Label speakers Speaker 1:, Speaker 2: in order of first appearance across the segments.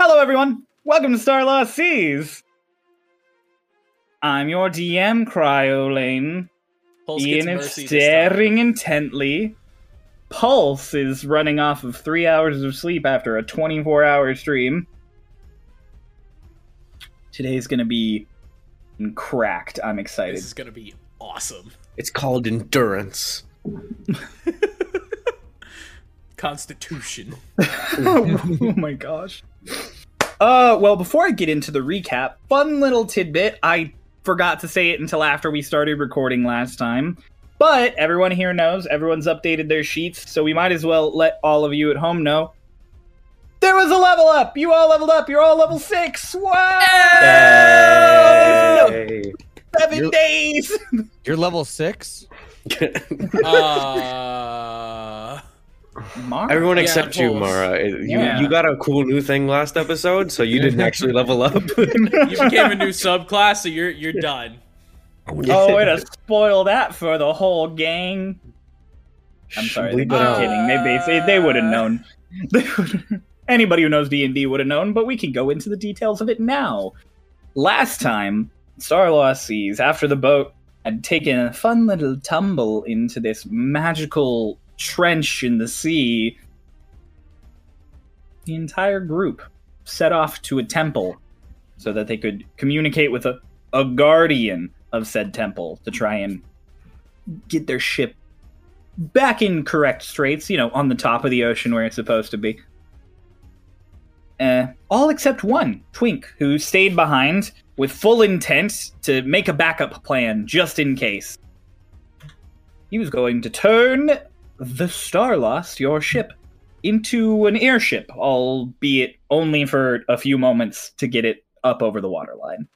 Speaker 1: Hello, everyone. Welcome to Star Lost Seas. I'm your DM, Cryolane.
Speaker 2: Pulse
Speaker 1: Ian is
Speaker 2: gets mercy this time.
Speaker 1: staring intently. Pulse is running off of three hours of sleep after a 24 hour stream. Today's gonna be cracked. I'm excited.
Speaker 2: This is gonna be awesome.
Speaker 3: It's called endurance.
Speaker 2: Constitution.
Speaker 1: oh my gosh. Uh, well, before I get into the recap, fun little tidbit. I forgot to say it until after we started recording last time. But everyone here knows, everyone's updated their sheets, so we might as well let all of you at home know. There was a level up! You all leveled up! You're all level six! Wow! Seven
Speaker 3: You're-
Speaker 1: days!
Speaker 4: You're level six.
Speaker 2: Uh,
Speaker 1: Mark?
Speaker 3: Everyone
Speaker 2: Yeah,
Speaker 3: except you,
Speaker 2: Pulse.
Speaker 3: Mara. It- You
Speaker 1: Yeah.
Speaker 3: you got a cool new thing last episode, so you didn't actually level up.
Speaker 2: you became a new subclass, so you're you're done.
Speaker 1: oh, way to spoil that for the whole gang. I'm sorry, they
Speaker 3: Bleep it
Speaker 1: were
Speaker 2: out.
Speaker 1: kidding. They they, they would have known. They would- Anybody who knows D and D would have known, but we can go into the details of it now. Last time, Star Lost Seas, after the boat had taken a fun little tumble into this magical trench in the sea, the entire group set off to a temple so that they could communicate with a, a guardian of said temple to try and get their ship back in correct straits, you know, on the top of the ocean where it's supposed to be. Uh, all except one, Twink, who stayed behind with full intent to make a backup plan just in case. He was going to turn the Starlost, your ship, into an airship, albeit only for a few moments to get it up over the waterline.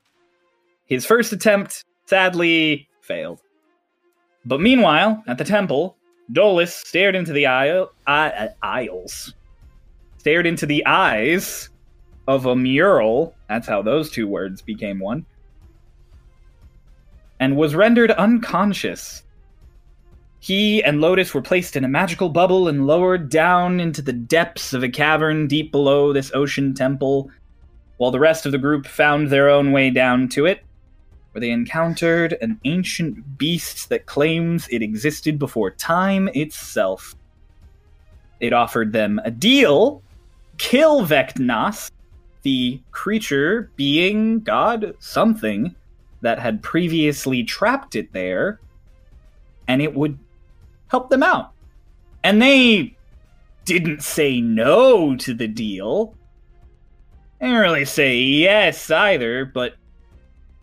Speaker 1: His first attempt, sadly, failed. But meanwhile, at the temple, Dolus stared into the aisle, I, uh, aisles, stared into the eyes of a mural. That's how those two words became one. And was rendered unconscious. He and Lotus were placed in a magical bubble and lowered down into the depths of a cavern deep below this ocean temple, while the rest of the group found their own way down to it where they encountered an ancient beast that claims it existed before time itself. It offered them a deal kill Vectnas, the creature, being, god, something that had previously trapped it there, and it would help them out. And they didn't say no to the deal. They didn't really say yes either, but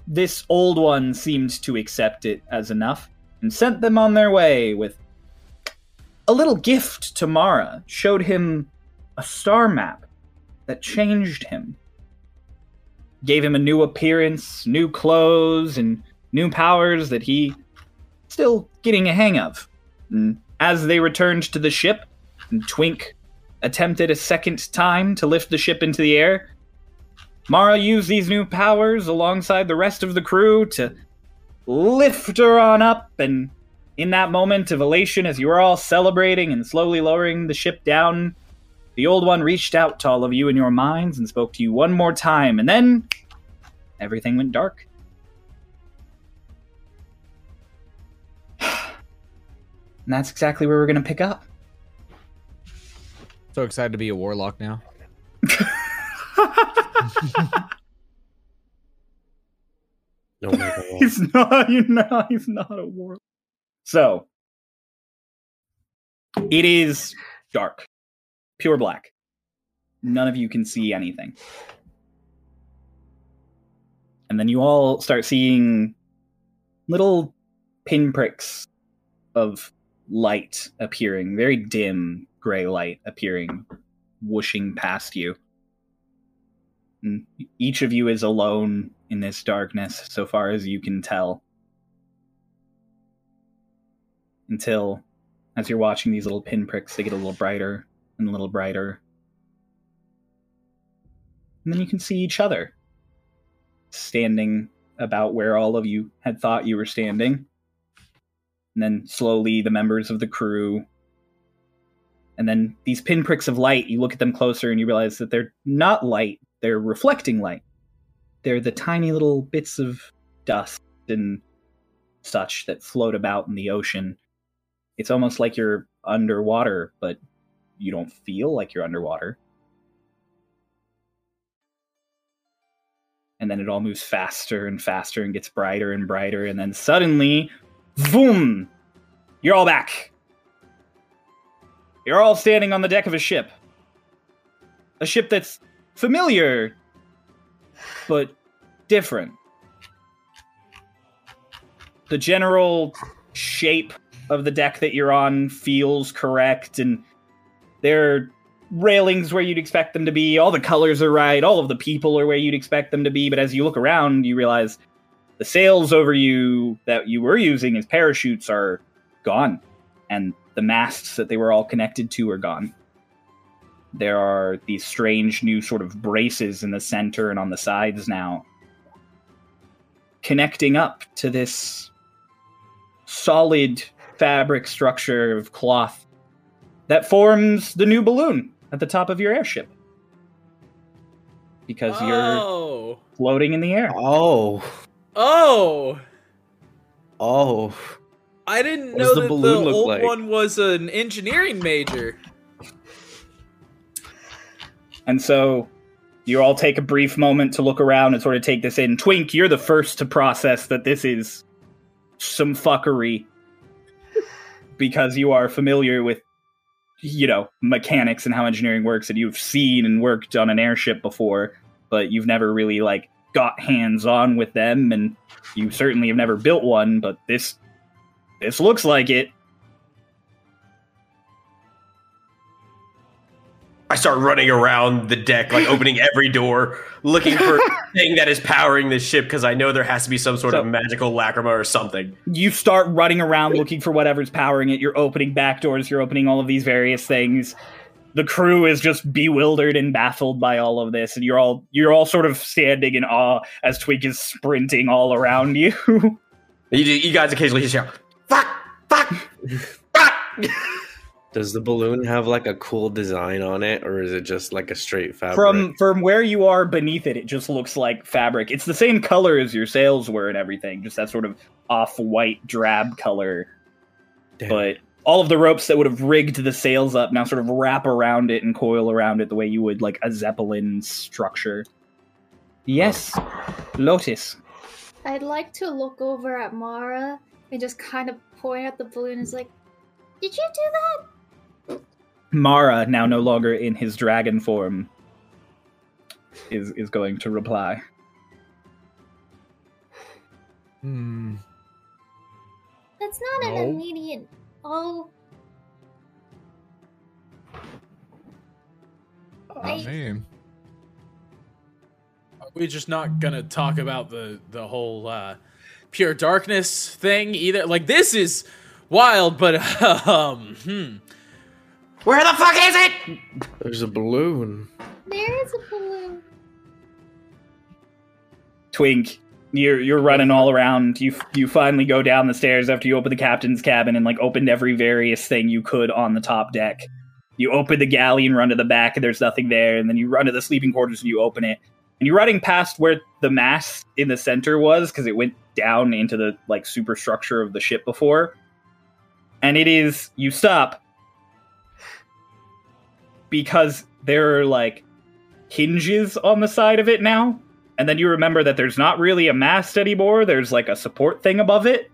Speaker 1: this old one seemed to accept it as enough and sent them on their way with a little gift to Mara, showed him a star map that changed him, gave him a new appearance, new clothes, and new powers that he still getting a hang of. And as they returned to the ship, and Twink attempted a second time to lift the ship into the air, Mara used these new powers alongside the rest of the crew to lift her on up, and in that moment of elation, as you were all celebrating and slowly lowering the ship down, the old one reached out to all of you in your minds and spoke to you one more time, and then everything went dark. And that's exactly where we're going to pick up.
Speaker 4: So excited to be a warlock now.
Speaker 3: No, my God.
Speaker 1: He's not. You know, he's not a warlock. So it is dark, pure black. None of you can see anything. And then you all start seeing little pinpricks of light appearing, very dim gray light appearing, whooshing past you. Mm. And each of you is alone in this darkness, so far as you can tell. Until, as you're watching these little pinpricks, they get a little brighter and a little brighter. And then you can see each other standing about where all of you had thought you were standing. And then slowly the members of the crew and then these pinpricks of light, you look at them closer and you realize that they're not light. They're reflecting light. They're the tiny little bits of dust and such that float about in the ocean. It's almost like you're underwater, but you don't feel like you're underwater. And then it all moves faster and faster and gets brighter and brighter, and then suddenly, boom! You're all back. You're all standing on the deck of a ship. A ship that's familiar, but different. The general shape of the deck that you're on feels correct, and there are railings where you'd expect them to be. All the colors are right, all of the people are where you'd expect them to be, but as you look around, you realize the sails over you that you were using as parachutes are gone, and the masts that they were all connected to are gone. There are these strange new sort of braces in the center and on the sides now, connecting up to this solid fabric structure of cloth that forms the new balloon at the top of your airship. Because you're
Speaker 2: Oh.
Speaker 1: floating in the air.
Speaker 3: Oh,
Speaker 2: Oh.
Speaker 3: oh.
Speaker 2: I didn't
Speaker 3: What
Speaker 2: know
Speaker 3: does the
Speaker 2: that
Speaker 3: balloon
Speaker 2: the
Speaker 3: look
Speaker 2: old
Speaker 3: like?
Speaker 2: one was an engineering major.
Speaker 1: And so you all take a brief moment to look around and sort of take this in. Twink, you're the first to process that this is some fuckery because you are familiar with, you know, mechanics and how engineering works, and you've seen and worked on an airship before, but you've never really, like, got hands on with them, and you certainly have never built one, but this. This looks like it.
Speaker 5: I start running around the deck, like opening every door, looking for thing that is powering this ship because I know there has to be some sort
Speaker 1: So-
Speaker 5: of magical lacrima or something.
Speaker 1: you start running around looking for whatever's powering it. You're opening back doors, you're opening all of these various things. The crew is just bewildered and baffled by all of this, and you're all you're all sort of standing in awe as Twig is sprinting all around you.
Speaker 5: You, you guys occasionally just shout, "Fuck! Fuck! fuck!"
Speaker 3: Does the balloon have like a cool design on it, or is it just like a straight fabric?
Speaker 1: from from where you are beneath it, it just looks like fabric. It's the same color as your sails were and everything, just that sort of off-white drab color.
Speaker 3: Damn.
Speaker 1: But all of the ropes that would have rigged the sails up now sort of wrap around it and coil around it the way you would like a zeppelin structure. Yes, Lotus.
Speaker 6: I'd like to look over at Mara and just kind of point at the balloon and is like, Did you do that?
Speaker 1: Mara, now no longer in his dragon form, is is going to reply.
Speaker 4: Hmm.
Speaker 6: That's not
Speaker 4: No.
Speaker 6: an immediate. Oh,
Speaker 4: Not me.
Speaker 2: Are we just not gonna talk about the the whole uh, pure darkness thing either? Like this is wild, but um, hmm.
Speaker 5: Where the fuck is it?
Speaker 3: There's a balloon.
Speaker 6: there is a balloon.
Speaker 1: Twink, you're you're running all around. You you finally go down the stairs after you open the captain's cabin and like opened every various thing you could on the top deck. You open the galley and run to the back, and there's nothing there. And then you run to the sleeping quarters and you open it. And you're running past where the mast in the center was because it went down into the like superstructure of the ship before. And it is you stop because there are like hinges on the side of it now and then you remember that there's not really a mast anymore. There's like a support thing above it.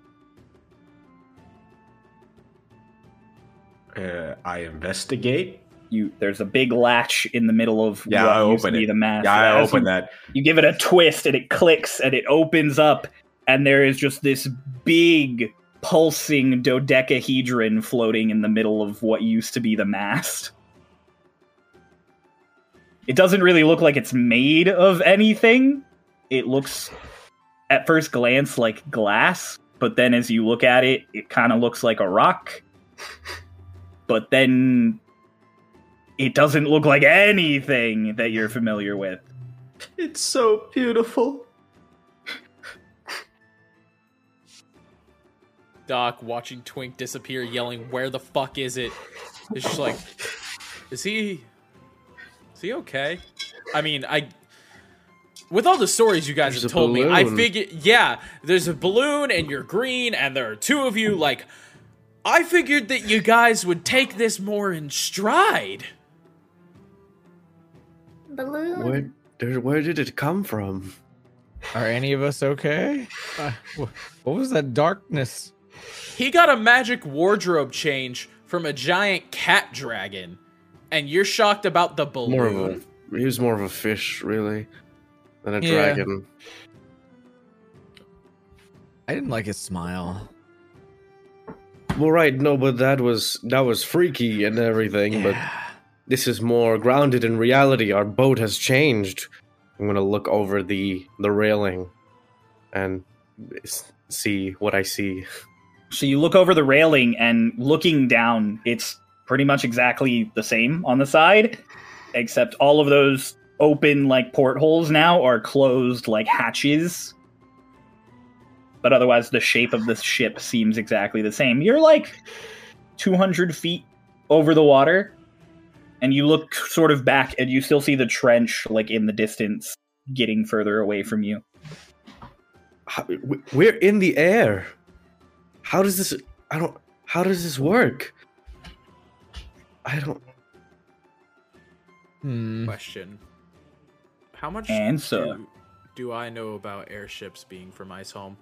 Speaker 5: Uh, I investigate.
Speaker 1: You there's a big latch in the middle of
Speaker 5: Yeah,
Speaker 1: what
Speaker 5: I
Speaker 1: used to
Speaker 5: open
Speaker 1: be
Speaker 5: it.
Speaker 1: the mast.
Speaker 5: Yeah, I
Speaker 1: As
Speaker 5: open
Speaker 1: you,
Speaker 5: that.
Speaker 1: You give it a twist and it clicks and it opens up, and there is just this big pulsing dodecahedron floating in the middle of what used to be the mast. It doesn't really look like it's made of anything. It looks at first glance like glass, but then as you look at it, it kind of looks like a rock. But then it doesn't look like anything that you're familiar with.
Speaker 5: It's so beautiful.
Speaker 2: Doc watching Twink disappear, yelling, "Where the fuck is it?" It's just like, is he, is he okay? I mean, I, with all the stories you guys
Speaker 3: There's
Speaker 2: have
Speaker 3: a
Speaker 2: told me, I
Speaker 3: balloon.
Speaker 2: figure yeah, there's a balloon and you're green and there are two of you like I figured that you guys would take this more in stride.
Speaker 6: Balloon.
Speaker 3: Where, there, where did it come from?
Speaker 4: Are any of us okay? Uh, wh- what was that darkness?
Speaker 2: He got a magic wardrobe change from a giant cat dragon and you're shocked about the balloon.
Speaker 3: More of a. He was more of a fish, really, than a
Speaker 4: Yeah.
Speaker 3: dragon.
Speaker 4: I didn't like his smile.
Speaker 3: Well, right, no, but that was that was freaky and everything, but this is more grounded in reality. Our boat has changed. I'm gonna look over the the railing, and s- see what I see.
Speaker 1: So you look over the railing and looking down, it's pretty much exactly the same on the side, except all of those open like portholes now are closed like hatches. But otherwise, the shape of the ship seems exactly the same. You're like 200 feet over the water, and you look sort of back, and you still see the trench like in the distance, getting further away from you.
Speaker 3: How- we- We're in the air. How does this? I don't. How does this work? I don't.
Speaker 4: Hmm.
Speaker 2: question. How much
Speaker 1: Mm. And so-
Speaker 2: do, do I know about airships being from Ice Home?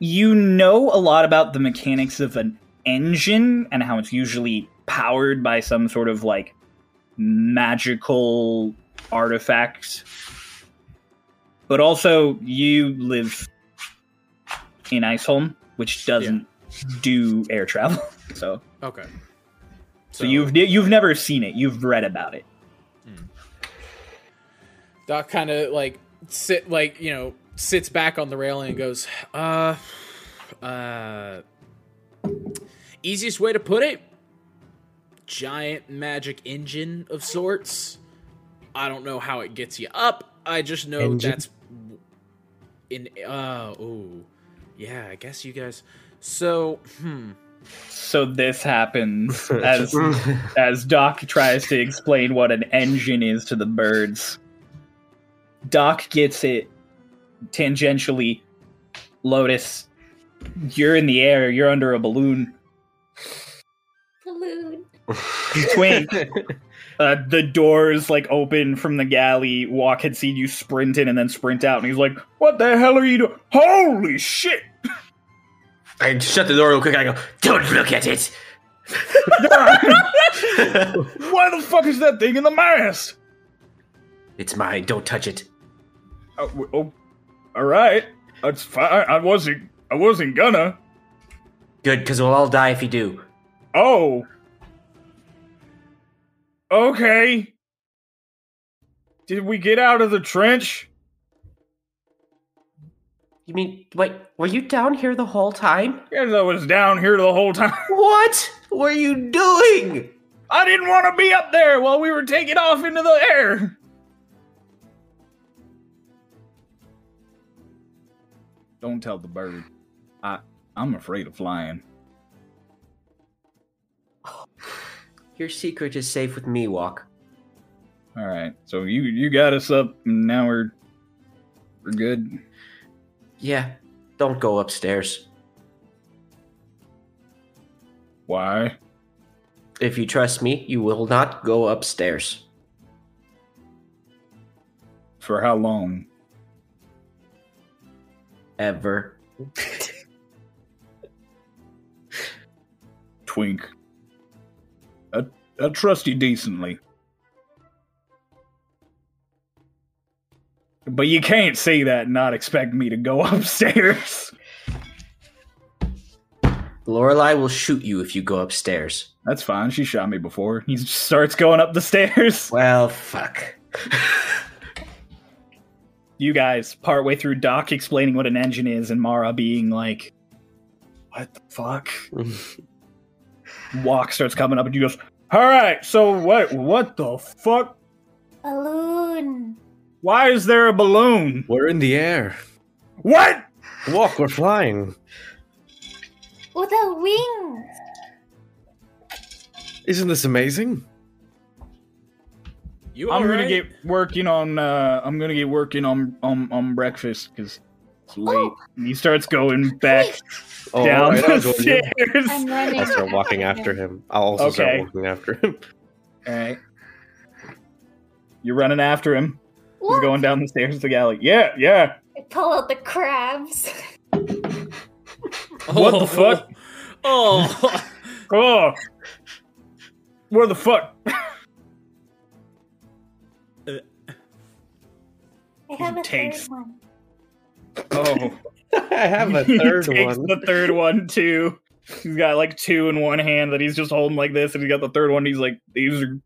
Speaker 1: you know a lot about the mechanics of an engine and how it's usually powered by some sort of like magical artifact. But also, you live in Iceholm, which doesn't do air travel. So,
Speaker 2: Okay.
Speaker 1: so, you've you've never seen it. You've read about it.
Speaker 2: Doc kind of like sit like you know sits back on the railing and goes, uh, uh, easiest way to put it, giant magic engine of sorts. I don't know how it gets you up. I just know
Speaker 3: Engine?
Speaker 2: that's in. Uh, oh, yeah. I guess you guys. So, hmm.
Speaker 1: So this happens as as Doc tries to explain what an engine is to the birds. Doc gets it tangentially. Lotus, you're in the air. You're under a balloon.
Speaker 6: Balloon.
Speaker 1: You twink. uh, the doors like open from the galley. Walk had seen you sprint in and then sprint out, and he's like, "What the hell are you doing? Holy shit!"
Speaker 5: I shut the door real quick. I go, don't look at it.
Speaker 1: Why the fuck is that thing in the mast?
Speaker 5: It's mine. Don't touch it.
Speaker 1: Uh, w- oh, all right. That's fine. I wasn't. I wasn't gonna.
Speaker 5: Good, because we'll all die if you do.
Speaker 1: Oh. Okay. Did we get out of the trench?
Speaker 5: You mean, wait, were you down here the whole time?
Speaker 1: Yes, I was down here the whole time.
Speaker 5: What were you doing?
Speaker 1: I didn't want to be up there while we were taking off into the air. Don't tell the bird. I I'm afraid of flying.
Speaker 5: Your secret is safe with me, Walk.
Speaker 1: All right. So you you got us up and now we're we're good.
Speaker 5: Yeah, don't go upstairs.
Speaker 1: Why?
Speaker 5: If you trust me, you will not go upstairs.
Speaker 1: For how long?
Speaker 5: Ever.
Speaker 1: Twink. I, I trust you decently. But you can't say that and not expect me to go upstairs.
Speaker 5: Lorelai will shoot you if you go upstairs.
Speaker 1: That's fine. She shot me before. He starts going up the stairs.
Speaker 5: Well, fuck.
Speaker 1: You guys, partway through Doc explaining what an engine is and Mara being like, What the fuck? Walk starts coming up and you goes, Alright, so what what the fuck?
Speaker 6: Balloon.
Speaker 1: Why is there a balloon?
Speaker 3: We're in the air.
Speaker 1: What?
Speaker 3: Walk. We're flying.
Speaker 6: With a wing.
Speaker 3: Isn't this amazing?
Speaker 2: You
Speaker 1: I'm
Speaker 2: all
Speaker 1: gonna
Speaker 2: right?
Speaker 1: get working on. Uh, I'm gonna get working on on on breakfast because it's late. And he starts going back
Speaker 6: Oh. Wait,
Speaker 3: Oh,
Speaker 1: down
Speaker 3: alright, I'll
Speaker 1: the
Speaker 3: join you.
Speaker 1: stairs.
Speaker 6: I'm running.
Speaker 3: I'll start walking after him. I'll also
Speaker 1: Okay.
Speaker 3: start walking after him.
Speaker 1: All right, you're running after him. He's
Speaker 6: What?
Speaker 1: going down the stairs to the galley. Yeah, yeah.
Speaker 6: I pull out the crabs.
Speaker 1: What the fuck?
Speaker 2: Oh,
Speaker 1: Oh, where the fuck?
Speaker 6: I have a
Speaker 1: takes-
Speaker 6: third one.
Speaker 1: Oh,
Speaker 3: I have a
Speaker 1: he
Speaker 3: third
Speaker 1: takes
Speaker 3: one.
Speaker 1: the third one too. He's got like two in one hand that he's just holding like this, and he's got the third one. He's like, these are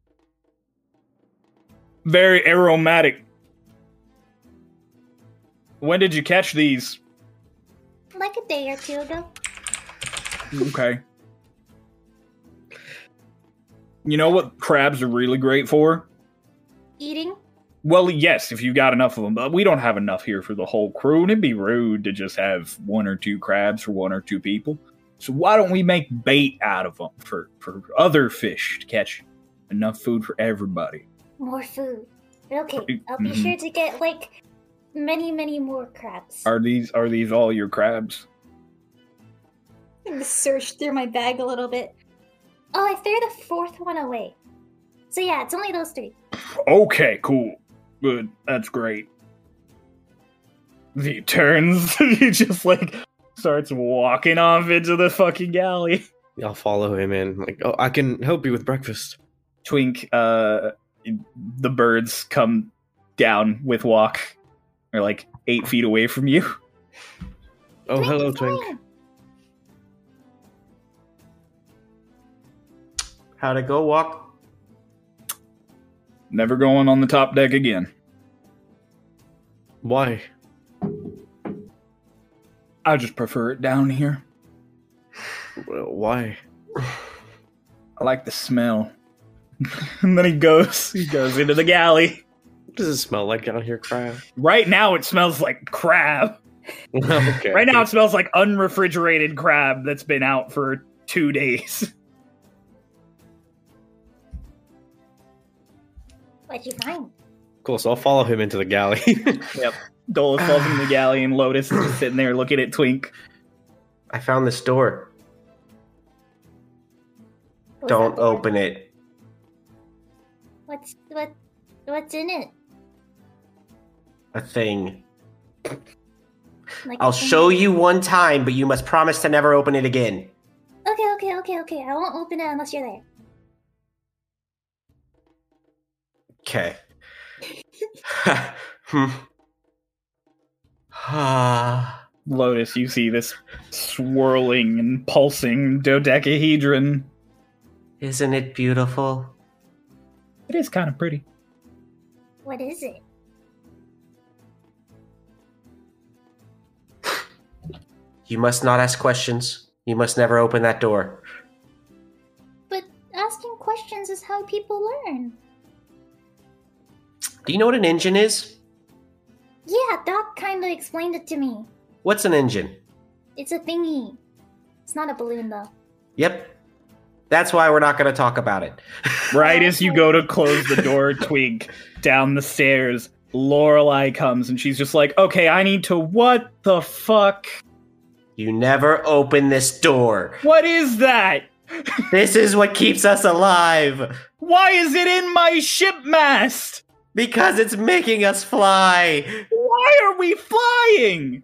Speaker 1: very aromatic. When did you catch these?
Speaker 6: Like a day or two ago.
Speaker 1: Okay. You know what crabs are really great for?
Speaker 6: Eating.
Speaker 1: Well, yes, if you got enough of them, but we don't have enough here for the whole crew, and it'd be rude to just have one or two crabs for one or two people. So why don't we make bait out of them for for other fish to catch enough food for everybody?
Speaker 6: More food. Okay, I'll be
Speaker 1: Mhm.
Speaker 6: sure to get like many, many more crabs.
Speaker 1: Are these are these all your crabs?
Speaker 6: I'm gonna search through my bag a little bit. Oh, I threw the fourth one away. So yeah, it's only those three.
Speaker 1: Okay, cool, good, that's great. He turns, he just like starts walking off into the fucking galley.
Speaker 3: I'll follow him in. Like, oh, I can help you with breakfast.
Speaker 1: Twink, uh, the birds come down with walk. They're like eight feet away from you.
Speaker 3: Oh,
Speaker 6: Twink
Speaker 3: hello,
Speaker 6: is
Speaker 3: Twink.
Speaker 6: mine.
Speaker 5: How'd it go, Walk?
Speaker 1: Never going on the top deck again.
Speaker 3: Why?
Speaker 1: I just prefer it down here.
Speaker 3: Why?
Speaker 1: I like the smell. and then he goes, he goes into the galley.
Speaker 3: What does it smell like out here, crab?
Speaker 1: Right now, it smells like crab.
Speaker 3: okay.
Speaker 1: Right now, it smells like unrefrigerated crab that's been out for two days.
Speaker 6: What'd you find?
Speaker 3: Cool. So I'll follow him into the galley.
Speaker 1: Dolus falls into the galley, and Lotus is just sitting there looking at Twink.
Speaker 5: I found this door.
Speaker 6: What's
Speaker 5: Don't
Speaker 6: up there?
Speaker 5: open it.
Speaker 6: What's what? What's in it?
Speaker 5: A thing.
Speaker 6: Like
Speaker 5: I'll
Speaker 6: a thing?
Speaker 5: show you one time, but you must promise to never open it again.
Speaker 6: Okay, okay, okay, okay. I won't open it unless you're there.
Speaker 5: Okay. Hmm. Ah.
Speaker 1: Lotus, you see this swirling and pulsing dodecahedron.
Speaker 5: Isn't it beautiful?
Speaker 1: It is kind of pretty.
Speaker 6: What is it?
Speaker 5: You must not ask questions. You must never open that door.
Speaker 6: But asking questions is how people learn.
Speaker 5: Do you know what an engine is?
Speaker 6: Yeah, Doc kind of explained it to me.
Speaker 5: What's an engine?
Speaker 6: It's a thingy. It's not a balloon though.
Speaker 5: Yep. That's why we're not going to talk about it.
Speaker 1: Right as you go to close the door, Twig, down the stairs, Lorelei comes and she's just like, okay, I need to. What the fuck?
Speaker 5: You never open this door.
Speaker 1: What is that?
Speaker 5: This is what keeps us alive
Speaker 1: Why is it in my ship mast?
Speaker 5: because it's making us fly.
Speaker 1: Why are we flying?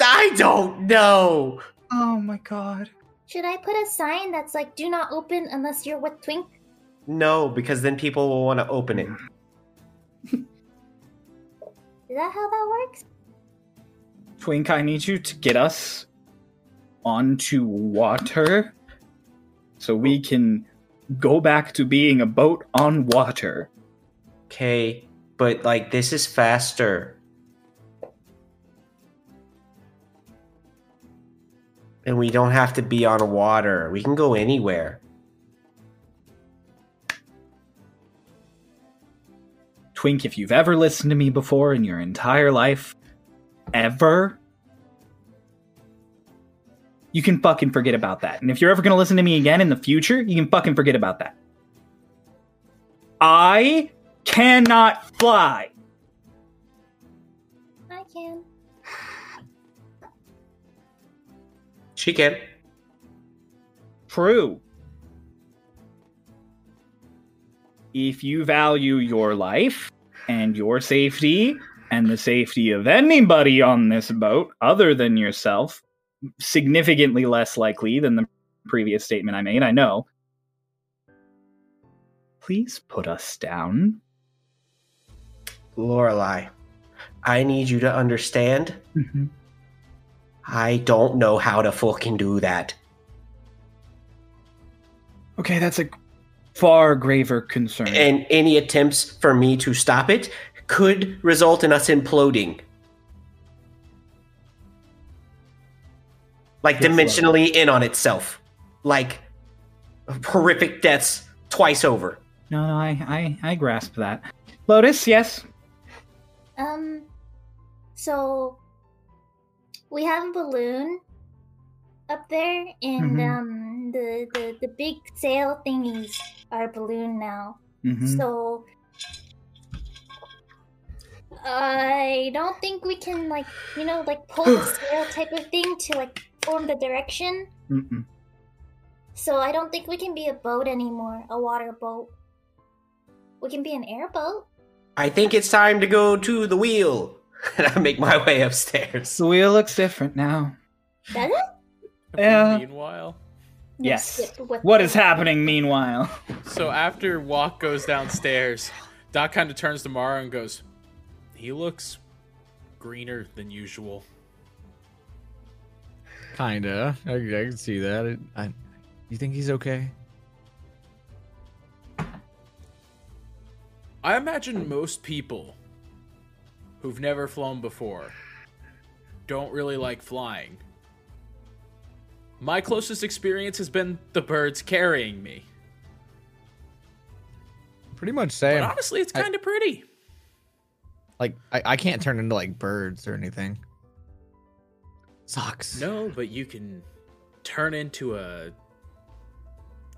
Speaker 5: I don't know.
Speaker 1: Oh my god.
Speaker 6: Should I put a sign that's like "Do not open unless you're with Twink"?
Speaker 5: No, because then people will want to open it.
Speaker 6: Is that how that works?
Speaker 1: Twink, I need you to get us onto water so we can go back to being a boat on water.
Speaker 5: Okay, but like this is faster. And we don't have to be on water. We can go anywhere.
Speaker 1: Twink, if you've ever listened to me before in your entire life, ever, you can fucking forget about that. And if you're ever going to listen to me again in the future, you can fucking forget about that. I cannot fly.
Speaker 6: I can.
Speaker 5: She can.
Speaker 1: True. If you value your life and your safety and the safety of anybody on this boat other than yourself, significantly less likely than the previous statement I made, I know. Please put us down.
Speaker 5: Lorelai, I need you to understand.
Speaker 1: Mm-hmm.
Speaker 5: I don't know how to fucking do that.
Speaker 1: Okay, that's a far graver concern.
Speaker 5: And any attempts for me to stop it could result in us imploding. Like
Speaker 1: Yes,
Speaker 5: dimensionally in on itself. Like horrific deaths twice over.
Speaker 1: no, no, I, I, I grasp that. Lotus, yes.
Speaker 6: Um, so we have a balloon up there, and
Speaker 1: Mhm.
Speaker 6: um, the, the the big sail thingies are balloon now.
Speaker 1: Mhm.
Speaker 6: So I don't think we can like you know like pull the sail type of thing to like form the direction.
Speaker 1: Mm-mm.
Speaker 6: So I don't think we can be a boat anymore, a water boat. We can be an airboat.
Speaker 5: I think it's time to go to the wheel. And I make my way upstairs.
Speaker 1: The wheel looks different now.
Speaker 6: Does it?
Speaker 1: Yeah.
Speaker 2: Meanwhile,
Speaker 1: Yes.
Speaker 6: Skip with
Speaker 1: What
Speaker 6: the-
Speaker 1: is happening meanwhile?
Speaker 2: so after Walk goes downstairs, Doc kind of turns to Mara and goes, "He looks greener than usual."
Speaker 4: Kinda. I, I can see that. It, I, you think he's okay?
Speaker 2: I imagine most people who've never flown before don't really like flying. My closest experience has been the birds carrying me.
Speaker 4: Pretty much
Speaker 2: But
Speaker 4: same.
Speaker 2: honestly, it's
Speaker 4: I-
Speaker 2: kind of pretty.
Speaker 4: like I, I can't turn into like birds or anything. Sucks.
Speaker 2: No, but you can turn into a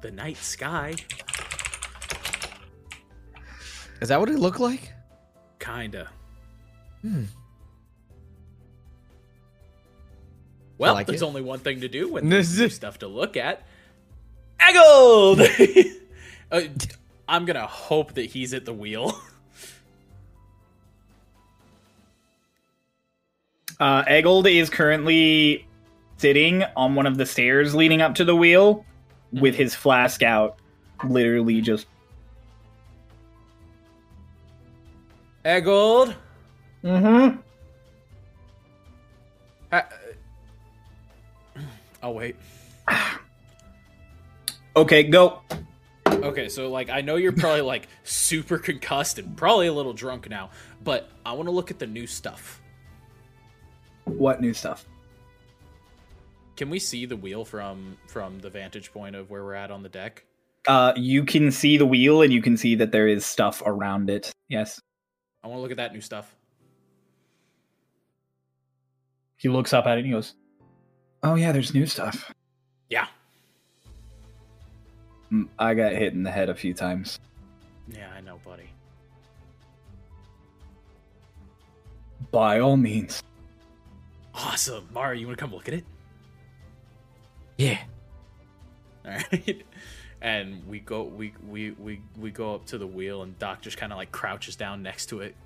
Speaker 2: the night sky,
Speaker 4: Is that what it looked like?
Speaker 2: kinda.
Speaker 4: Hmm.
Speaker 2: Well,
Speaker 4: like
Speaker 2: there's
Speaker 4: it.
Speaker 2: only one thing to do when
Speaker 4: This
Speaker 2: there's new
Speaker 4: is-
Speaker 2: stuff to look at. Eggled. uh, I'm gonna hope that he's at the wheel.
Speaker 1: Uh, Eggold is currently sitting on one of the stairs leading up to the wheel with his flask out, literally just.
Speaker 2: Eggold.
Speaker 1: Mm-hmm.
Speaker 2: I- I'll Oh, wait.
Speaker 1: Okay, go.
Speaker 2: Okay, so like I know you're probably like super concussed and probably a little drunk now, but I want to look at the new stuff.
Speaker 1: What new stuff?
Speaker 2: Can we see the wheel from from the vantage point of where we're at on the deck?
Speaker 1: Uh, you can see the wheel, and you can see that there is stuff around it. Yes.
Speaker 2: I want to look at that new stuff.
Speaker 1: He looks up at it and he goes, "Oh yeah, there's new stuff."
Speaker 2: Yeah.
Speaker 1: Mm, I got hit in the head a few times.
Speaker 2: Yeah, I know, buddy.
Speaker 1: By all means.
Speaker 2: Awesome, Mara. You want to come look at it?
Speaker 4: Yeah.
Speaker 2: All right. And we go we we we we go up to the wheel, and Doc just kind of like crouches down next to it,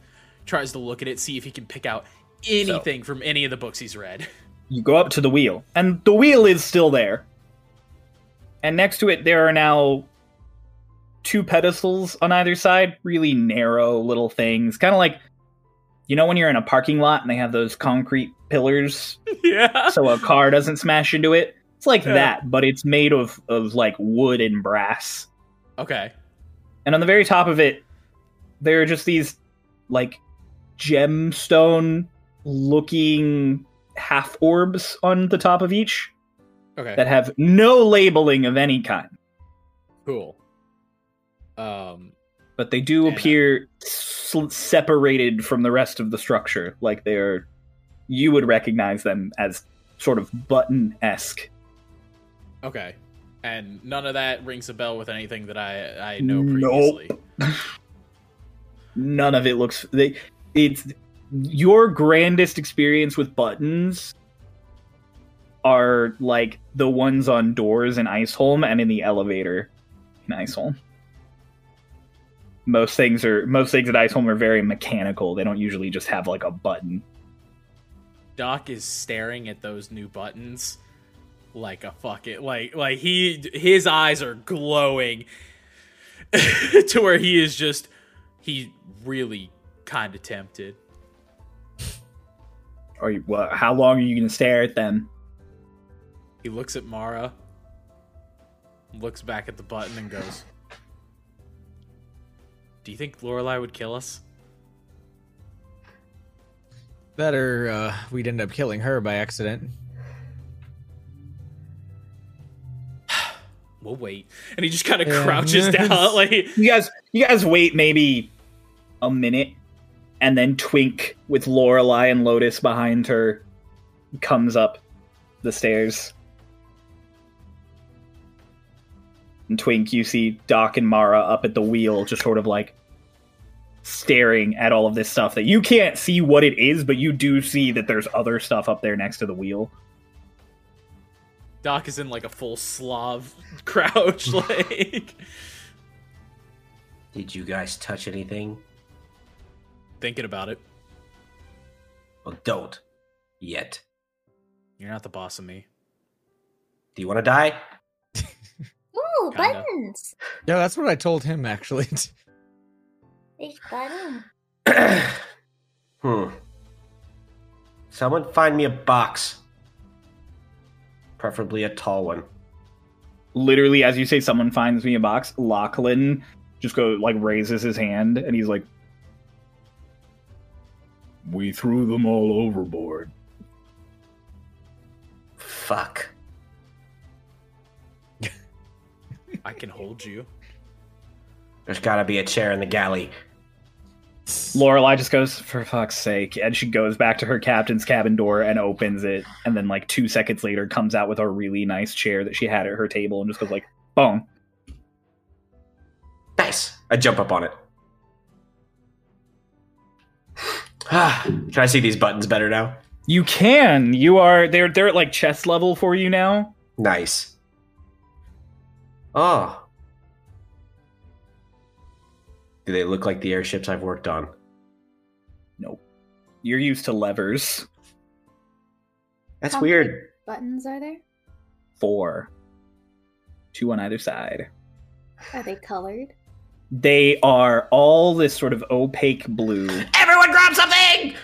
Speaker 2: tries to look at it, see if he can pick out anything from any of the books he's read.
Speaker 1: You go up to the wheel, and the wheel is still there. And next to it, there are now two pedestals on either side, really narrow little things, kind of like you know when you're in a parking lot and they have those concrete pillars
Speaker 2: yeah.
Speaker 1: so a car doesn't smash into it. It's like
Speaker 2: Yeah.
Speaker 1: that, but it's made of of like wood and brass.
Speaker 2: Okay.
Speaker 1: And on the very top of it, there are just these like gemstone looking half orbs on the top of each
Speaker 2: Okay.
Speaker 1: that have no labeling of any kind,
Speaker 2: Cool. Um,
Speaker 1: but they do
Speaker 2: Yeah.
Speaker 1: appear s- separated from the rest of the structure. Like they are, you would recognize them as sort of button esque.
Speaker 2: okay. And none of that rings a bell with anything that I I know
Speaker 1: Nope.
Speaker 2: previously.
Speaker 1: none of it looks they it's your grandest experience with buttons are like the ones on doors in Iceholm and in the elevator in Iceholm. Most things are most things at Iceholm are very mechanical. They don't usually just have like a button.
Speaker 2: Doc is staring at those new buttons like a fucking like like he his eyes are glowing to where he is just he really kind of tempted.
Speaker 1: Or you, well, how long are you going to stare at them?
Speaker 2: He looks at Mara, looks back at the button, and goes, "Do you think Lorelai would kill us?"
Speaker 4: Better, uh, we'd end up killing her by accident.
Speaker 2: We'll wait. And he just kind of
Speaker 4: Yeah.
Speaker 2: crouches down, like
Speaker 1: You guys, you guys wait maybe a minute, and then Twink with Lorelai and Lotus behind her comes up the stairs. And Twink, you see Doc and Mara up at the wheel, just sort of like staring at all of this stuff that you can't see what it is, but you do see that there's other stuff up there next to the wheel.
Speaker 2: Doc is in like a full Slav crouch, like
Speaker 5: Did you guys touch anything?
Speaker 2: thinking about it.
Speaker 5: Well, don't. Yet.
Speaker 2: You're not the boss of me.
Speaker 5: Do you want to die?
Speaker 6: Ooh,
Speaker 2: Kinda.
Speaker 6: buttons.
Speaker 4: Yeah, that's what I told him actually.
Speaker 6: Big button.
Speaker 5: hmm. Someone find me a box. Preferably a tall one.
Speaker 1: literally as you say someone finds me a box lachlan just go like raises his hand and he's like we threw them all overboard
Speaker 5: Fuck.
Speaker 2: I can hold you.
Speaker 5: There's gotta be a chair in the galley.
Speaker 1: lorelei just goes for fuck's sake and she goes back to her captain's cabin door and opens it and then like two seconds later comes out with a really nice chair that she had at her table and just goes like boom
Speaker 5: Nice. I jump up on it. Can I see these buttons better now?
Speaker 1: you can you are they're they're at like chest level for you now
Speaker 5: Nice. Oh. Do they look like the airships I've worked on?
Speaker 1: you're used to levers
Speaker 5: That's
Speaker 6: How
Speaker 5: weird.
Speaker 6: Buttons are there?
Speaker 1: four two on either side
Speaker 6: Are they colored?
Speaker 1: They are all this sort of opaque blue.
Speaker 5: Everyone grab something!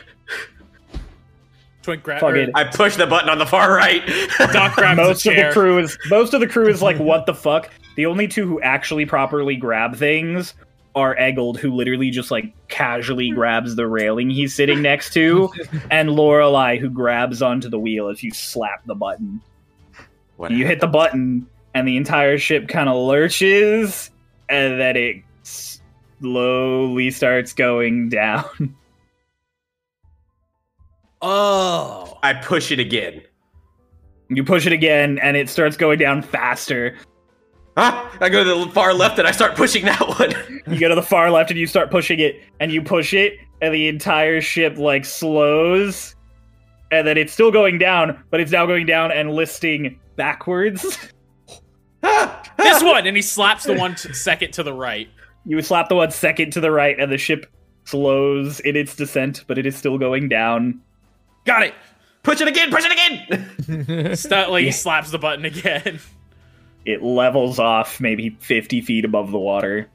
Speaker 2: Twink grab
Speaker 1: Fuck
Speaker 2: or
Speaker 1: it.
Speaker 5: I push the button on the far right.
Speaker 2: Doc grabs
Speaker 1: Most
Speaker 2: a
Speaker 1: of the
Speaker 2: chair.
Speaker 1: crew is most of the crew is like, what the fuck? The only two who actually properly grab things are Eggold, who literally just like casually grabs the railing he's sitting next to, and Lorelei, who grabs onto the wheel as you slap the button. You hit the button, and the entire ship kind of lurches, and then it slowly starts going down.
Speaker 2: Oh,
Speaker 5: I push it again.
Speaker 1: You push it again, and it starts going down faster.
Speaker 5: Huh? I go to the far left and I start pushing that one.
Speaker 1: You go to the far left and you start pushing it, and you push it, and the entire ship like slows, and then it's still going down, but it's now going down and listing backwards.
Speaker 2: this one, and he slaps the one t- second to the right.
Speaker 1: You slap the one second to the right, and the ship slows in its descent, but it is still going down.
Speaker 5: Got it. Push it again. Push it again.
Speaker 2: Stu- like
Speaker 1: Yeah.
Speaker 2: he slaps the button again.
Speaker 1: It levels off maybe 50 feet above the water.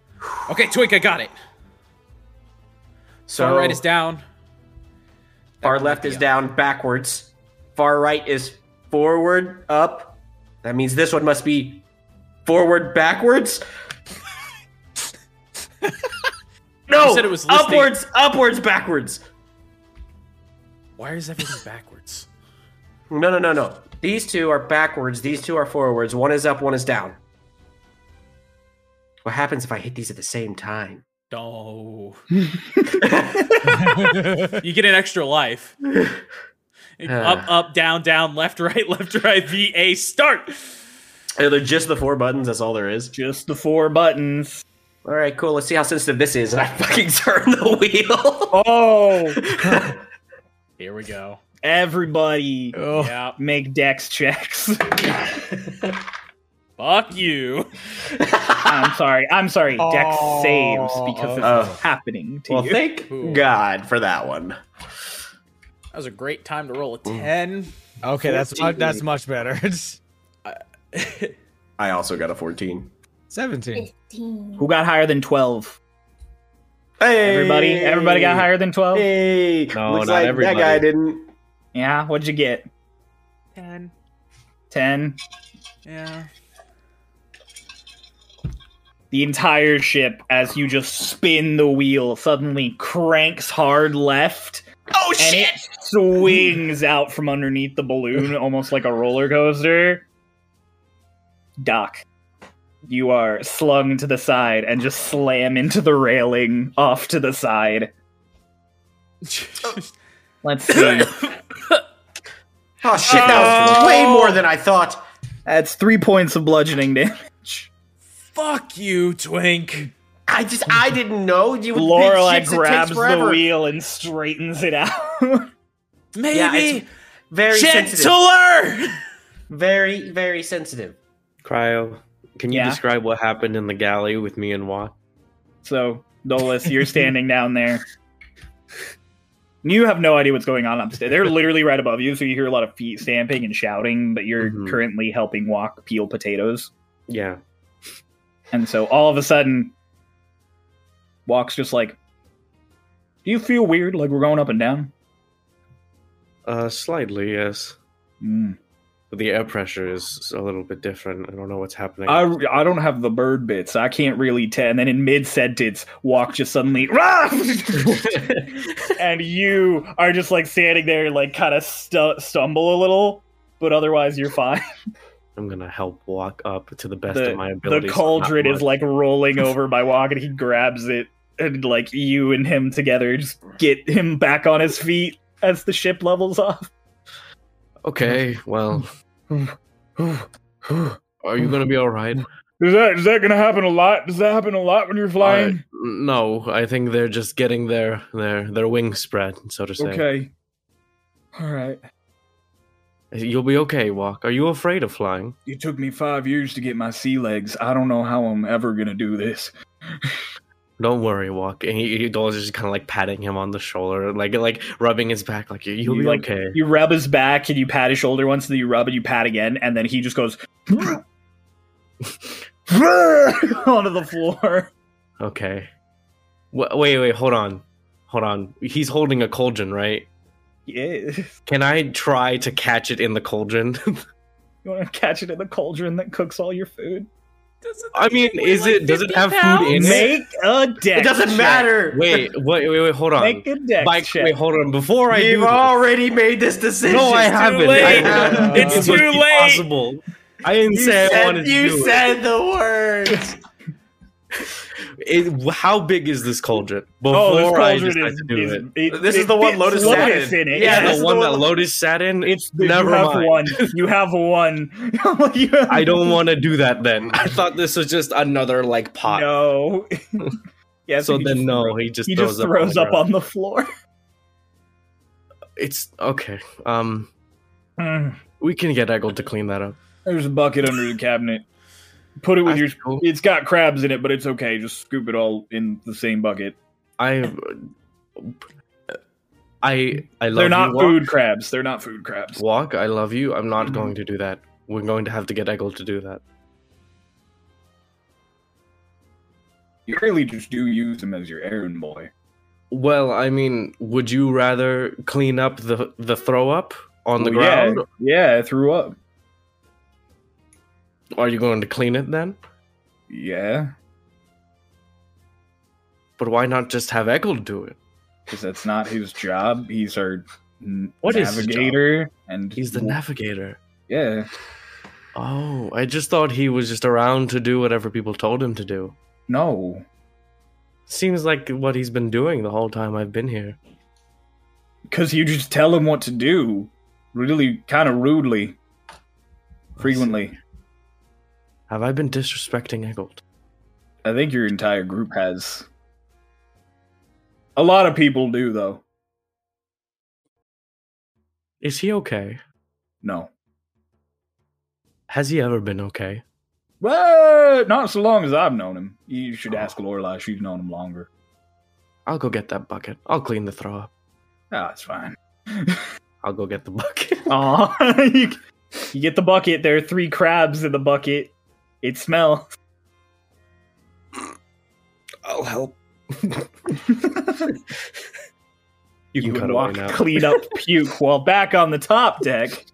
Speaker 2: Okay, Twink, I got it.
Speaker 5: So
Speaker 2: Far right
Speaker 1: Oh.
Speaker 2: is down.
Speaker 5: Far left is down backwards. Far right is forward up. That means this one must be forward backwards. no.
Speaker 2: You said it was listing-
Speaker 5: upwards, upwards, backwards.
Speaker 2: Why is everything backwards?
Speaker 5: No, no, no, no. These two are backwards. These two are forwards. One is up. One is down. What happens if I hit these at the same time?
Speaker 2: No. You get an extra life.
Speaker 1: Uh.
Speaker 2: up, up, down, down, left, right, left, right, VA, start.
Speaker 5: Are there just the four buttons? That's all there is.
Speaker 1: Just the four buttons.
Speaker 5: all right, cool. Let's see how sensitive this is. And I fucking turn the wheel.
Speaker 1: Oh,
Speaker 2: Here we go.
Speaker 1: everybody
Speaker 4: Oh,
Speaker 2: Yeah.
Speaker 1: make dex checks.
Speaker 2: Fuck you.
Speaker 1: I'm sorry. I'm sorry. Dex
Speaker 4: Oh,
Speaker 1: saves because this
Speaker 5: oh.
Speaker 1: is happening to
Speaker 5: well,
Speaker 1: you.
Speaker 5: thank
Speaker 2: Cool.
Speaker 5: God for that one.
Speaker 2: That was a great time to roll a ten.
Speaker 4: okay, that's mu- that's much better. It's
Speaker 5: I also got a 14.
Speaker 4: Seventeen.
Speaker 6: 15.
Speaker 1: Who got higher than 12?
Speaker 5: Hey,
Speaker 1: Everybody, everybody got higher than 12?
Speaker 5: Hey,
Speaker 3: No,
Speaker 5: looks
Speaker 3: not
Speaker 5: like
Speaker 3: everybody.
Speaker 5: that guy didn't.
Speaker 1: Yeah, what'd you get?
Speaker 2: Ten.
Speaker 1: 10.
Speaker 2: Yeah.
Speaker 1: The entire ship, as you just spin the wheel, suddenly cranks hard left.
Speaker 5: Oh
Speaker 1: And
Speaker 5: shit!
Speaker 1: it swings out from underneath the balloon almost like a roller coaster. Doc, you are slung to the side and just slam into the railing off to the side. Let's see.
Speaker 5: Oh shit! That was way more than I thought.
Speaker 1: That's three points of bludgeoning damage.
Speaker 2: Fuck you, Twink.
Speaker 5: I just I didn't know you. with big
Speaker 1: Lorelai
Speaker 5: ships, it takes
Speaker 1: grabs the
Speaker 5: forever.
Speaker 1: wheel and straightens it out.
Speaker 5: Yeah,
Speaker 2: Maybe
Speaker 5: it's very sensitive.
Speaker 2: gentler.
Speaker 5: Very very sensitive.
Speaker 3: Cryo, can you
Speaker 1: Yeah.
Speaker 3: describe what happened in the galley with me and Watt?
Speaker 1: so, Dolus, you're standing down there. You have no idea what's going on upstairs. They're literally right above you, so you hear a lot of feet stamping and shouting, but you're
Speaker 3: Mhm.
Speaker 1: currently helping Walk peel potatoes.
Speaker 3: Yeah.
Speaker 1: And so all of a sudden, Walk's just like, Do you feel weird like we're going up and down?
Speaker 3: Uh, slightly, yes.
Speaker 1: Mm.
Speaker 3: But the air pressure is a little bit different. I don't know what's happening.
Speaker 1: I, I don't have the bird bits. I can't really tell. And then in mid sentence, Walk just suddenly, "Rah!" and you are just like standing there, like kind of stu- stumble a little, but otherwise you're fine.
Speaker 3: I'm gonna help walk up to the best
Speaker 1: The,
Speaker 3: of my abilities.
Speaker 1: the
Speaker 3: not
Speaker 1: cauldron is
Speaker 3: much.
Speaker 1: like rolling over by Walk, and he grabs it, and like you and him together just get him back on his feet as the ship levels off.
Speaker 3: okay. Well, are you gonna be all right?
Speaker 1: Is that is that gonna happen a lot? Does that happen a lot when you're
Speaker 3: Uh, no, I think they're just getting their their their wings spread, so to say.
Speaker 1: okay. All right.
Speaker 3: You'll be okay, Walk. Are you afraid of flying?
Speaker 1: It took me five years to get my sea legs. I don't know how I'm ever gonna do this.
Speaker 3: Don't worry, Walk. And he, he Dole's just kind of like patting him on the shoulder, like like rubbing his back, like you'll
Speaker 1: You,
Speaker 3: be
Speaker 1: like-
Speaker 3: okay.
Speaker 1: You rub his back and you pat his shoulder once, then you rub and you pat again, and then he just goes onto the floor.
Speaker 3: Okay. Wa wait, wait, hold on, hold on. He's holding a cauldron, right?
Speaker 1: Yes.
Speaker 3: Can I try to catch it in the cauldron?
Speaker 1: You want to catch it in the cauldron that cooks all your food?
Speaker 3: I mean, is it? Does it have food in it?
Speaker 1: Make a deck.
Speaker 5: It doesn't matter.
Speaker 3: Wait, wait, wait, wait. Hold on.
Speaker 1: Make a deck
Speaker 3: By-
Speaker 1: check.
Speaker 3: wait, hold on. Before I do
Speaker 5: You've
Speaker 3: this-
Speaker 5: already made this decision.
Speaker 3: No, I haven't. I
Speaker 2: late.
Speaker 3: haven't.
Speaker 4: It's
Speaker 3: It was
Speaker 2: too late.
Speaker 3: Possible. I didn't
Speaker 5: You
Speaker 3: say I
Speaker 5: said,
Speaker 3: wanted to
Speaker 5: you
Speaker 3: do
Speaker 5: said the words.
Speaker 3: it. it. How big is this cauldron? Before
Speaker 1: Oh, this
Speaker 3: I
Speaker 1: cauldron
Speaker 3: decide
Speaker 1: is,
Speaker 3: to do
Speaker 1: is-
Speaker 3: it.
Speaker 1: it-
Speaker 5: This
Speaker 1: it
Speaker 5: is the one
Speaker 1: fits
Speaker 5: Lotus sat
Speaker 1: Lotus
Speaker 5: in.
Speaker 1: in it.
Speaker 5: Yeah,
Speaker 1: Yeah,
Speaker 5: this
Speaker 3: Yeah,
Speaker 5: is
Speaker 3: the
Speaker 5: the
Speaker 3: one
Speaker 5: one
Speaker 3: that
Speaker 5: with-
Speaker 3: Lotus sat in.
Speaker 1: it's
Speaker 3: never
Speaker 1: you have
Speaker 3: mind.
Speaker 1: one. You have one. You have-
Speaker 3: I don't want to do that. Then I thought this was just another like pot.
Speaker 1: No. yeah.
Speaker 3: so
Speaker 1: he
Speaker 3: then
Speaker 1: just
Speaker 3: no,
Speaker 1: throws-
Speaker 3: he just
Speaker 1: he
Speaker 3: throws
Speaker 1: just
Speaker 3: up,
Speaker 1: throws
Speaker 3: on,
Speaker 1: up
Speaker 3: the ground.
Speaker 1: on the floor.
Speaker 3: It's okay. Um,
Speaker 1: Mm.
Speaker 3: we can get Eggle to clean that up.
Speaker 1: There's a bucket under the cabinet. Put it with your.
Speaker 3: That's cool.
Speaker 1: It's got crabs in it, but it's okay. Just scoop it all in the same bucket.
Speaker 3: I, I, I love
Speaker 1: They're
Speaker 3: you,
Speaker 1: not
Speaker 3: Walk.
Speaker 1: food crabs. They're not food crabs.
Speaker 3: Walk, I love you. I'm not
Speaker 1: Mhm.
Speaker 3: going to do that. We're going to have to get Eggle to do that.
Speaker 1: You really just do use them as your errand boy.
Speaker 3: Well, I mean, would you rather clean up the the throw up on the
Speaker 1: Well, yeah,
Speaker 3: ground?
Speaker 1: Yeah, I threw up.
Speaker 3: Are you going to clean it then?
Speaker 1: Yeah,
Speaker 3: But why not just have Eggle do it?
Speaker 1: because that's not his job. He's our n-
Speaker 3: What is his job?
Speaker 1: navigator, and
Speaker 3: He's the navigator.
Speaker 1: yeah.
Speaker 3: Oh, I just thought he was just around to do whatever people told him to do.
Speaker 1: No,
Speaker 3: Seems like what he's been doing the whole time I've been here.
Speaker 1: because you just tell him what to do, really kind of rudely, frequently.
Speaker 3: Have I been disrespecting Eggle?
Speaker 1: I think your entire group has. A lot of people do, though.
Speaker 7: Is he okay?
Speaker 1: No.
Speaker 7: Has he ever been okay?
Speaker 1: Well, not so long as I've known him. You should ask Lorelai. She's known him longer.
Speaker 7: I'll go get that bucket. I'll clean the throw up.
Speaker 1: Ah, it's fine.
Speaker 7: I'll go get the bucket.
Speaker 1: Aw. you, you get the bucket. There are three crabs in the bucket. It smells.
Speaker 3: I'll Oh, help.
Speaker 7: You can
Speaker 1: you
Speaker 7: cut
Speaker 1: would
Speaker 7: away
Speaker 1: walk,
Speaker 7: now.
Speaker 1: clean up puke while back on the top deck.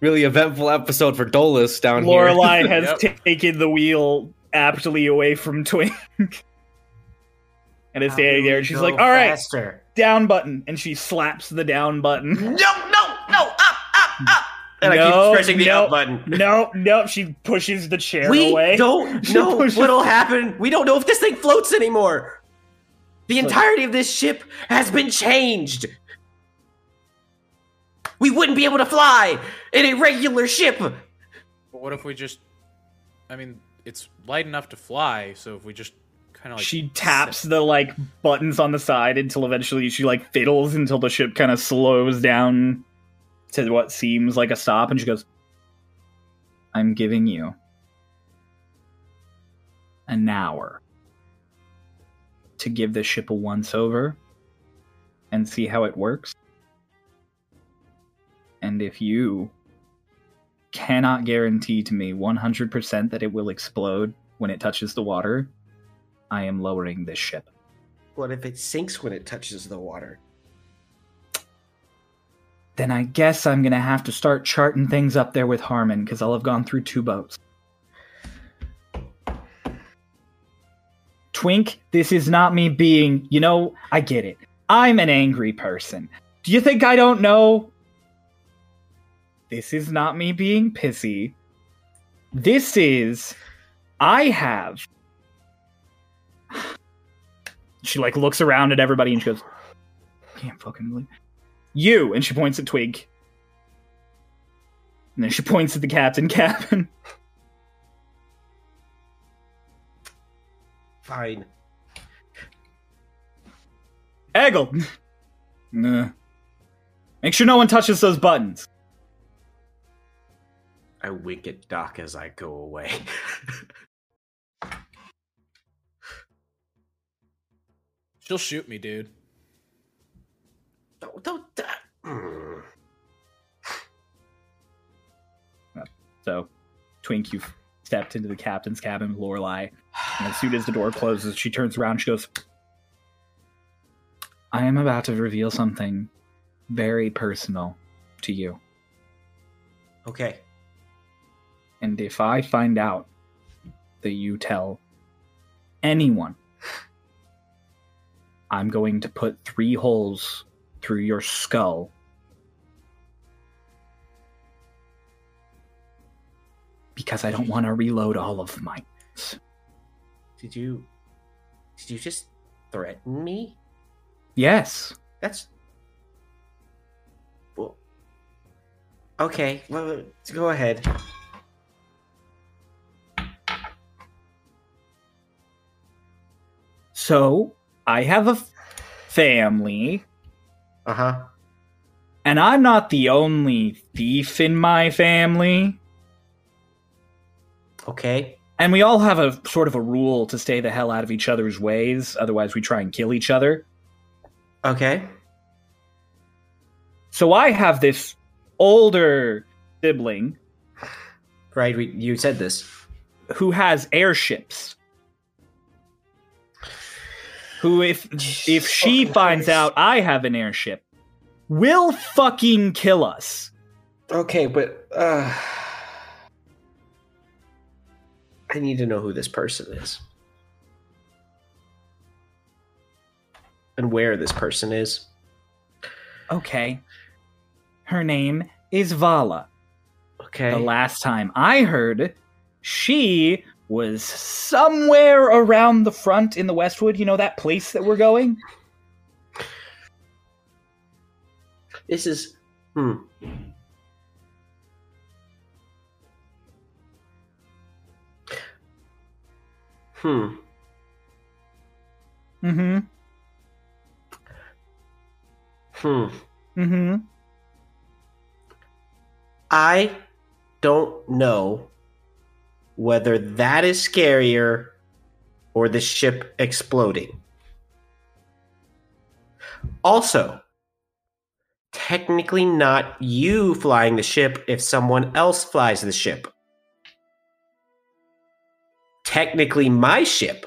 Speaker 3: Really eventful episode for Dolus down
Speaker 1: Lorelai
Speaker 3: here.
Speaker 1: has taken the wheel aptly away from Twink. and is standing there and she's like, all right,
Speaker 5: faster.
Speaker 1: down button. And she slaps the down button.
Speaker 5: No, no, no, up, up, up. And I
Speaker 1: No,
Speaker 5: keep pressing the
Speaker 1: no.
Speaker 5: up button.
Speaker 1: no, no, she pushes the chair
Speaker 5: We
Speaker 1: away.
Speaker 5: don't
Speaker 1: She
Speaker 5: know
Speaker 1: pushes-
Speaker 5: what'll happen. We don't know if this thing floats anymore. The entirety of this ship has been changed. We wouldn't be able to fly in a regular ship.
Speaker 2: But what if we just? I mean, it's light enough to fly, so if we just kind of like
Speaker 1: she taps the like buttons on the side until eventually she like fiddles until the ship kind of slows down to what seems like a stop and she goes i'm giving you an hour to give this ship a once over and see how it works and if you cannot guarantee to me 100% that it will explode when it touches the water I am lowering this ship.
Speaker 5: What if it sinks when it touches the water?
Speaker 1: Then I guess I'm gonna have to start charting things up there with Harmon, because I'll have gone through two boats. Twink, this is not me being, you know, I get it. I'm an angry person. Do you think I don't know? This is not me being pissy. This is, I have. She like looks around at everybody and she goes, "Can't fucking believe." you and she points at twig and then she points at the captain cabin
Speaker 5: Fine.
Speaker 1: eggle nah. make sure no one touches those buttons
Speaker 5: I wink at Doc as I go away.
Speaker 2: She'll shoot me, dude.
Speaker 5: don't, don't. Uh, mm.
Speaker 1: so twink you've stepped into the captain's cabin with lorelei and as soon as the door closes she turns around she goes i am about to reveal something very personal to you
Speaker 5: Okay.
Speaker 1: And if I find out that you tell anyone, I'm going to put three holes through your skull. Because I don't want to reload all of mine.
Speaker 5: Did you? Did you just threaten me?
Speaker 1: Yes.
Speaker 5: That's. Well. Okay. Well, let's go ahead.
Speaker 1: So I have a f- family,
Speaker 5: Uh huh.
Speaker 1: and I'm not the only thief in my family.
Speaker 5: Okay.
Speaker 1: And we all have a sort of a rule to stay the hell out of each other's ways, otherwise, we try and kill each other.
Speaker 5: Okay.
Speaker 1: So I have this older sibling
Speaker 5: Right. We, you said this.
Speaker 1: who has airships. Who, if if she finds out I have an airship, will fucking kill us.
Speaker 5: Okay, but. Uh, I need to know who this person is. And where this person is.
Speaker 1: Okay. Her name is Vala.
Speaker 5: Okay.
Speaker 1: The last time I heard, she was somewhere around the front in the Westwood. You know that place that we're going.
Speaker 5: This is. Hmm. Hmm.
Speaker 1: Mm-hmm.
Speaker 5: Hmm.
Speaker 1: Mm-hmm.
Speaker 5: I don't know whether that is scarier or the ship exploding. Also, technically not you flying the ship if someone else flies the ship. Technically my ship.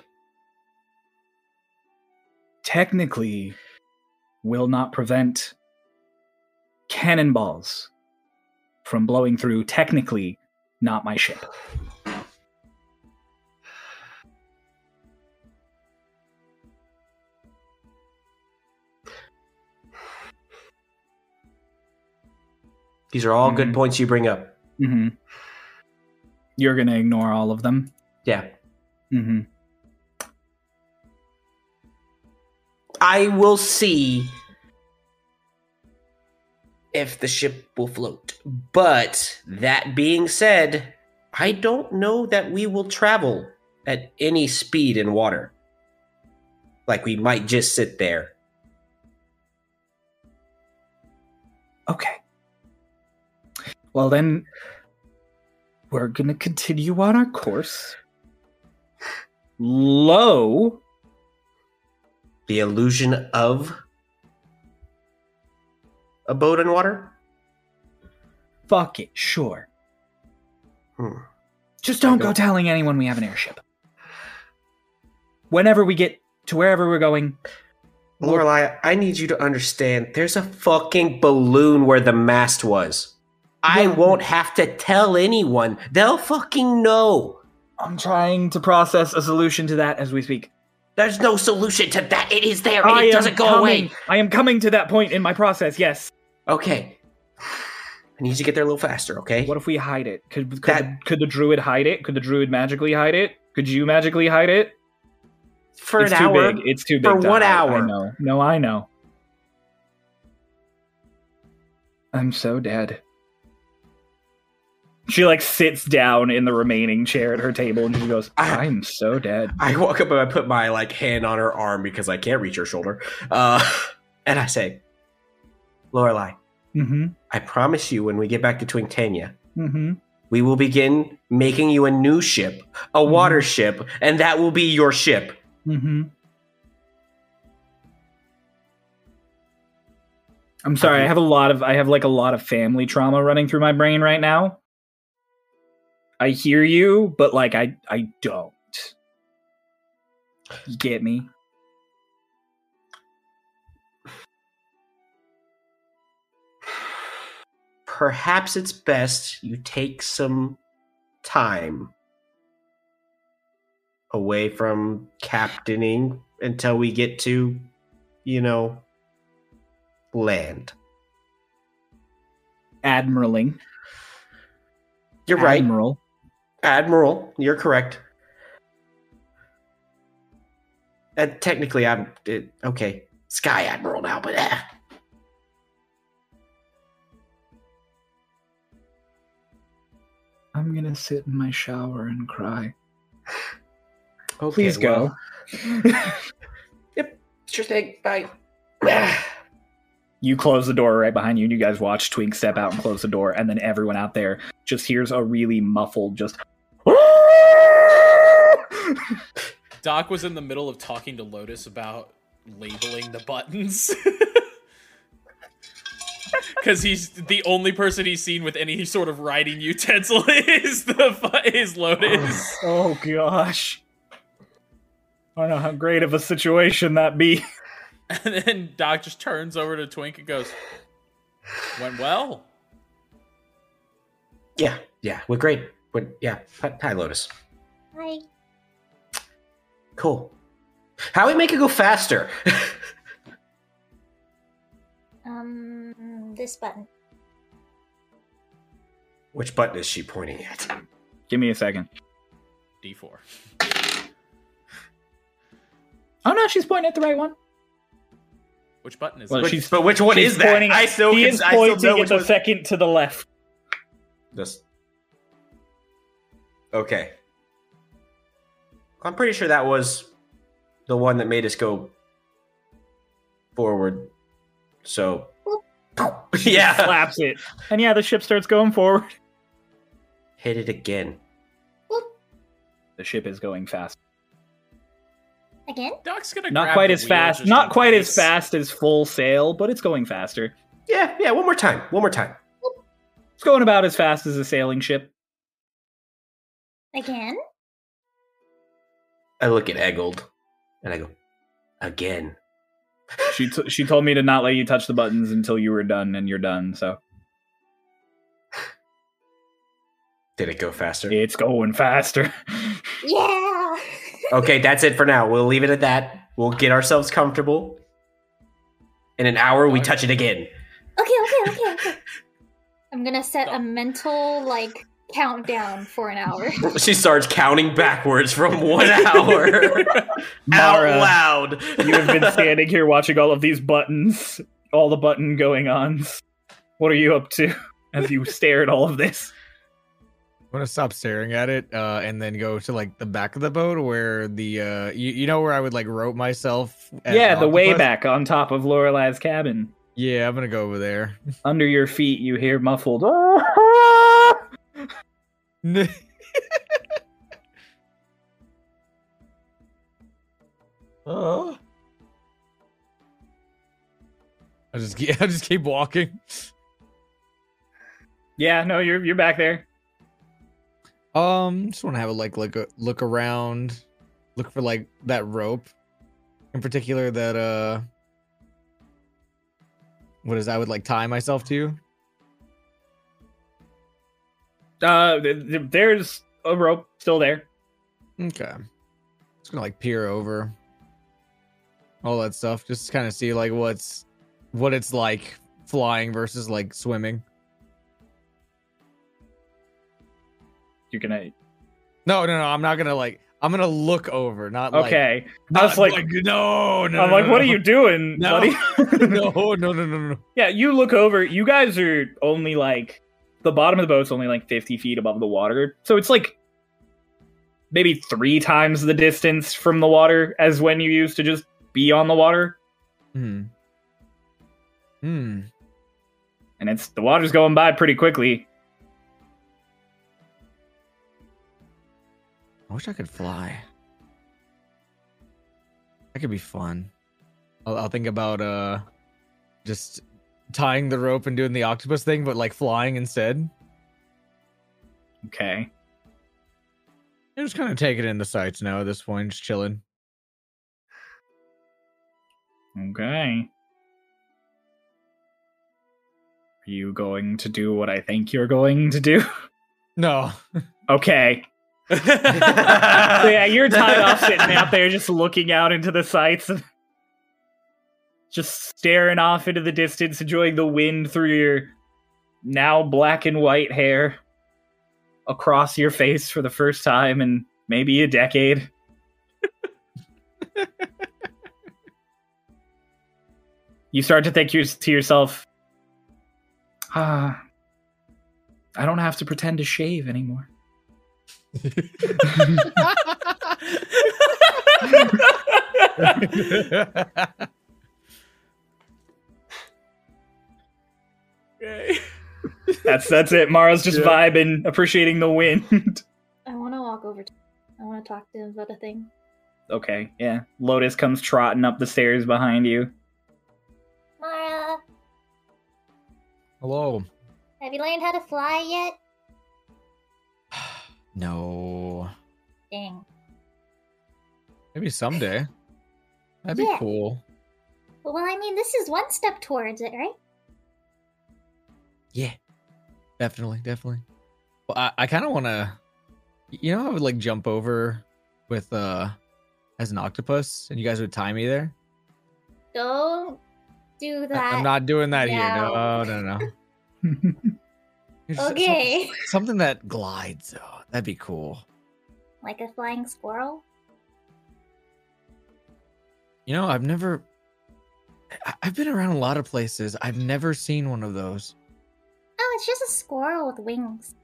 Speaker 1: Technically, will not prevent cannonballs from blowing through. Technically, not my ship.
Speaker 5: These are all good
Speaker 1: Mhm.
Speaker 5: points you bring up.
Speaker 1: Mm-hmm. You're gonna ignore all of them.
Speaker 5: Yeah.
Speaker 1: Mm-hmm.
Speaker 5: I will see if the ship will float. But that being said, I don't know that we will travel at any speed in water. Like we might just sit there.
Speaker 1: Okay. Well then, we're gonna continue on our course. Low
Speaker 5: The illusion of a boat in water?
Speaker 1: Fuck it, sure.
Speaker 5: Hmm.
Speaker 1: Just don't go telling anyone we have an airship. Whenever we get to wherever we're going,
Speaker 5: Lorelai, I need you to understand there's a fucking balloon where the mast was. I won't have to tell anyone. They'll fucking know.
Speaker 1: I'm trying to process a solution to that as we speak.
Speaker 5: There's no solution to that. It is there.
Speaker 1: I
Speaker 5: and it
Speaker 1: am
Speaker 5: doesn't go
Speaker 1: coming-
Speaker 5: away.
Speaker 1: I am coming to that point in my process. Yes.
Speaker 5: Okay. I need you to get there a little faster, okay?
Speaker 1: What if we hide it? Could could,
Speaker 5: That-
Speaker 1: the, could the druid hide it? Could the druid magically hide it? Could you magically hide it?
Speaker 5: for
Speaker 1: it's
Speaker 5: an
Speaker 1: too
Speaker 5: hour.
Speaker 1: big. It's too big.
Speaker 5: For
Speaker 1: to
Speaker 5: one
Speaker 1: hide. I
Speaker 5: hour.
Speaker 1: know. No, I know. I'm so dead. She like sits down in the remaining chair at her table and she goes,
Speaker 5: I-
Speaker 1: "I'm so dead."
Speaker 5: I walk up and I put my like hand on her arm because I can't reach her shoulder. Uh, and I say, Lorelai,
Speaker 1: hmm
Speaker 5: I promise you when we get back to Twingtania,
Speaker 1: hmm
Speaker 5: we will begin making you a new ship, a
Speaker 1: Mhm.
Speaker 5: water ship, and that will be your ship.
Speaker 1: hmm I'm sorry. I have a lot of I have like a lot of family trauma running through my brain right now. I hear you, but like I I don't. You get me?
Speaker 5: Perhaps it's best you take some time away from captaining until we get to, you know, land.
Speaker 1: Admiraling.
Speaker 5: You're right,
Speaker 1: Admiral.
Speaker 5: Admiral. You're correct. And Uh, technically, I'm it, okay. Sky Admiral now, but eh.
Speaker 1: I'm gonna sit in my shower and cry.
Speaker 5: Okay,
Speaker 1: Please
Speaker 5: well,
Speaker 1: go.
Speaker 5: Sure thing. Bye.
Speaker 1: You close the door right behind you, and you guys watch Twink step out and close the door, and then everyone out there just hears a really muffled, just
Speaker 2: Doc was in the middle of talking to Lotus about labeling the buttons. Because he's the only person he's seen with any sort of writing utensil is the fu- is Lotus.
Speaker 1: Oh gosh. I don't know how great of a situation that be.
Speaker 2: And then Doc just turns over to Twink and goes, "Went well."
Speaker 5: Yeah, yeah, we're great. We're, yeah, hi, hi, Lotus.
Speaker 6: Hi.
Speaker 5: Cool. How we make it go faster?
Speaker 6: Um, this button.
Speaker 5: Which button is she pointing at?
Speaker 1: Give me a second.
Speaker 2: D four.
Speaker 1: Oh no, she's pointing at the right one.
Speaker 2: Which button is
Speaker 1: Well,
Speaker 2: it?
Speaker 5: Which-
Speaker 1: she's-
Speaker 5: but which one
Speaker 1: she's
Speaker 5: is that?
Speaker 1: pointing-
Speaker 5: I still
Speaker 1: She
Speaker 5: can-
Speaker 1: is
Speaker 5: I still know
Speaker 1: pointing at
Speaker 5: which
Speaker 1: the
Speaker 5: one.
Speaker 1: second to the left.
Speaker 5: This. Okay. I'm pretty sure that was the one that made us go forward. So, yeah,
Speaker 1: Slaps it. And yeah, the ship starts going forward.
Speaker 5: hit it again.
Speaker 1: The ship is going fast.
Speaker 6: Again?
Speaker 2: Doc's gonna
Speaker 1: Not
Speaker 2: grab
Speaker 1: quite
Speaker 2: the
Speaker 1: as
Speaker 2: wheel
Speaker 1: fast.
Speaker 2: just in
Speaker 1: Not quite as
Speaker 2: case.
Speaker 1: fast as full sail, but it's going faster.
Speaker 5: Yeah, yeah. One more time. One more time.
Speaker 1: It's going about as fast as a sailing ship.
Speaker 6: Again?
Speaker 5: I look at Eggold, and I go again.
Speaker 1: She t- she told me to not let you touch the buttons until you were done, and you're done. So
Speaker 5: Did it go faster?
Speaker 1: it's going faster.
Speaker 6: Yeah!
Speaker 5: Okay, that's it for now. We'll leave it at that. We'll get ourselves comfortable. In an hour, we touch it again.
Speaker 6: okay, okay, okay, okay. I'm gonna set a mental, like, countdown for an hour.
Speaker 5: She starts counting backwards from one hour
Speaker 1: Mara,
Speaker 5: out loud.
Speaker 1: you have been standing here watching all of these buttons, all the button going ons. What are you up to as you stare at all of this?
Speaker 4: I'm gonna stop staring at it, uh, and then go to like the back of the boat where the uh, you, you know where I would like rope myself. as
Speaker 1: yeah,
Speaker 4: an
Speaker 1: the way
Speaker 4: octopus?
Speaker 1: back on top of Lorelai's cabin.
Speaker 4: Yeah, I'm gonna go over there.
Speaker 1: Under your feet, you hear muffled. Uh-huh.
Speaker 4: Oh. I just keep, I just keep walking.
Speaker 1: Yeah, no, you're you're back there.
Speaker 4: Um, just want to have a like look look around, look for like that rope, in particular that uh, what is that I would like tie myself to?
Speaker 1: Uh, th- th- there's a rope still there.
Speaker 4: Okay. Just gonna like peer over all that stuff, just kind of see like what's what it's like flying versus like swimming.
Speaker 1: You're gonna
Speaker 4: No, no, no, I'm not gonna like. I'm gonna look over, not like.
Speaker 1: okay.
Speaker 4: not
Speaker 1: I was like,
Speaker 4: no, no.
Speaker 1: I'm
Speaker 4: no,
Speaker 1: like,
Speaker 4: no,
Speaker 1: what are
Speaker 4: no.
Speaker 1: you doing,
Speaker 4: No.
Speaker 1: buddy?
Speaker 4: no, no, no, no, no.
Speaker 1: Yeah, you look over. You guys are only like the bottom of the boat's only like 50 feet above the water, so it's like maybe three times the distance from the water as when you used to just be on the water.
Speaker 4: Hmm. Hmm.
Speaker 1: And it's the water's going by pretty quickly.
Speaker 4: I wish I could fly. That could be fun. I'll, I'll think about uh, just tying the rope and doing the octopus thing, but like flying instead.
Speaker 1: Okay.
Speaker 4: I'm just kind of taking in the sights now at this point, just chilling.
Speaker 1: Okay. Are you going to do what I think you're going to do?
Speaker 4: No,
Speaker 1: Okay. So yeah, you're tied off sitting out there just looking out into the sights and just staring off into the distance, enjoying the wind through your now black and white hair across your face for the first time in maybe a decade. you start to think your- to yourself, ah, I don't have to pretend to shave anymore.
Speaker 2: Okay.
Speaker 1: That's that's it. Mara's just vibing, appreciating the wind.
Speaker 6: I wanna walk over to I wanna talk to him about a thing.
Speaker 1: okay, yeah. Lotus comes trotting up the stairs behind you.
Speaker 6: Mara,
Speaker 4: hello.
Speaker 6: have you learned how to fly yet?
Speaker 4: No,
Speaker 6: Dang.
Speaker 4: maybe someday. That'd be
Speaker 6: Yeah.
Speaker 4: cool.
Speaker 6: Well, I mean, this is one step towards it, right?
Speaker 4: Yeah, definitely, definitely. Well, I, I kind of want to, you know, I would like jump over with uh as an octopus, and you guys would tie me there.
Speaker 6: Don't do
Speaker 4: I-
Speaker 6: that.
Speaker 4: I'm not doing that
Speaker 6: No.
Speaker 4: here. No, no, no. It's so-
Speaker 6: okay.
Speaker 4: something that glides though. That'd be cool.
Speaker 6: like a flying squirrel?
Speaker 4: You know, I've never. I- I've been around a lot of places. I've never seen one of those.
Speaker 6: Oh, it's just a squirrel with wings.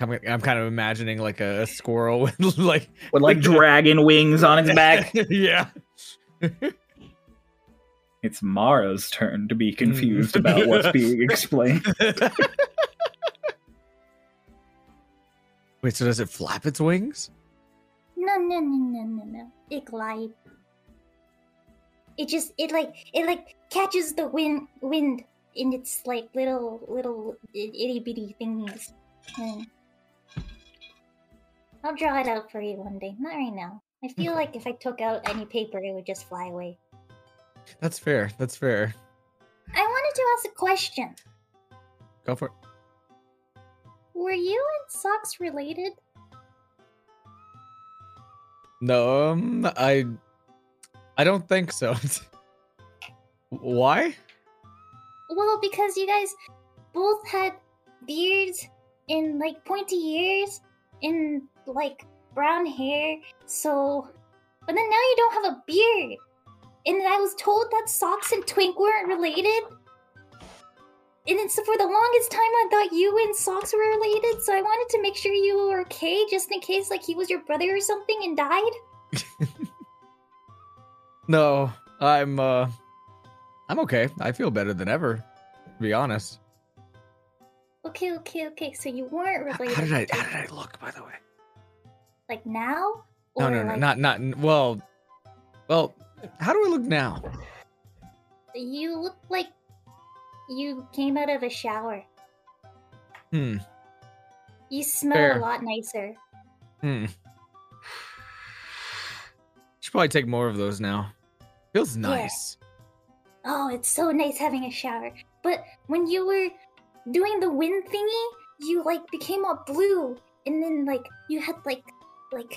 Speaker 4: I'm, I'm kind of imagining like a, a squirrel with like
Speaker 1: with like dragon wings on its back.
Speaker 4: yeah.
Speaker 1: It's Mara's turn to be confused about what's being explained.
Speaker 4: Wait, so does it flap its wings?
Speaker 6: No, no, no, no, no, no. It glide. It just it like it like catches the wind wind in its like little little itty bitty things. Hmm. I'll draw it out for you one day. Not right now. I feel like if I took out any paper, it would just fly away.
Speaker 4: That's fair. That's fair.
Speaker 6: I wanted to ask a question.
Speaker 4: Go for it.
Speaker 6: Were you and socks related?
Speaker 4: No, um, I, I don't think so. Why?
Speaker 6: Well, because you guys both had beards and like pointy ears and like brown hair. So, but then now you don't have a beard. And I was told that Socks and Twink weren't related. And it's for the longest time I thought you and Socks were related, so I wanted to make sure you were okay just in case like he was your brother or something and died.
Speaker 4: No, I'm uh I'm okay. I feel better than ever, to be honest.
Speaker 6: Okay, okay, okay. So you weren't related.
Speaker 4: How did I how did I look by the way?
Speaker 6: Like now?
Speaker 4: No,
Speaker 6: Or,
Speaker 4: no, no,
Speaker 6: like,
Speaker 4: not not well. Well, how do I look now?
Speaker 6: You look like you came out of a shower.
Speaker 4: Hmm.
Speaker 6: You smell
Speaker 4: Fair.
Speaker 6: a lot nicer.
Speaker 4: Hmm. Should probably take more of those now. Feels nice.
Speaker 6: Oh, it's so nice having a shower. But when you were doing the wind thingy, you like became all blue, and then like you had like like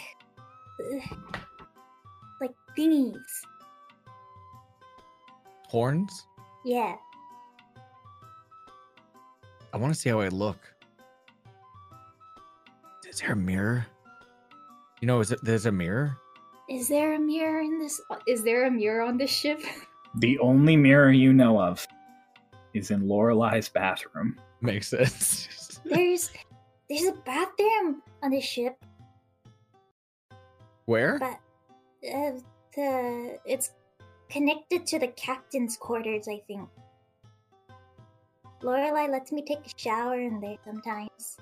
Speaker 6: ugh, like thingies.
Speaker 4: Horns?
Speaker 6: Yeah.
Speaker 4: I want to see how I look. Is there a mirror? You know, is it there's a mirror?
Speaker 6: Is there a mirror in this? uh, Is there a mirror on this ship?
Speaker 1: The only mirror you know of is in Lorelai's bathroom.
Speaker 4: Makes sense.
Speaker 6: there's there's a bathroom on this ship,
Speaker 4: Where?
Speaker 6: but uh, the it's connected to the captain's quarters, I think. Lorelai lets me take a shower in there sometimes.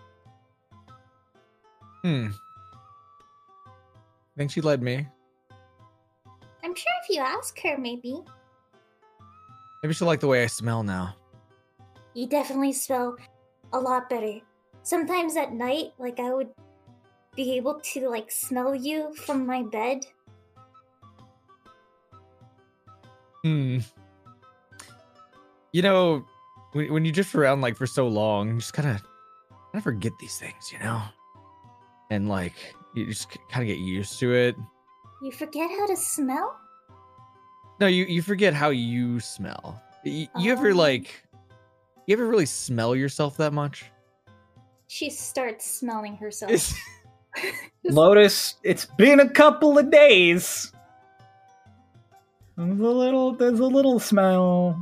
Speaker 4: Hmm. I think she led me.
Speaker 6: I'm sure if you ask her, maybe.
Speaker 4: Maybe she'll like the way I smell now.
Speaker 6: You definitely smell a lot better. Sometimes at night, like I would be able to like smell you from my bed.
Speaker 4: Hmm. You know, when, when you drift around like for so long, you just kind of kind of forget these things, you know, and like you just kind of get used to it.
Speaker 6: You forget how to smell?
Speaker 4: No, you you forget how you smell. You, you ever
Speaker 6: Oh.
Speaker 4: like, you ever really smell yourself that much?
Speaker 6: She starts smelling herself.
Speaker 1: Lotus, it's been a couple of days. There's a little there's a little smell.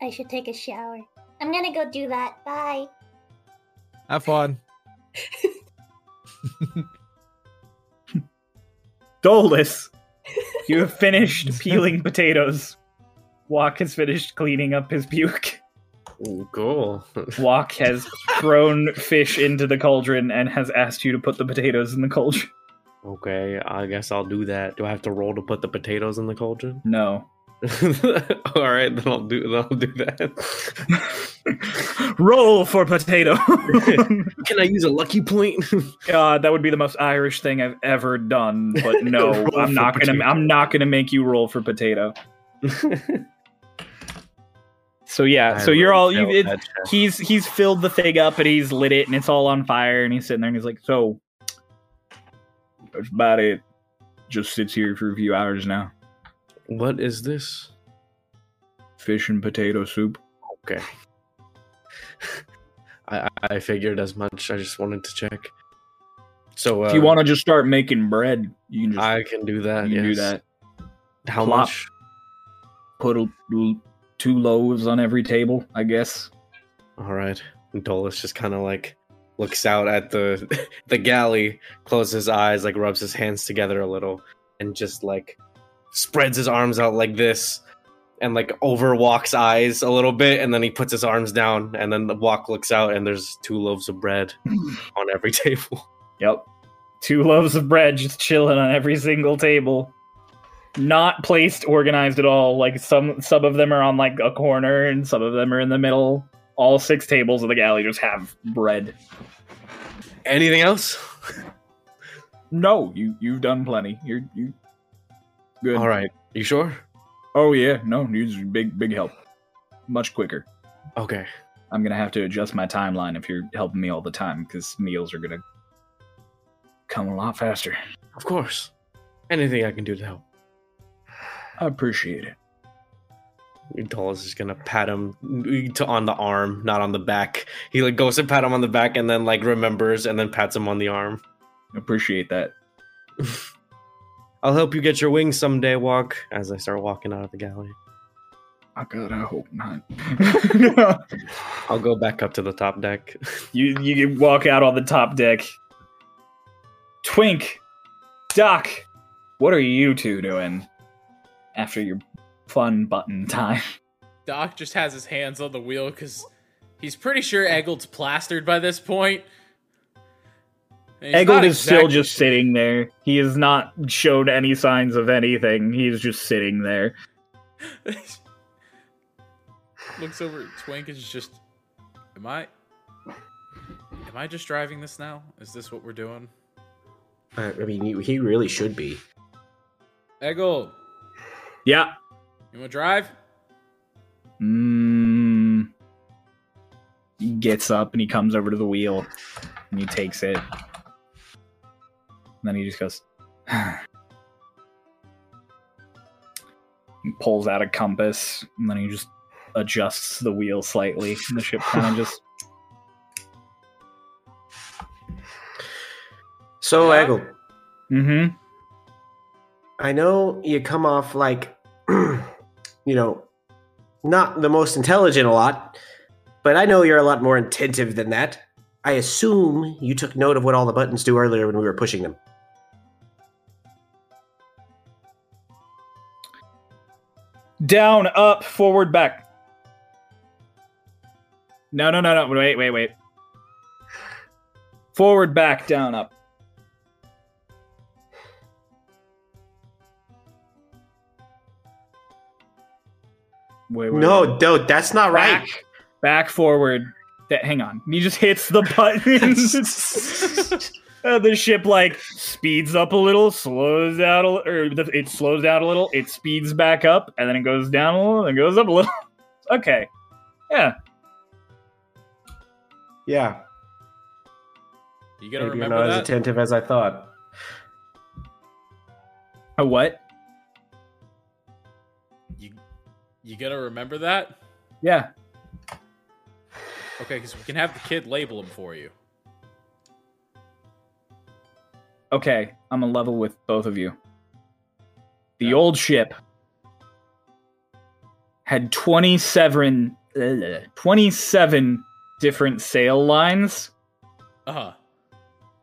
Speaker 6: I should take a shower. I'm gonna go do that. Bye.
Speaker 4: Have fun.
Speaker 1: Dolus, you have finished peeling potatoes. Walk has finished cleaning up his puke.
Speaker 7: Oh,
Speaker 3: Ooh, cool.
Speaker 1: Walk has thrown fish into the cauldron and has asked you to put the potatoes in the cauldron.
Speaker 7: Okay, I guess I'll do that. Do I have to roll to put the potatoes in the cauldron?
Speaker 1: No.
Speaker 7: All right, then I'll do. Then I'll do that.
Speaker 1: Roll for potato.
Speaker 7: Can I use a lucky point?
Speaker 1: God, that would be the most Irish thing I've ever done. But no,
Speaker 7: Roll
Speaker 1: I'm
Speaker 7: for
Speaker 1: not gonna.
Speaker 7: potato.
Speaker 1: I'm not gonna make you roll for potato. So yeah, so you're all. You, it, he's he's filled the thing up and he's lit it and it's all on fire and he's sitting there and he's like, so that's about it. Just sits here for a few hours now.
Speaker 7: what is this?
Speaker 1: Fish and potato soup.
Speaker 7: Okay. I I- I figured as much. I just wanted to check. So uh,
Speaker 1: if you want to just start making bread, you can just
Speaker 7: I can do that.
Speaker 1: you can do
Speaker 7: yes.
Speaker 1: that.
Speaker 7: How
Speaker 1: Plop.
Speaker 7: much?
Speaker 1: Put a, l- two loaves on every table, I guess.
Speaker 7: All right. And Dolus just kind of like
Speaker 3: looks out at the the galley, closes his eyes, like rubs his hands together a little, and just like spreads his arms out like this, and like overwalks eyes a little bit, and then he puts his arms down, and then the walk looks out, and there's two loaves of bread on every table.
Speaker 1: Yep. Two loaves of bread just chilling on every single table. Not placed organized at all. Like some some of them are on like a corner and some of them are in the middle. All six tables of the galley just have bread.
Speaker 3: Anything else?
Speaker 1: No, you you've done plenty. You're you good.
Speaker 3: All right, you sure?
Speaker 1: Oh yeah, no, news big big help. Much quicker.
Speaker 3: Okay.
Speaker 1: I'm gonna have to adjust my timeline if you're helping me all the time because meals are gonna come a lot faster.
Speaker 3: Of course. Anything I can do to help.
Speaker 1: I appreciate it.
Speaker 3: Dolls is gonna pat him mm, to on the arm, not on the back. He like goes to pat him on the back and then like remembers and then pats him on the arm.
Speaker 1: Appreciate that.
Speaker 3: I'll help you get your wings someday, Walk, as I start walking out of the galley.
Speaker 1: Oh god, I hope not.
Speaker 3: I'll go back up to the top deck.
Speaker 1: you you can walk out on the top deck. Twink, Doc, what are you two doing after your fun button time?
Speaker 2: Doc just has his hands on the wheel because he's pretty sure Eggold's plastered by this point. And he's
Speaker 1: Eggold
Speaker 2: not
Speaker 1: is still
Speaker 2: exactly
Speaker 1: just
Speaker 2: sure-
Speaker 1: sitting there. He has not shown any signs of anything. He's just sitting there.
Speaker 2: Looks over at Twink and is just, am I, am I just driving this now? Is this what we're doing?
Speaker 5: I I mean, you- he really should be.
Speaker 2: Eggold,
Speaker 1: Yeah.
Speaker 2: you want to drive?
Speaker 1: Mm. He gets up and he comes over to the wheel and he takes it. And then he just goes. He pulls out a compass and then he just adjusts the wheel slightly. And the ship kind of just.
Speaker 5: So,
Speaker 2: Yeah.
Speaker 5: Eggle,
Speaker 1: Mm hmm.
Speaker 5: I know you come off like, you know, not the most intelligent a lot, but I know you're a lot more attentive than that. I assume you took note of what all the buttons do earlier when we were pushing them.
Speaker 1: Down, up, forward, back. No, no, no, no. Wait, wait, wait. Forward, back, down, up. Wait, wait. wait.
Speaker 5: No, no, that's not right.
Speaker 1: Back, back, forward. That, hang on. He just hits the button. Uh, the ship like speeds up a little, slows down, a, li- or the, it slows down a little, it speeds back up, and then it goes down a little, and it goes up a little. okay, yeah,
Speaker 5: Yeah,
Speaker 2: You gotta
Speaker 5: maybe you're
Speaker 2: remember
Speaker 5: not as
Speaker 2: that.
Speaker 5: attentive as I thought.
Speaker 1: a what?
Speaker 2: you, you gotta remember that.
Speaker 1: Yeah,
Speaker 2: Okay, because we can have the kid label them for you.
Speaker 1: okay. I'm a level with both of you. The old ship had 27, uh, 27 different sail lines
Speaker 2: Uh huh.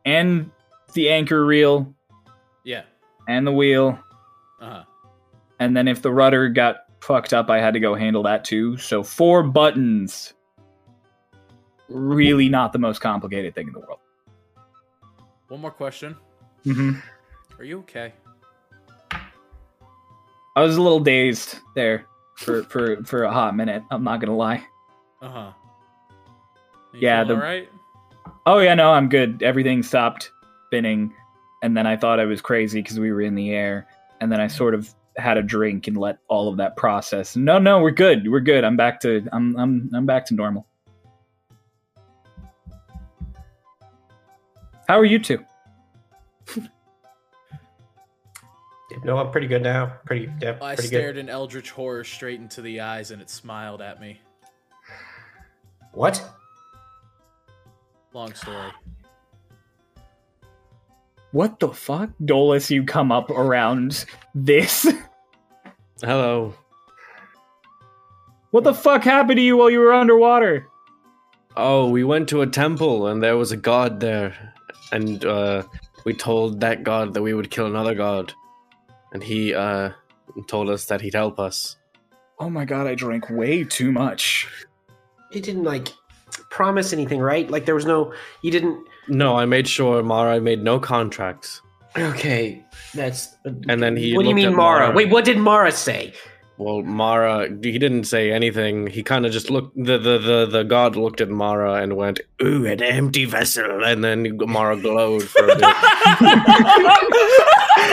Speaker 1: and the anchor reel
Speaker 2: Yeah.
Speaker 1: and the wheel.
Speaker 2: Uh huh.
Speaker 1: And then if the rudder got fucked up, I had to go handle that too. So four buttons. Really not the most complicated thing in the world.
Speaker 2: One more question.
Speaker 1: Mm-hmm.
Speaker 2: Are you okay?
Speaker 1: I was a little dazed there for, for, for a hot minute. I'm not going to lie.
Speaker 2: Uh huh.
Speaker 1: Yeah, the-
Speaker 2: All right.
Speaker 1: Oh, yeah, no, I'm good. Everything stopped spinning. And then I thought I was crazy because we were in the air. And then I sort of had a drink and let all of that process. No, no, we're good. We're good. I'm back to I'm I'm I'm back to normal. How are you two?
Speaker 5: No, I'm pretty good now. Pretty, yeah,
Speaker 2: I
Speaker 5: pretty
Speaker 2: stared
Speaker 5: good.
Speaker 2: in eldritch horror straight into the eyes, and it smiled at me.
Speaker 5: What?
Speaker 2: Long story.
Speaker 1: What the fuck? Dolus, you come up around this.
Speaker 3: Hello.
Speaker 1: What the fuck happened to you while you were underwater?
Speaker 3: Oh, we went to a temple and there was a god there, and uh, we told that god that we would kill another god, and he uh, told us that he'd help us.
Speaker 1: Oh my god, I drank way too much.
Speaker 5: It didn't like promise anything, right? Like there was no. You didn't.
Speaker 3: No, I made sure Mara made no contracts,
Speaker 5: Okay, that's.
Speaker 3: and then he.
Speaker 5: what do you
Speaker 3: looked
Speaker 5: mean,
Speaker 3: at
Speaker 5: Mara? Wait, what did Mara say?
Speaker 3: Well, Mara, he didn't say anything. He kind of just looked. The, the the the god looked at Mara and went, "Ooh, an empty vessel," and then Mara glowed for a bit.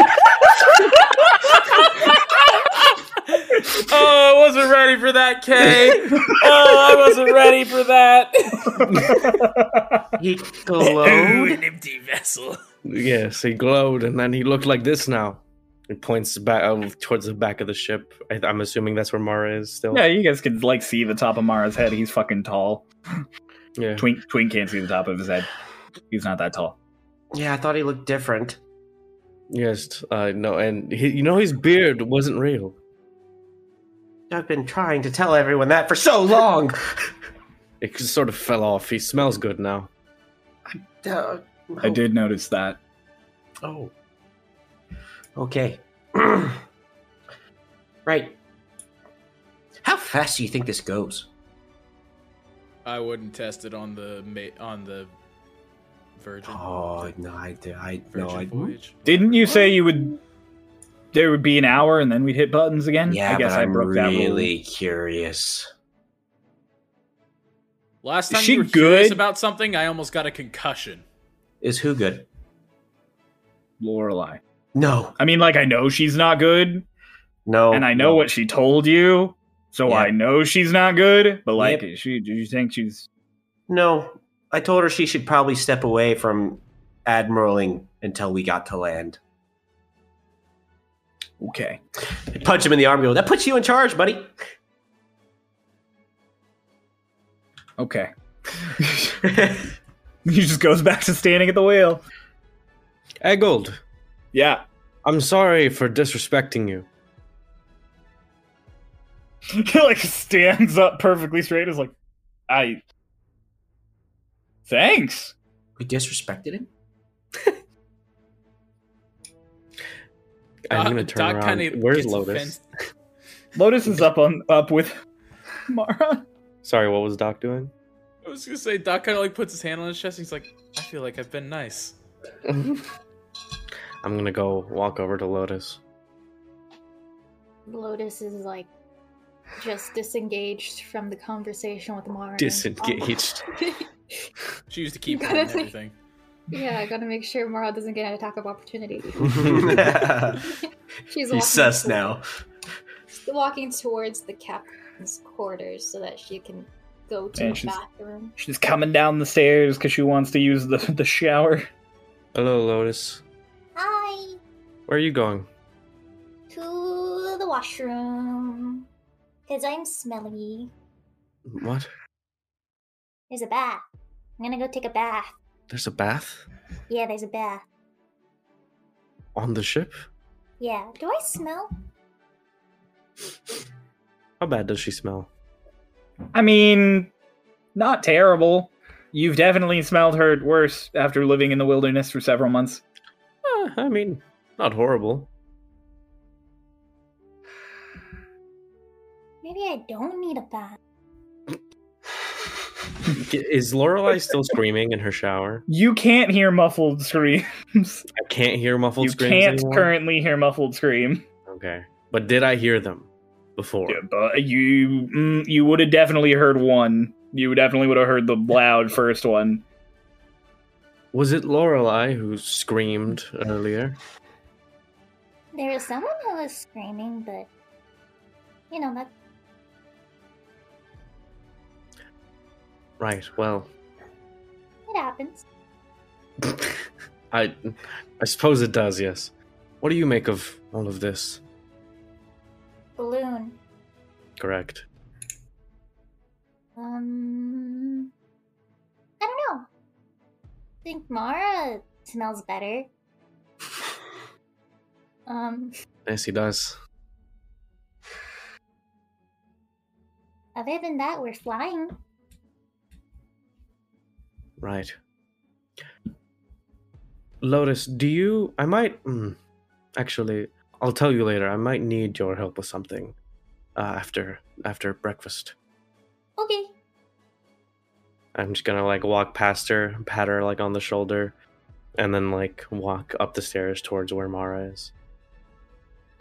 Speaker 2: oh, I wasn't ready for that, Kay. Oh, I wasn't ready for that.
Speaker 5: He glowed.
Speaker 2: an empty vessel.
Speaker 3: Yes, he glowed, and then he looked like this now. He points back uh, towards the back of the ship. I, I'm assuming that's where Mara is still.
Speaker 1: Yeah, you guys could like see the top of Mara's head. He's fucking tall.
Speaker 3: yeah.
Speaker 1: Twink Twink can't see the top of his head. He's not that tall.
Speaker 5: yeah, I thought he looked different.
Speaker 3: Yes, uh, no, and he, you know his beard wasn't real.
Speaker 5: I've been trying to tell everyone that for so long.
Speaker 3: It just sort of fell off. He smells good now.
Speaker 5: Uh,
Speaker 1: I did notice that.
Speaker 5: Oh. Okay. right. How fast do you think this goes?
Speaker 2: I wouldn't test it on the ma- on the Virgin.
Speaker 5: Oh no, I, I no,
Speaker 2: Virgin
Speaker 5: I,
Speaker 2: voyage.
Speaker 1: Didn't you say you would? There would be an hour, and then we'd hit buttons again.
Speaker 5: yeah,
Speaker 1: I guess
Speaker 5: but
Speaker 1: I
Speaker 5: I'm
Speaker 1: broke
Speaker 5: really curious.
Speaker 2: Last
Speaker 1: Is
Speaker 2: time
Speaker 1: she
Speaker 2: you were curious
Speaker 1: good?
Speaker 2: about something, I almost got a concussion.
Speaker 5: Is who good?
Speaker 1: that rule, Lorelai.
Speaker 5: No,
Speaker 1: I mean, like I know she's not good,
Speaker 5: no,
Speaker 1: and I know
Speaker 5: no.
Speaker 1: what she told you, so
Speaker 5: Oh, Yeah.
Speaker 1: I know she's not good. But like, is she, do you think she's?
Speaker 5: No, I told her she should probably step away from admiraling until we got to land.
Speaker 1: Okay.
Speaker 5: I punch him in the arm. and Go. That puts you in charge, buddy.
Speaker 1: Okay. he just goes back to standing at the wheel.
Speaker 3: Eggold,
Speaker 1: Yeah.
Speaker 3: I'm sorry for disrespecting you.
Speaker 1: He like stands up perfectly straight. Is like, I. Thanks.
Speaker 5: we disrespected him.
Speaker 3: I'm
Speaker 2: Doc-
Speaker 3: gonna turn
Speaker 2: Doc kinda
Speaker 3: around. Where's
Speaker 2: gets
Speaker 3: Lotus?
Speaker 2: offensed.
Speaker 1: Lotus is up on up with Mara.
Speaker 3: Sorry, what was Doc doing?
Speaker 2: I was gonna say Doc kind of like puts his hand on his chest. And he's like, I feel like I've been nice.
Speaker 3: I'm gonna go walk over to Lotus.
Speaker 6: Lotus is like just disengaged from the conversation with Mara.
Speaker 3: Disengaged.
Speaker 2: She used to keep
Speaker 6: Gotta
Speaker 2: and
Speaker 6: think.
Speaker 2: everything.
Speaker 6: yeah, I gotta make sure Mara doesn't get an attack of opportunity. She's walking
Speaker 5: He's sus
Speaker 6: toward-
Speaker 5: now.
Speaker 6: walking towards the captain's quarters so that she can go to
Speaker 1: And
Speaker 6: the
Speaker 1: she's-
Speaker 6: bathroom.
Speaker 1: She's coming down the stairs because she wants to use the, the shower.
Speaker 3: Hello, Lotus.
Speaker 6: Hi
Speaker 3: Where are you going?
Speaker 6: to the washroom. Cause I'm smelly.
Speaker 3: What?
Speaker 6: There's a bath. I'm gonna go take a bath.
Speaker 3: There's a bath
Speaker 6: Yeah, there's a bath.
Speaker 3: on the ship.
Speaker 6: Yeah. Do I smell?
Speaker 3: How bad does she smell?
Speaker 1: I mean, not terrible. You've definitely smelled her worse after living in the wilderness for several months.
Speaker 3: Uh, I mean, not horrible.
Speaker 6: Maybe I don't need a bath.
Speaker 3: Is Lorelai still screaming in her shower?
Speaker 1: You can't hear muffled screams.
Speaker 3: I can't hear muffled
Speaker 1: you
Speaker 3: screams.
Speaker 1: can't
Speaker 3: anymore?
Speaker 1: currently hear muffled scream.
Speaker 3: Okay, but did I hear them before?
Speaker 1: Yeah, but you mm, you would have definitely heard one. You definitely would have heard the loud first one.
Speaker 3: Was it Lorelai who screamed earlier?
Speaker 6: There was someone who was screaming, but you know that
Speaker 3: Right. Well,
Speaker 6: it happens.
Speaker 3: I, I suppose it does. Yes. What do you make of all of this?
Speaker 6: Balloon.
Speaker 3: Correct.
Speaker 6: Um, I don't know. I think Mara smells better. Um,
Speaker 3: Yes, he does.
Speaker 6: other than that, we're flying.
Speaker 3: Right. Lotus, do you? I might. Mm, actually, I'll tell you later. I might need your help with something uh, after after breakfast.
Speaker 6: Okay.
Speaker 3: I'm just gonna like walk past her, pat her like on the shoulder, and then like walk up the stairs towards where Mara is.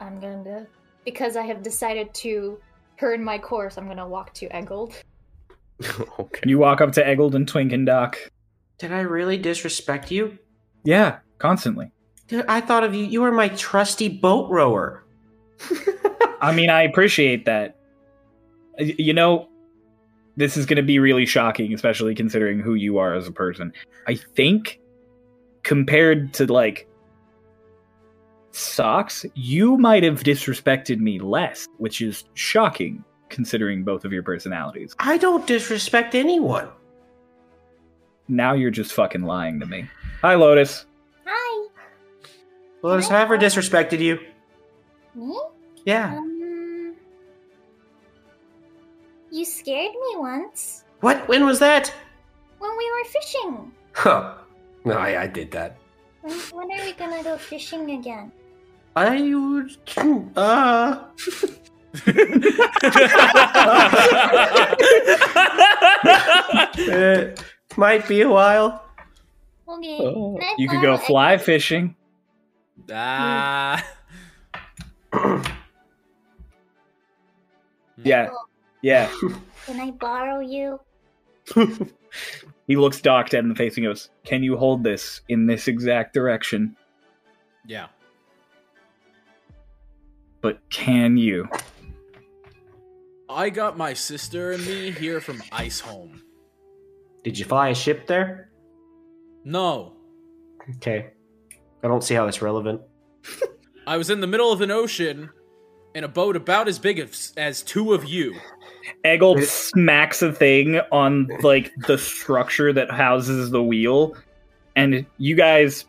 Speaker 6: I'm going to, because I have decided to turn my course, I'm going to walk to Eggold.
Speaker 3: okay.
Speaker 8: You walk up to Eggold and Twink and Doc.
Speaker 5: Did I really disrespect you?
Speaker 8: Yeah, constantly.
Speaker 5: Dude, I thought of you. You were my trusty boat rower.
Speaker 8: I mean, I appreciate that. Y- You know, this is going to be really shocking, especially considering who you are as a person. I think, compared to like socks, you might have disrespected me less, which is shocking considering both of your personalities.
Speaker 5: I don't disrespect anyone.
Speaker 8: Now you're just fucking lying to me. Hi, Lotus.
Speaker 6: Hi.
Speaker 5: Lotus, have I ever disrespected you?
Speaker 6: Me?
Speaker 5: Yeah.
Speaker 6: Um. You scared me once
Speaker 5: What? When was that?
Speaker 6: when we were fishing.
Speaker 5: Huh. No, I, I did that.
Speaker 6: When, when are we gonna go fishing again?
Speaker 5: I would. Uh. it might be a while.
Speaker 6: Okay.
Speaker 3: Oh,
Speaker 6: And I
Speaker 8: You could
Speaker 6: thought
Speaker 8: go
Speaker 6: I-
Speaker 8: fly fishing.
Speaker 2: Ah.
Speaker 8: Yeah. Yeah.
Speaker 6: Can I borrow you?
Speaker 8: He looks Doc dead in the face and goes, Can you hold this in this exact direction?
Speaker 2: Yeah.
Speaker 8: But can you?
Speaker 2: I got my sister and me here from Ice Home.
Speaker 5: Did you fly a ship there?
Speaker 2: No,
Speaker 5: Okay. I don't see how that's relevant.
Speaker 2: I was in the middle of an ocean in a boat about as big as, as two of you.
Speaker 8: Eggold smacks a thing on like the structure that houses the wheel, and you guys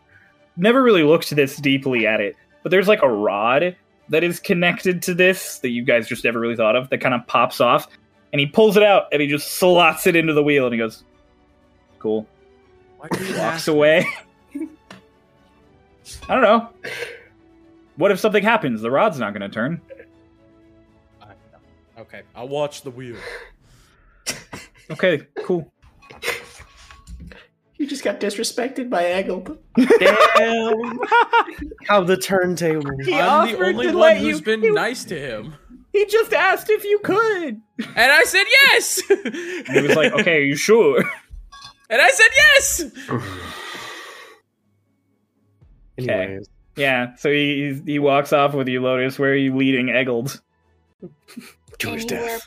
Speaker 8: never really looked this deeply at it. But there's like a rod that is connected to this that you guys just never really thought of that kind of pops off, and he pulls it out and he just slots it into the wheel and he goes, "Cool."
Speaker 2: Why do you
Speaker 8: Walks
Speaker 2: ask-
Speaker 8: away. I don't know. What if something happens? The rod's not going to turn.
Speaker 2: Okay, I'll watch the wheel.
Speaker 8: Okay, cool.
Speaker 5: You just got disrespected by Eggle.
Speaker 3: Damn. How the turntable.
Speaker 2: I'm the
Speaker 8: offered
Speaker 2: only
Speaker 8: to
Speaker 2: one
Speaker 8: let you-
Speaker 2: who's been
Speaker 8: he-
Speaker 2: nice to him.
Speaker 8: He just asked if you could.
Speaker 2: And I said yes!
Speaker 8: And he was like, "Okay, are you sure?"
Speaker 2: And I said yes!
Speaker 3: Anyways,
Speaker 8: yeah. So he he walks off with you, Lotus. Where are you leading Eggold?
Speaker 3: to his
Speaker 6: Anywhere-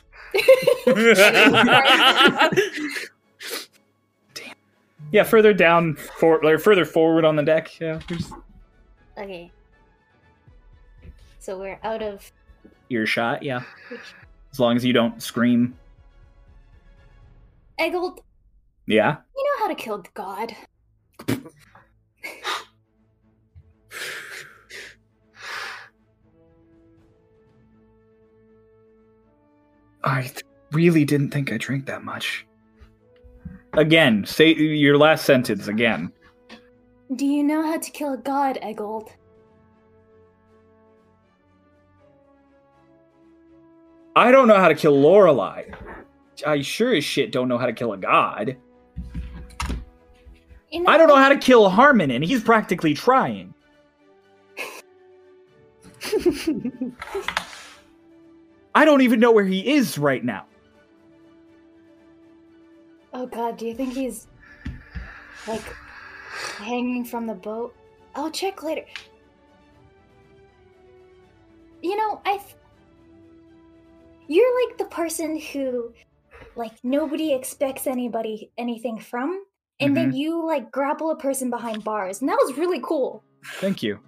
Speaker 3: death.
Speaker 8: Yeah, further down, for or further forward on the deck. Yeah, there's
Speaker 6: Okay. So we're out of.
Speaker 8: earshot. Yeah, as long as you don't scream.
Speaker 6: Eggold,
Speaker 8: Yeah.
Speaker 6: you know how to kill God.
Speaker 8: I th- really didn't think I drank that much. Again, say your last sentence again.
Speaker 6: Do you know how to kill God, Eggold?
Speaker 8: I don't know how to kill Lorelai. I sure as shit don't know how to kill a god.
Speaker 6: In
Speaker 8: I don't know how to kill Harmon, and he's practically trying. I don't even know where he is right now.
Speaker 6: Oh God, do you think he's like hanging from the boat? I'll check later. You know, I. Th- You're like the person who, like, nobody expects anybody anything from, and then you like grapple a person behind bars, and that was really cool.
Speaker 8: Thank you.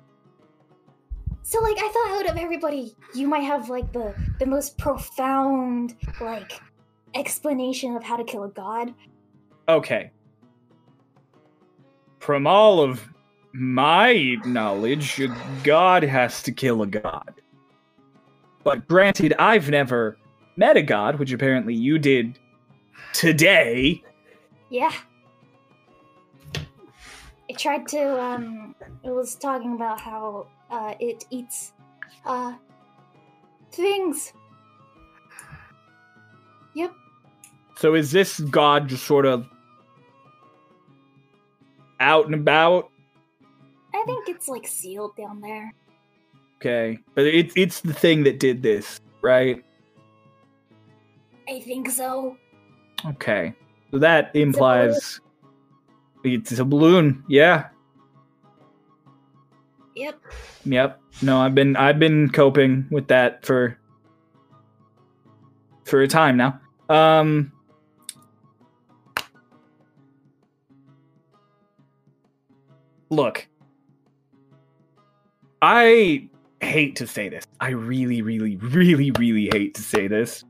Speaker 6: So like I thought out of everybody you might have like the the most profound like explanation of how to kill a god.
Speaker 8: Okay. From all of my knowledge, a god has to kill a god. But granted, I've never met a god, which apparently you did today.
Speaker 6: Yeah. it tried to um it was talking about how uh it eats uh things. Yep.
Speaker 1: So is this god just sort of out and about?
Speaker 6: I think it's like sealed down there.
Speaker 1: Okay, but it's it's the thing that did this, right?
Speaker 6: I think so.
Speaker 1: Okay, so that implies it's a balloon. Yeah.
Speaker 6: Yep.
Speaker 1: Yep. No, I've been I've been coping with that for for a time now. Um Look. I hate to say this. I really really really really hate to say this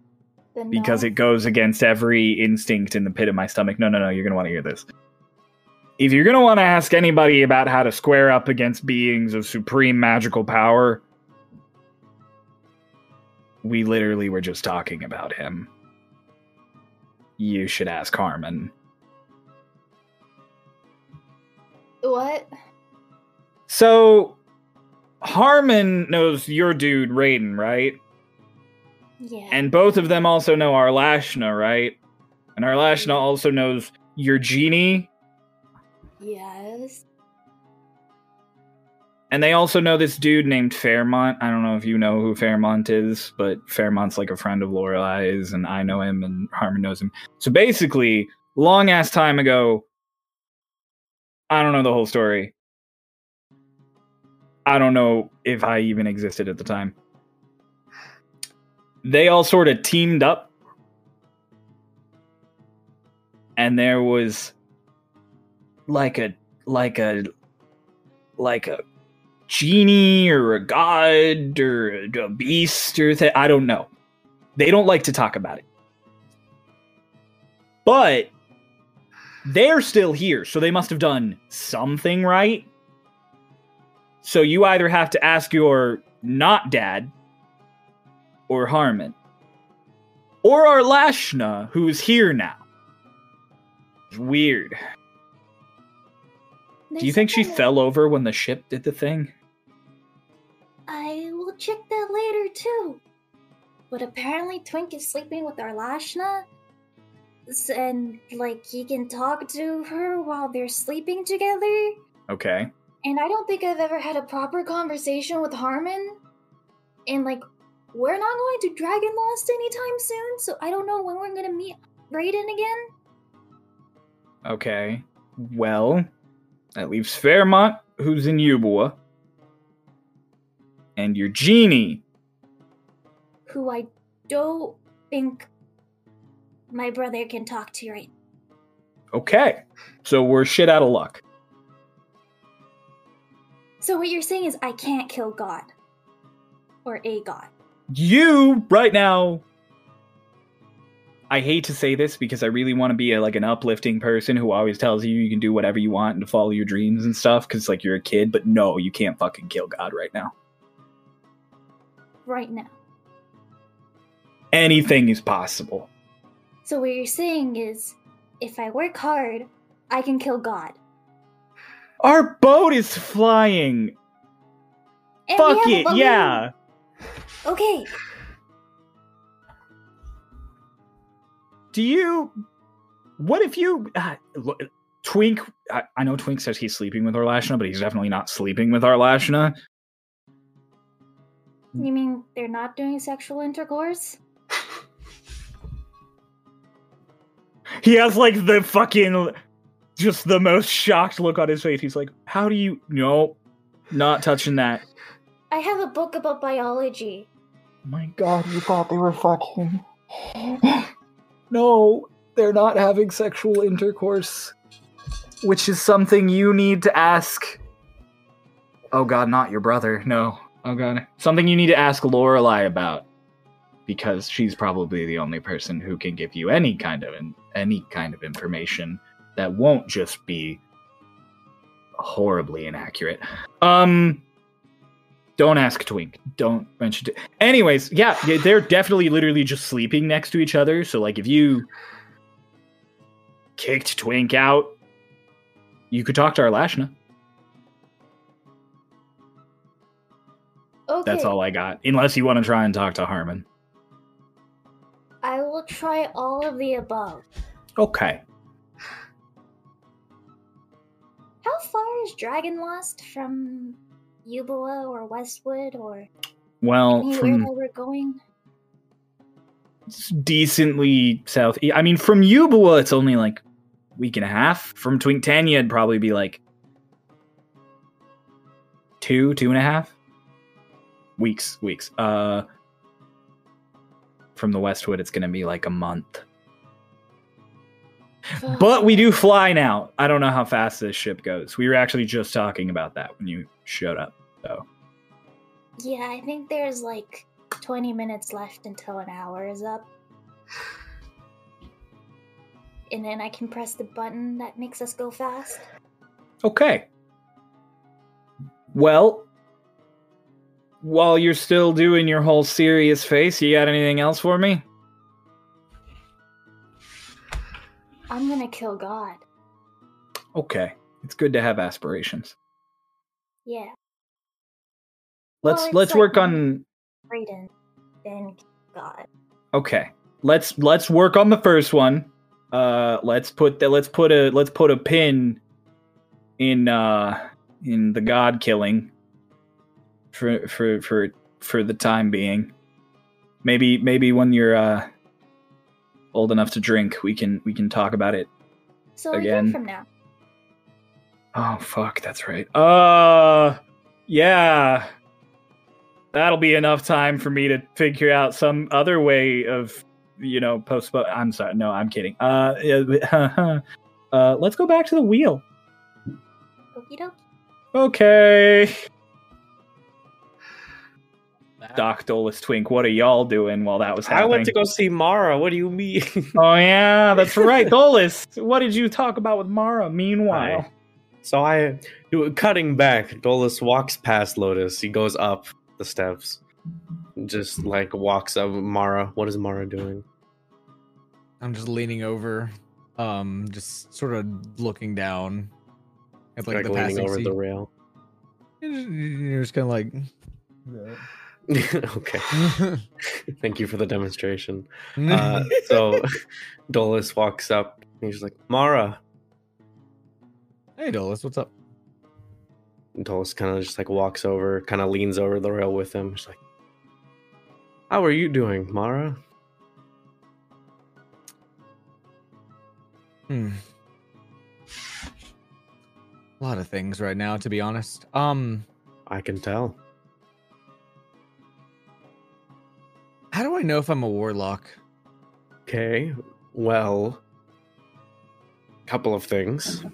Speaker 6: Then
Speaker 1: because
Speaker 6: no.
Speaker 1: it goes against every instinct in the pit of my stomach. No, no, no, you're going to want to hear this. If you're going to want to ask anybody about how to square up against beings of supreme magical power, we literally were just talking about him. You should ask Harmon.
Speaker 6: what?
Speaker 1: So, Harmon knows your dude, Raiden, right?
Speaker 6: Yeah.
Speaker 1: And both of them also know Arlashna, right? And Arlashna also knows your genie,
Speaker 6: yes.
Speaker 1: And they also know this dude named Fairmont. I don't know if you know who Fairmont is, but Fairmont's like a friend of Lorelei's, and I know him, and Harmon knows him. So basically, long ass time ago, I don't know the whole story. I don't know if I even existed at the time. They all sort of teamed up, and there was like a like a like a genie or a god or a, a beast or th- I don't know. They don't like to talk about it. But they're still here, so they must have done something right. So you either have to ask your not dad or Harmon or Arlashna, who's here now. It's weird. Do you
Speaker 6: There's
Speaker 1: think she
Speaker 6: something-
Speaker 1: fell over when the ship did the thing?
Speaker 6: I will check that later too. But apparently Twink is sleeping with Arlashna. s- And like he can talk to her while they're sleeping together.
Speaker 1: Okay.
Speaker 6: And I don't think I've ever had a proper conversation with Harmon. And like we're not going to Dragon Lost anytime soon, so I don't know when we're gonna meet Raiden again.
Speaker 1: Okay. Well, that leaves Fairmont, who's in Yubua, and your genie.
Speaker 6: Who I don't think my brother can talk to right
Speaker 1: Okay. So we're shit out of luck.
Speaker 6: So what you're saying is I can't kill God. Or a God.
Speaker 1: You right now. I hate to say this because I really want to be a, like an uplifting person who always tells you you can do whatever you want and to follow your dreams and stuff because like you're a kid, but no, you can't fucking kill God right now.
Speaker 6: Right now.
Speaker 1: Anything is possible.
Speaker 6: So what you're saying is, if I work hard, I can kill God.
Speaker 1: Our boat is flying.
Speaker 6: And we
Speaker 1: Fuck
Speaker 6: have a
Speaker 1: it,
Speaker 6: balloon.
Speaker 1: yeah.
Speaker 6: Okay.
Speaker 1: do you what if you uh, look, twink I, I know twink says he's sleeping with arlashna but he's definitely not sleeping with arlashna
Speaker 6: You mean they're not doing sexual intercourse?
Speaker 1: he has like the fucking just the most shocked look on his face he's like how do you no not touching that
Speaker 6: I have a book about biology.
Speaker 1: my god you thought they were fucking no they're not having sexual intercourse which is something you need to ask oh god not your brother no oh god something you need to ask lorelei about because she's probably the only person who can give you any kind of in- any kind of information that won't just be horribly inaccurate um don't ask twink don't mention it anyways yeah yeah, they're definitely literally just sleeping next to each other so like if you kicked twink out you could talk to arlashna
Speaker 6: Okay.
Speaker 1: That's all I got. Unless you want to try and talk to Harmon.
Speaker 6: I will try all of the above.
Speaker 1: Okay.
Speaker 6: How far is Dragon Lost from Euboa or Westwood or
Speaker 1: Well,
Speaker 6: anywhere
Speaker 1: from
Speaker 6: that we're going?
Speaker 1: decently south. I mean, from Euboa, it's only like week and a half. From Twinktania, it'd probably be like two, two and a half weeks. Weeks. Uh, from the Westwood, it's gonna be like a month. But we do fly now. I don't know how fast this ship goes. We were actually just talking about that when you showed up.
Speaker 6: Yeah, I think there's like 20 minutes left until an hour is up. And then I can press the button that makes us go fast.
Speaker 1: Okay. Well, while you're still doing your whole serious face, you got anything else for me?
Speaker 6: I'm gonna kill God.
Speaker 1: Okay. It's good to have aspirations.
Speaker 6: Yeah,
Speaker 1: Let's
Speaker 6: Well, it's
Speaker 1: let's
Speaker 6: like-
Speaker 1: work on
Speaker 6: Raiden. Then kill God.
Speaker 1: Okay. Let's let's work on the first one. Uh let's put that let's put a let's put a pin in uh in the god killing for for for for the time being. Maybe maybe when you're uh old enough to drink, we can we can talk about it.
Speaker 6: So a
Speaker 1: Again.
Speaker 6: year from now.
Speaker 1: Oh fuck, that's right. Uh yeah. That'll be enough time for me to figure out some other way of, you know, postpone. I'm sorry. No, I'm kidding. Uh, yeah, uh let's go back to the wheel.
Speaker 6: Okie dokie.
Speaker 1: Okay.
Speaker 2: That-
Speaker 1: Doc Dolus Twink, what are y'all doing while that was
Speaker 3: I
Speaker 1: happening?
Speaker 3: went to go see Mara. What do you mean?
Speaker 1: oh yeah, that's right. Dolus, what did you talk about with Mara meanwhile?
Speaker 3: so I, cutting back, Dolus walks past Lotus. He goes up the steps, just like walks up. Mara, what is Mara doing?
Speaker 4: I'm just leaning over, um, just sort of looking down at like,
Speaker 3: Like,
Speaker 4: the
Speaker 3: leaning
Speaker 4: passing
Speaker 3: over
Speaker 4: sea.
Speaker 3: the rail.
Speaker 4: You're just kind of like,
Speaker 3: okay, thank you for the demonstration.
Speaker 4: uh,
Speaker 3: Uh, so Dolus walks up. and He's like, Mara.
Speaker 4: hey Dolus, what's up?
Speaker 3: And Dolus kind of just like walks over, kind of leans over the rail with him. She's like, How are you doing, Mara?
Speaker 4: Hmm. A lot of things right now, to be honest. Um,
Speaker 3: I can tell.
Speaker 4: how do I know if I'm a warlock?
Speaker 3: Okay, well, couple of things.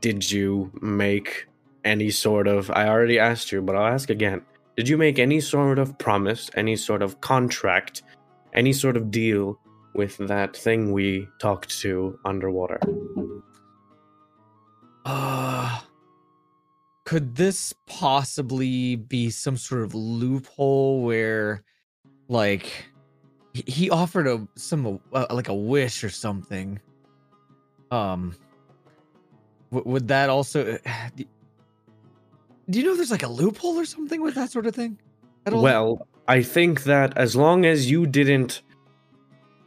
Speaker 3: Did you make any sort of, I already asked you, but I'll ask again. Did you make any sort of promise, any sort of contract, any sort of deal with that thing we talked to underwater?
Speaker 4: Uh, could this possibly be some sort of loophole where, like, he- he offered a some uh, like a wish or something? Um, w- would that also? Do do you know if there's like a loophole or something with that sort of thing? at all?
Speaker 3: Well, I think that as long as you didn't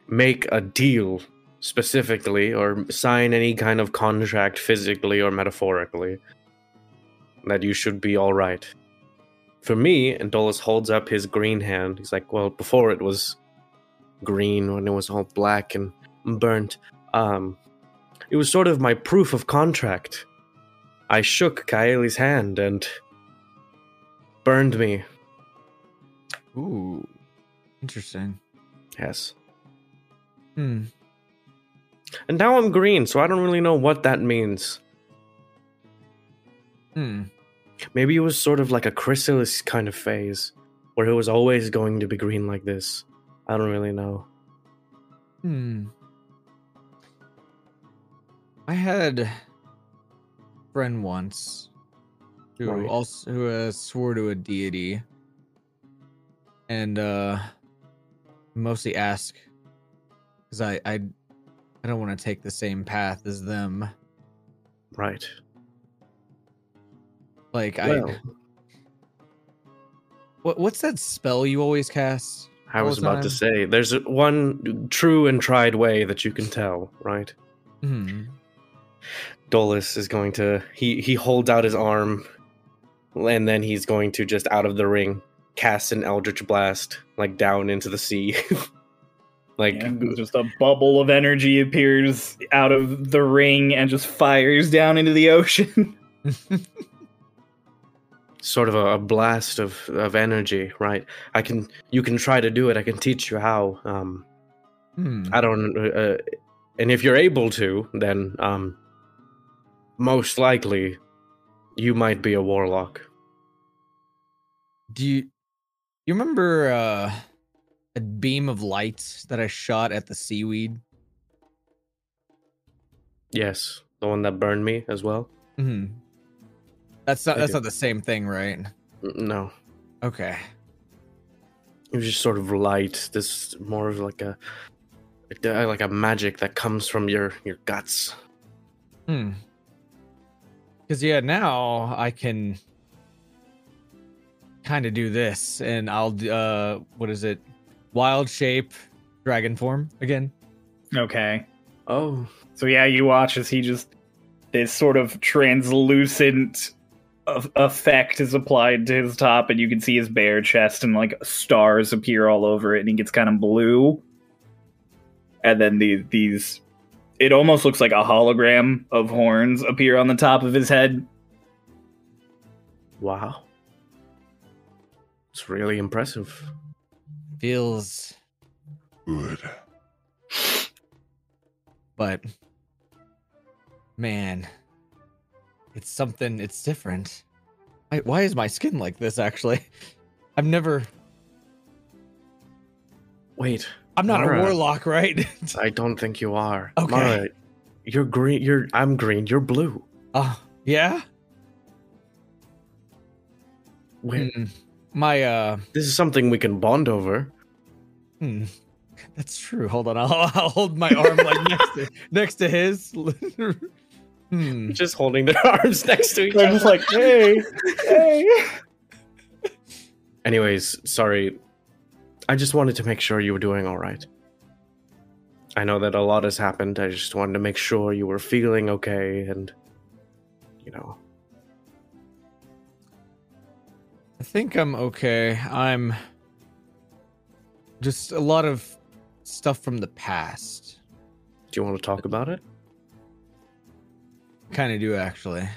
Speaker 3: make a deal specifically or sign any kind of contract physically or metaphorically, that you should be all right. For me, and Dolus holds up his green hand. He's like, "Well, before it was green when it was all black and burnt. Um, it was sort of my proof of contract. I shook Kaeli's hand and burned me
Speaker 4: ooh, interesting.
Speaker 3: Yes.
Speaker 4: Hmm.
Speaker 3: And now I'm green, so I don't really know what that means.
Speaker 4: Hmm.
Speaker 3: Maybe it was sort of like a chrysalis kind of phase, where it was always going to be green like this. I don't really know.
Speaker 4: Hmm. I had a friend once who
Speaker 3: Right.
Speaker 4: also who uh, swore to a deity and uh mostly ask cuz I I I don't want to take the same path as them.
Speaker 3: Right.
Speaker 4: Like I
Speaker 3: Well,
Speaker 4: What what's that spell you always cast?
Speaker 3: I
Speaker 4: all
Speaker 3: was
Speaker 4: the
Speaker 3: about to
Speaker 4: time?
Speaker 3: say, there's one true and tried way that you can tell, right?
Speaker 4: Hmm.
Speaker 3: Dolus is going to he he holds out his arm, and then he's going to just out of the ring cast an eldritch blast like down into the sea, like
Speaker 1: Yeah, just a bubble of energy appears out of the ring and just fires down into the ocean.
Speaker 3: sort of a, a blast of of energy, right? I can you can try to do it. I can teach you how. Um,
Speaker 4: Hmm.
Speaker 3: I don't. Uh, and if you're able to, then um, most likely you might be a warlock.
Speaker 4: Do you you remember uh, a beam of light that I shot at the seaweed?
Speaker 3: Yes, the one that burned me as well.
Speaker 4: Hmm. That's not
Speaker 3: Mm-hmm. I
Speaker 4: that's
Speaker 3: do.
Speaker 4: not the same thing, right?
Speaker 3: N- No,
Speaker 4: Okay.
Speaker 3: it was just sort of light. This more of like a uh, like a magic that comes from your your guts.
Speaker 4: Hmm. Because yeah, now I can kind of do this, and I'll d- uh, what is it? Wild shape, dragon form again.
Speaker 1: Okay.
Speaker 3: Oh,
Speaker 1: So yeah, you watch as he just this sort of translucent of- effect is applied to his top, and you can see his bare chest and like stars appear all over it, and he gets kind of blue. And then the, these, it almost looks like a hologram of horns appear on the top of his head.
Speaker 3: wow! It's really impressive.
Speaker 4: Feels
Speaker 8: Good.
Speaker 4: but man it's something it's different I, why is my skin like this actually i've never
Speaker 3: Wait,
Speaker 4: i'm not
Speaker 3: Mara.
Speaker 4: a warlock right
Speaker 3: I don't think you are.
Speaker 4: Okay.
Speaker 3: Mara, you're green. You're I'm green. You're blue.
Speaker 4: oh yeah
Speaker 1: Hmm.
Speaker 3: Wait,
Speaker 4: Mm. my uh
Speaker 3: this is something we can bond over.
Speaker 4: hmm. that's true hold on i'll, I'll hold my arm like next to next to his hmm.
Speaker 3: just holding their arms next to each
Speaker 1: They're just like, hey, hey.
Speaker 3: Anyways, sorry. I just wanted to make sure you were doing all right. I know that a lot has happened. I just wanted to make sure you were feeling okay and you know.
Speaker 4: I think I'm okay. I'm just a lot of stuff from the past.
Speaker 3: Do you want to talk about it?
Speaker 4: Kind of do actually.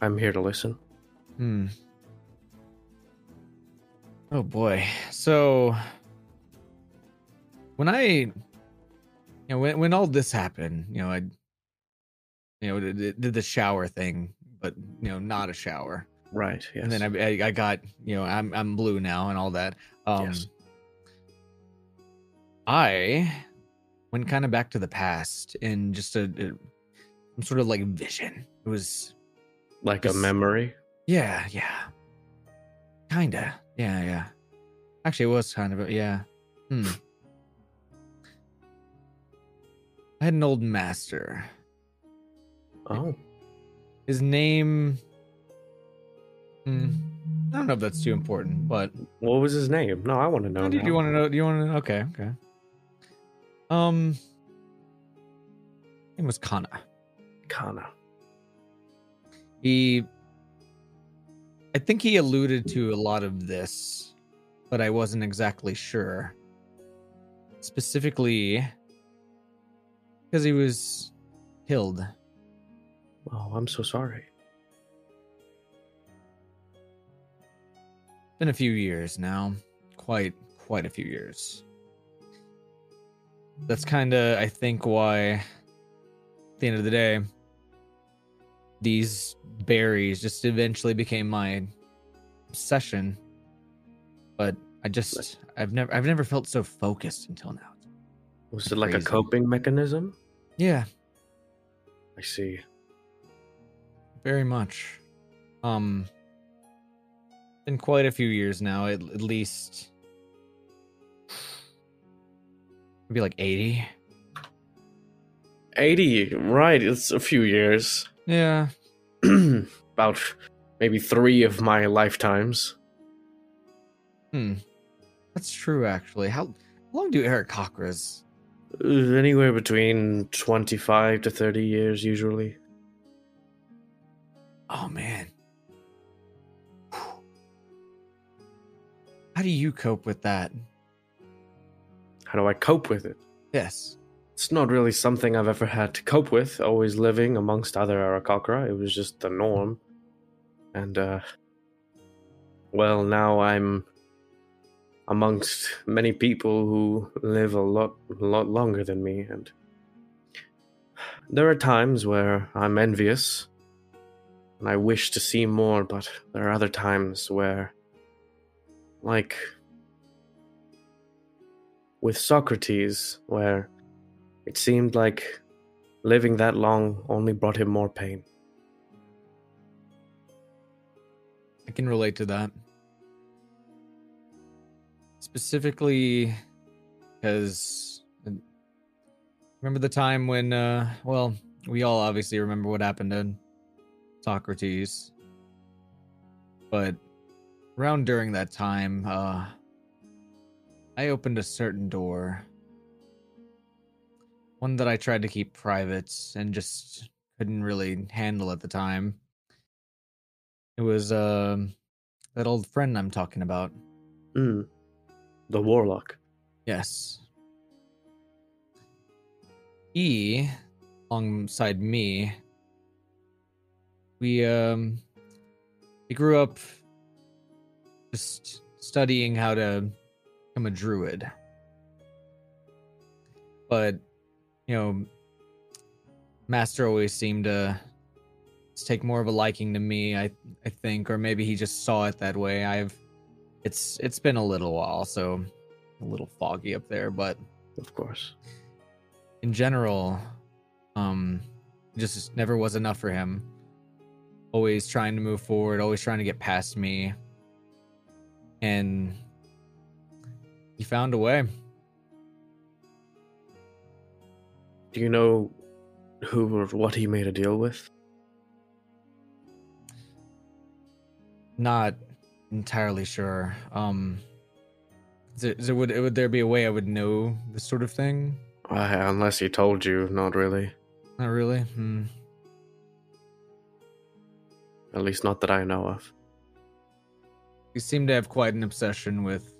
Speaker 3: I'm here to listen.
Speaker 4: Hmm. Oh boy. So when I you know when when all this happened, you know, I you know did, did the shower thing, but you know, not a shower.
Speaker 3: Right. Yes.
Speaker 4: and then I, I, I got you know I'm I'm blue now and all that. Um,
Speaker 3: Yes.
Speaker 4: I went kind of back to the past in just a, a some sort of like vision. It was
Speaker 3: like a
Speaker 4: just-
Speaker 3: memory.
Speaker 4: yeah yeah, kinda yeah yeah. Actually, it was kind of a, yeah. Hmm. I had an old master.
Speaker 3: Oh.
Speaker 4: His name. Hmm. I don't know if that's too important, but
Speaker 3: What was his name? No, I want to know.
Speaker 4: No, do
Speaker 3: now.
Speaker 4: you want to know? Do you want to? know? Okay, okay. Um, name was Kana.
Speaker 3: Kana.
Speaker 4: He, I think he alluded to a lot of this, but I wasn't exactly sure. Specifically, because he was killed.
Speaker 3: Oh, I'm so sorry.
Speaker 4: Been a few years now, quite quite a few years. That's kind of I think why at the end of the day these berries just eventually became my obsession. But I just I've never I've never felt so focused until now.
Speaker 3: Was
Speaker 4: That's
Speaker 3: it like
Speaker 4: crazy.
Speaker 3: a coping mechanism?
Speaker 4: Yeah,
Speaker 3: I see.
Speaker 4: very much. Um been quite a few years now, at, at least maybe like 80.
Speaker 3: 80, right. It's a few years.
Speaker 4: Yeah.
Speaker 3: about maybe three of my lifetimes.
Speaker 4: Hmm. That's true, actually. How, how long do Aarakocras?
Speaker 3: Uh, Anywhere between 25 to 30 years, usually.
Speaker 4: Oh man. How do you cope with that?
Speaker 3: How do I cope with it?
Speaker 4: Yes.
Speaker 3: It's not really something I've ever had to cope with, always living amongst other Arakakra. It was just the norm. And, uh, well, now I'm amongst many people who live a lot, lot longer than me, and there are times where I'm envious and I wish to see more, but there are other times where, like with Socrates, where it seemed like living that long only brought him more pain.
Speaker 4: I can relate to that. Specifically because remember the time when uh well, we all obviously remember what happened to Socrates. But around during that time, uh I opened a certain door. One that I tried to keep private and just couldn't really handle at the time. It was um that old friend I'm talking about.
Speaker 3: Mm. The warlock.
Speaker 4: Yes. He, E, alongside me, we um we grew up just studying how to become a druid. But you know, master always seemed to take more of a liking to me. I I think, or maybe he just saw it that way. I've it's it's been a little while, so a little foggy up there. But
Speaker 3: Of course.
Speaker 4: in general, um, just never was enough for him. Always trying to move forward, always trying to get past me. And he found a way.
Speaker 3: Do you know who or what he made a deal with?
Speaker 4: Not entirely sure. Um, is it, is it, would, would there be a way I would know this sort of thing?
Speaker 3: I, unless he told you, not really.
Speaker 4: Not really. Hmm.
Speaker 3: At least not that I know of.
Speaker 4: You seem to have quite an obsession with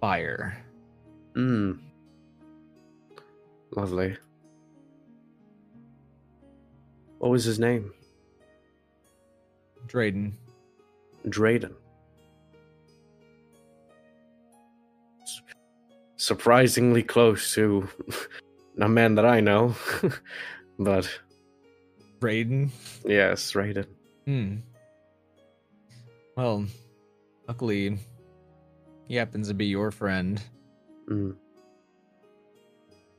Speaker 4: fire.
Speaker 3: Mm. Lovely. What was his name?
Speaker 4: Drayden.
Speaker 3: Drayden. S- Surprisingly close to a man that I know. but
Speaker 4: Drayden?
Speaker 3: yes, Raiden.
Speaker 4: Hmm. Well, luckily, he happens to be your friend.
Speaker 3: Mm.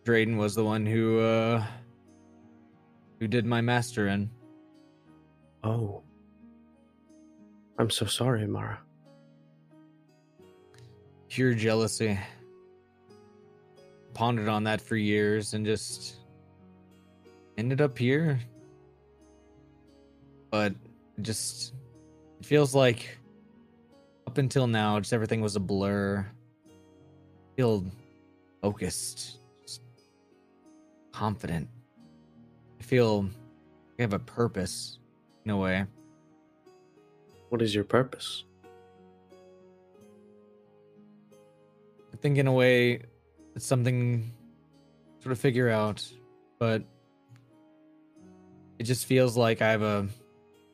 Speaker 4: Drayden was the one who, uh, who did my master in.
Speaker 3: Oh. I'm so sorry, Mara.
Speaker 4: Pure jealousy. Pondered on that for years and just ended up here. But it just it feels like up until now, just everything was a blur. Feel focused, just confident. I feel I have a purpose in a way.
Speaker 3: What is your purpose?
Speaker 4: I think in a way it's something sort of figure out, but it just feels like I have a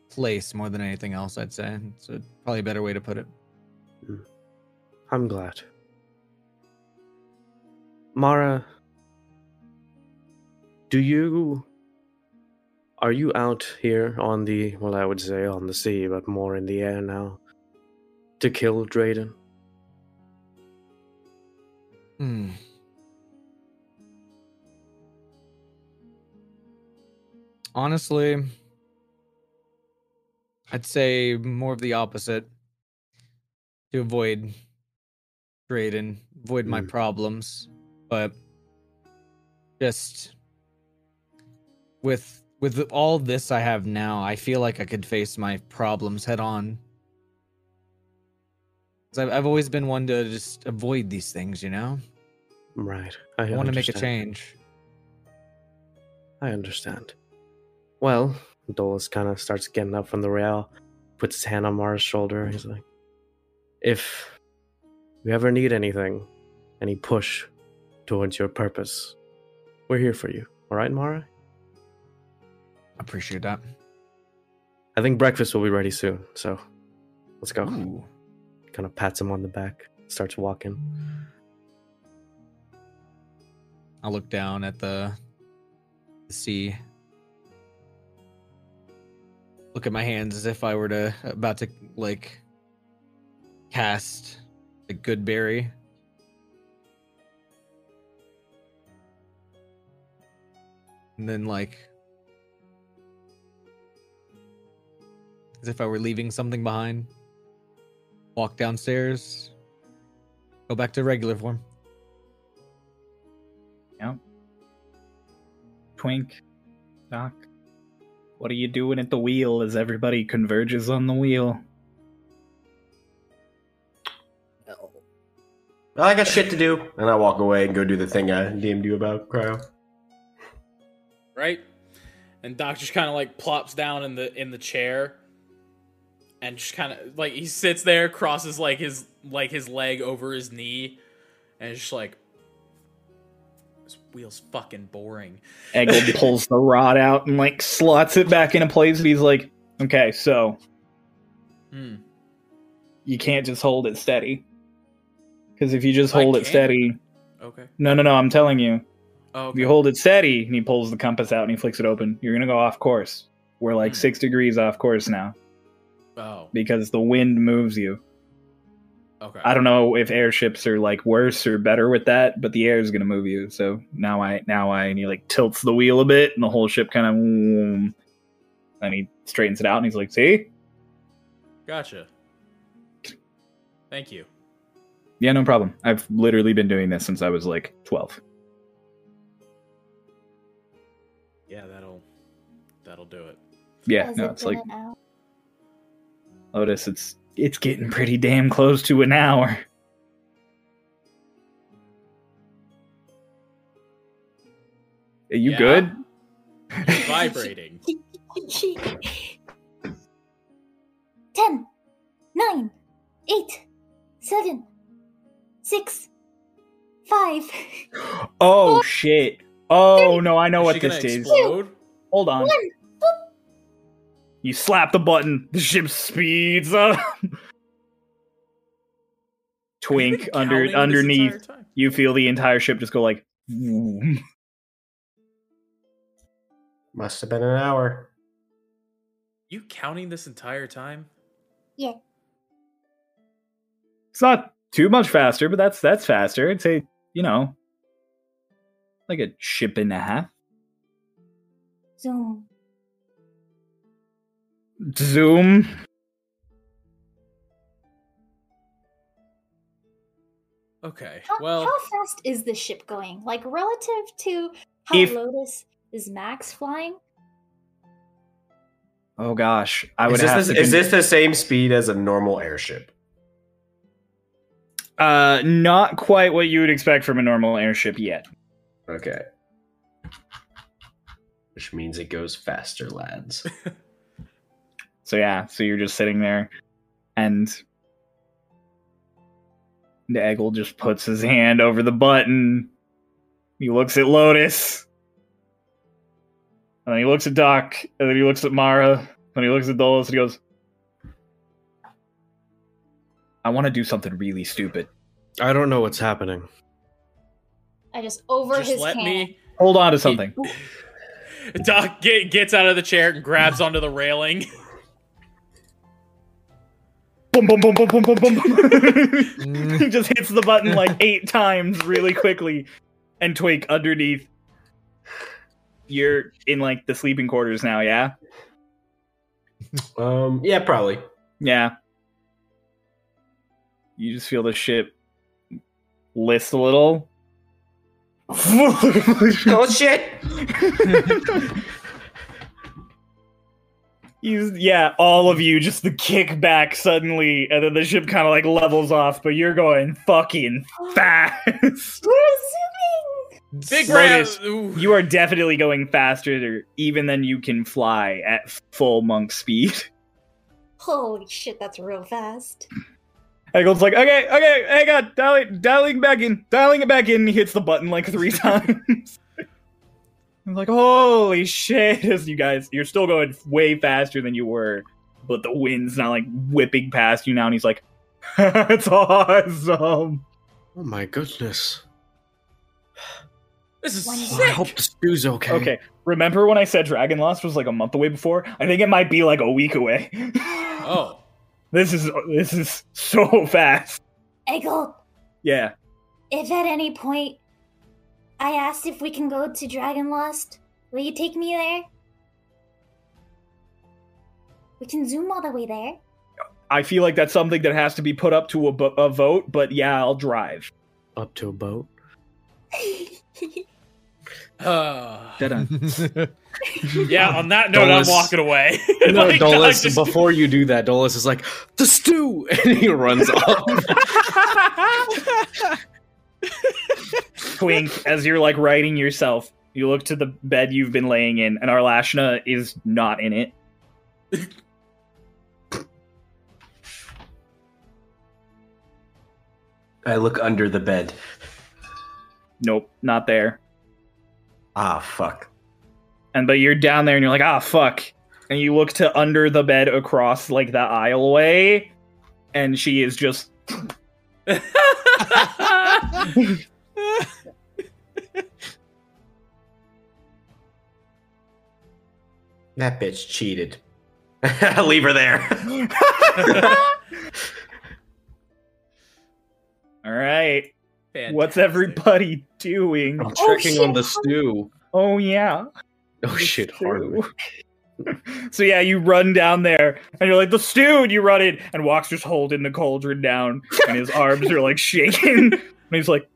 Speaker 4: place more than anything else, I'd say. It's a, probably a better way to put it.
Speaker 3: I'm glad. Mara, do you. Are you out here on the. Well, I would say on the sea, but more in the air now? To kill Drayden?
Speaker 4: Hmm. Honestly, I'd say more of the opposite to avoid Drayden, avoid my
Speaker 3: Hmm.
Speaker 4: problems, but just with with all this I have now, I feel like I could face my problems head on. 'Cause I've, I've always been one to just avoid these things, you know?
Speaker 7: Right. I,
Speaker 4: I want to make a
Speaker 7: understand.
Speaker 4: change.
Speaker 7: I understand. Well, Dolus kind of starts getting up from the rail, puts his hand on Mara's shoulder. He's like, If you ever need anything, any push towards your purpose, we're here for you. All right, Mara?
Speaker 4: Appreciate that.
Speaker 7: I think breakfast will be ready soon, so let's go.
Speaker 4: Ooh.
Speaker 7: Kind of pats him on the back, starts walking.
Speaker 4: I'll look down at the, the sea. Look at my hands as if I were to about to like cast the good berry. And then like as if I were leaving something behind. Walk downstairs. Go back to regular form.
Speaker 1: Twink, Doc, what are you doing at the wheel as everybody converges on the wheel?
Speaker 5: Well, I got shit to do, and I walk away and go do the thing I DM'd you about, Cryo.
Speaker 2: right? And Doc just kind of like plops down in the in the chair, and just kind of like he sits there, crosses like his like his leg over his knee, and it's just like this wheel's fucking boring.
Speaker 1: Eggle pulls the rod out and like slots it back into place. And he's like, "Okay, so
Speaker 2: Hmm.
Speaker 1: you can't just hold it steady, because if you just
Speaker 2: I
Speaker 1: hold it
Speaker 2: can't?
Speaker 1: steady,
Speaker 2: Okay.
Speaker 1: no, no, no, I'm telling you,
Speaker 2: Oh,
Speaker 1: if
Speaker 2: okay.
Speaker 1: you hold it steady." And he pulls the compass out and he flicks it open. You're gonna go off course. We're like
Speaker 2: Hmm.
Speaker 1: six degrees off course now
Speaker 2: oh,
Speaker 1: because the wind moves you.
Speaker 2: okay.
Speaker 1: I don't know if airships are like worse or better with that, but the air is gonna move you. So now I, now I, and he like tilts the wheel a bit, and the whole ship kind of, and he straightens it out, and he's like, "See."
Speaker 2: Gotcha. Thank you.
Speaker 1: Yeah, no problem. I've literally been doing this since I was like 12.
Speaker 2: Yeah, that'll that'll do it.
Speaker 1: Yeah,
Speaker 6: Has
Speaker 1: no,
Speaker 6: it
Speaker 1: it's
Speaker 6: been
Speaker 1: like
Speaker 6: an hour?
Speaker 1: Otis, it's it's getting pretty damn close to an hour. Are you
Speaker 2: Yeah.
Speaker 1: good?
Speaker 2: Vibrating.
Speaker 6: Ten, nine, eight, seven, six, five.
Speaker 1: Oh shit. Oh no, I know
Speaker 2: Is
Speaker 1: what
Speaker 2: she
Speaker 1: this
Speaker 2: gonna
Speaker 1: is.
Speaker 2: explode?
Speaker 1: Hold on.
Speaker 6: One.
Speaker 1: You slap the button, the ship speeds up. Twink
Speaker 2: Been counting
Speaker 1: under
Speaker 2: this
Speaker 1: underneath
Speaker 2: entire time?
Speaker 1: you feel the entire ship just go like vroom.
Speaker 5: Must have been an hour.
Speaker 2: You counting this entire time?
Speaker 1: it's not too much faster but that's that's faster i'd say you know like a ship and a half
Speaker 6: Zoom.
Speaker 1: zoom
Speaker 2: Okay.
Speaker 6: How,
Speaker 2: Well,
Speaker 6: how fast is the ship going? Like relative to how
Speaker 1: If-
Speaker 6: Lotus is Max flying?
Speaker 1: oh gosh i would
Speaker 5: Is this,
Speaker 1: have
Speaker 5: the,
Speaker 1: to
Speaker 5: is
Speaker 1: con-
Speaker 5: this the same speed as a normal airship?
Speaker 1: uh not quite what you would expect from a normal airship yet
Speaker 5: Okay. Which means it goes faster, lads.
Speaker 1: so yeah so you're just sitting there and the eggle just puts his hand over the button he looks at lotus and then he looks at doc and then he looks at mara then he looks at dolus and he goes i want to do something really stupid
Speaker 7: I don't know what's happening.
Speaker 6: I just over
Speaker 2: just
Speaker 6: his
Speaker 2: let
Speaker 6: hand.
Speaker 2: me.
Speaker 1: hold on to something
Speaker 2: Doc get, gets out of the chair and grabs onto the railing.
Speaker 1: boom boom boom boom boom boom boom he just hits the button like eight times really quickly and twink underneath you're in like the sleeping quarters now yeah
Speaker 5: Um, yeah, probably.
Speaker 1: yeah you just feel the ship list a little
Speaker 5: Oh shit!
Speaker 1: He's yeah, all of you just the kickback suddenly, and then the ship kind of like levels off, but you're going fucking fast.
Speaker 6: We're zooming!
Speaker 2: Big
Speaker 1: Lotus,
Speaker 2: round. Ooh.
Speaker 1: You are definitely going faster even than you can fly at full monk speed.
Speaker 6: Holy shit, that's real fast.
Speaker 1: Eggle's like, okay, okay, hang on, dialing, dialing back in, dialing it back in. He hits the button like three times. I'm like, holy shit! As you guys, you're still going way faster than you were, but the wind's not like whipping past you now. And he's like, it's awesome.
Speaker 3: Oh my goodness.
Speaker 2: This is
Speaker 6: One
Speaker 2: sick.
Speaker 6: more.
Speaker 3: I hope the stew's okay.
Speaker 1: Okay, remember when I said Dragon Lost was like a month away before? I think it might be like a week away.
Speaker 2: Oh,
Speaker 1: this is this is so fast.
Speaker 6: Eggle,
Speaker 1: Yeah.
Speaker 6: if at any point I asked if we can go to Dragonlust, will you take me there? We can zoom all the way there.
Speaker 1: I feel like that's something that has to be put up to a, bo- a vote, but yeah, I'll drive.
Speaker 7: Up to a boat.
Speaker 2: Uh,
Speaker 4: no,
Speaker 2: yeah. On that note,
Speaker 3: Dollars.
Speaker 2: I'm walking away.
Speaker 1: Oh
Speaker 3: No,
Speaker 2: Like,
Speaker 3: Dolus,
Speaker 2: I just-
Speaker 3: before you do that, Dolus is like, the stew! And he runs off.
Speaker 1: Twink, as you're like riding yourself, you look to the bed you've been laying in, and Arlashna is not in it.
Speaker 5: I look under the bed.
Speaker 1: Nope, not there.
Speaker 5: Ah, fuck.
Speaker 1: And but you're down there, and you're like, ah, fuck. And you look to under the bed across like the aisleway, and she is just
Speaker 5: That bitch cheated. Leave her there.
Speaker 1: all right. What's everybody doing?
Speaker 8: Oh.
Speaker 3: I'm checking
Speaker 6: shit.
Speaker 3: on the stew.
Speaker 1: Oh yeah.
Speaker 3: Oh
Speaker 1: The
Speaker 3: shit,
Speaker 1: stew.
Speaker 3: Harley.
Speaker 1: so yeah, you run down there, and you're like the stew, and you run in, and Walk's just holding the cauldron down, and his arms are like shaking, and he's like,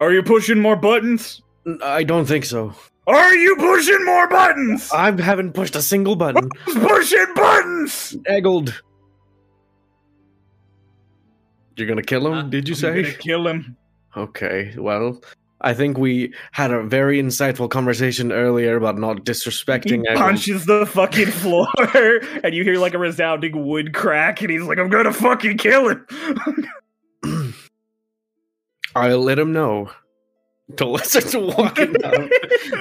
Speaker 1: "Are you pushing more buttons?
Speaker 7: I don't think so.
Speaker 1: Are you pushing more buttons?
Speaker 3: Uh,
Speaker 7: I haven't pushed a single button.
Speaker 1: Who's pushing buttons?
Speaker 7: Eggled. You're gonna kill him,
Speaker 2: Uh,
Speaker 7: did you
Speaker 1: I'm
Speaker 7: say?
Speaker 1: gonna kill him.
Speaker 7: Okay, well, I think we had a very insightful conversation earlier about not
Speaker 1: He
Speaker 7: disrespecting Eggled.
Speaker 1: punches the fucking floor, and you hear like a resounding wood crack, and he's like, "I'm gonna fucking kill him."
Speaker 7: I'll let him know. The lizard's walking down.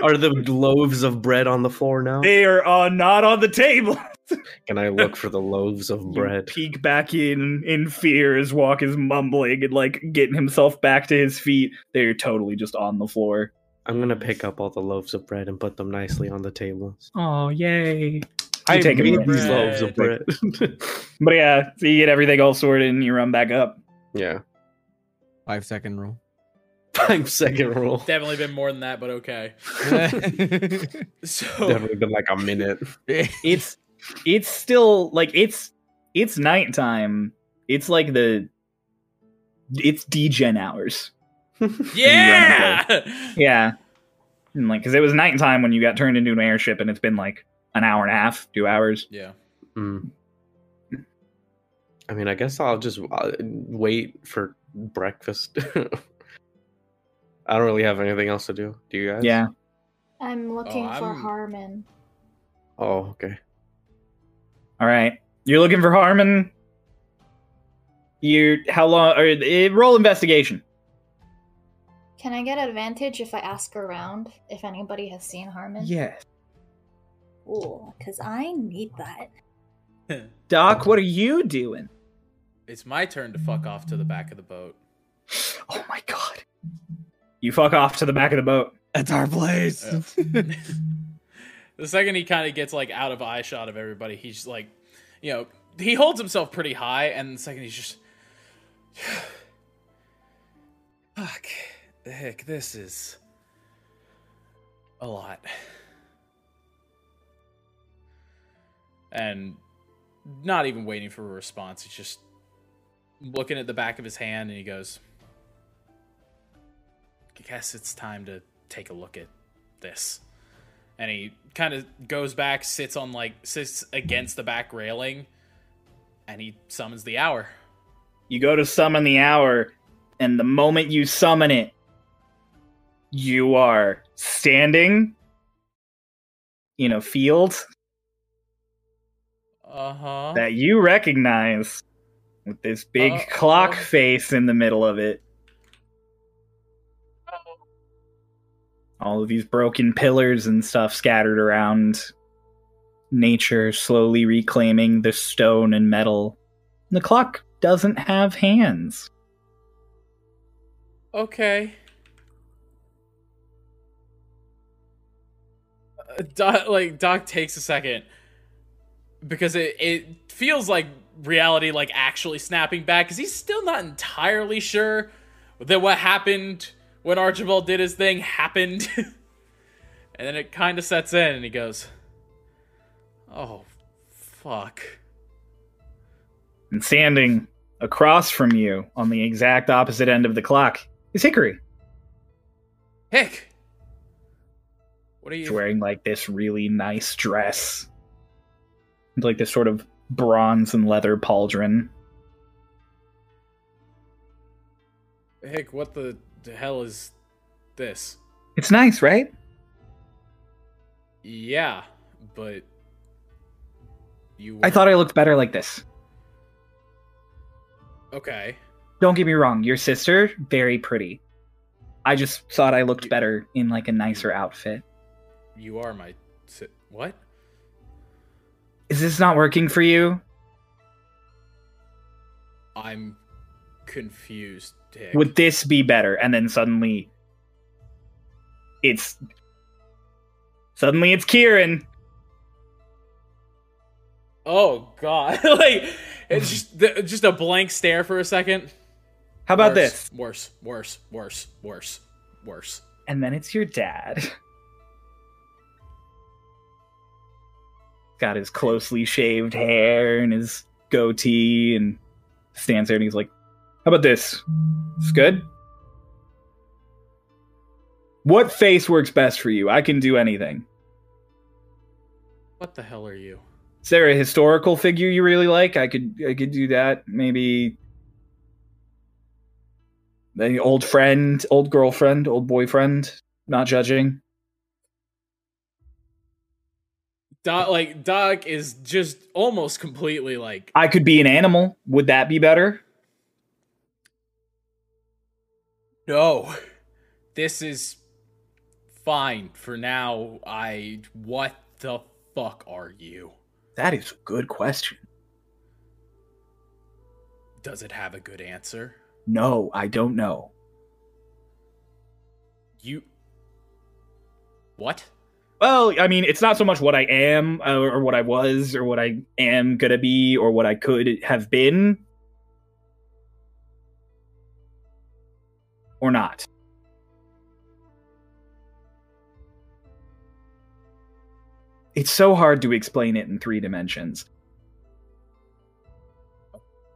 Speaker 7: Are the loaves of bread on the floor now?
Speaker 1: they are uh, not on the table.
Speaker 7: Can I look for the loaves of bread?
Speaker 1: You peek back in in fear as Walk is mumbling and like getting himself back to his feet. They're totally just on the floor.
Speaker 7: I'm gonna pick up all the loaves of bread and put them nicely on the table.
Speaker 1: Oh yay!
Speaker 7: I
Speaker 1: take a
Speaker 7: need
Speaker 1: bread.
Speaker 7: these loaves of bread.
Speaker 1: But yeah, so you get everything all sorted and you run back up.
Speaker 7: yeah,
Speaker 4: Five second rule.
Speaker 7: five second rule.
Speaker 2: Definitely been more than that, but okay. So
Speaker 7: Definitely been like a minute.
Speaker 1: It's it's still like it's it's nighttime. It's like the it's degen hours.
Speaker 2: yeah.
Speaker 1: Yeah, and like because it was nighttime when you got turned into an airship, and it's been like an hour and a half, two hours.
Speaker 2: Yeah.
Speaker 7: Mm. I mean, I guess I'll just uh, wait for breakfast. I don't really have anything else to do. Do you guys?
Speaker 1: Yeah.
Speaker 6: I'm looking
Speaker 2: Oh,
Speaker 6: for
Speaker 2: I'm-
Speaker 6: Harmon.
Speaker 7: Oh, okay.
Speaker 1: All right, you're looking for Harmon. You how long? Or eh, roll investigation.
Speaker 6: Can I get advantage if I ask around if anybody has seen Harmon?
Speaker 1: Yes.
Speaker 6: Ooh, because I need that.
Speaker 1: Doc, what are you doing?
Speaker 2: It's my turn to fuck off to the back of the boat.
Speaker 1: Oh my god. You fuck off to the back of the boat.
Speaker 4: That's our place.
Speaker 2: the second he kind of gets like out of eye shot of everybody, he's just, like, you know, he holds himself pretty high, and the second he's just, fuck, the heck, this is a lot. And not even waiting for a response, he's just looking at the back of his hand, and he goes, "I guess it's time to take a look at this." and he kind of goes back, sits on like sits against the back railing, and he summons the hour.
Speaker 1: You go to summon the hour, and the moment you summon it, you are standing in a field
Speaker 2: Uh huh.
Speaker 1: that you recognize with this big
Speaker 2: Uh,
Speaker 1: clock
Speaker 2: oh.
Speaker 1: face in the middle of it.
Speaker 2: Oh.
Speaker 1: All of these broken pillars and stuff scattered around. Nature slowly reclaiming the stone and metal. The clock doesn't have hands.
Speaker 2: Okay. Uh, Doc, like Doc takes a second because it it feels like reality like actually snapping back because he's still not entirely sure that what happened when Archibald did his thing happened, and then it kind of sets in and he goes, "Oh, fuck."
Speaker 1: And standing across from you on the exact opposite end of the clock is Hickory.
Speaker 2: Hick, what are
Speaker 1: She's
Speaker 2: you?
Speaker 1: wearing like this really nice dress. It's like this sort of bronze and leather pauldron.
Speaker 2: Hick, what the, the hell is this?
Speaker 1: It's nice, right?
Speaker 2: Yeah, but you.
Speaker 1: I
Speaker 2: were-
Speaker 1: thought I looked better like this.
Speaker 2: Okay.
Speaker 1: Don't get me wrong, your sister, very pretty. I just thought I looked better in like a nicer outfit.
Speaker 2: You are my. Si- what?
Speaker 1: Is this not working for you?
Speaker 2: I'm confused. Hick.
Speaker 1: Would this be better? And then suddenly it's suddenly it's Kieran.
Speaker 2: oh God! like it's just the, just a blank stare for a second.
Speaker 1: How about
Speaker 2: Worse,
Speaker 1: this?
Speaker 2: Worse, worse, worse, worse, worse.
Speaker 1: And then it's your dad. Got his closely shaved hair and his goatee and stands there and he's like, How about this? It's good? What face works best for you? I can do anything.
Speaker 2: What the hell are you?
Speaker 1: Is there a historical figure you really like? I could I could do that. Maybe an old friend, old girlfriend, old boyfriend, not judging.
Speaker 2: Doc, like Doc is just almost completely like
Speaker 1: I could be an animal. Would that be better?
Speaker 2: No. This is fine for now. I. What the fuck are you?
Speaker 1: That is a good question.
Speaker 2: Does it have a good answer?
Speaker 1: No, I don't know.
Speaker 2: You. What?
Speaker 1: Well, I mean, it's not so much what I am uh, or what I was or what I am going to be or what I could have been or not. It's so hard to explain it in three dimensions.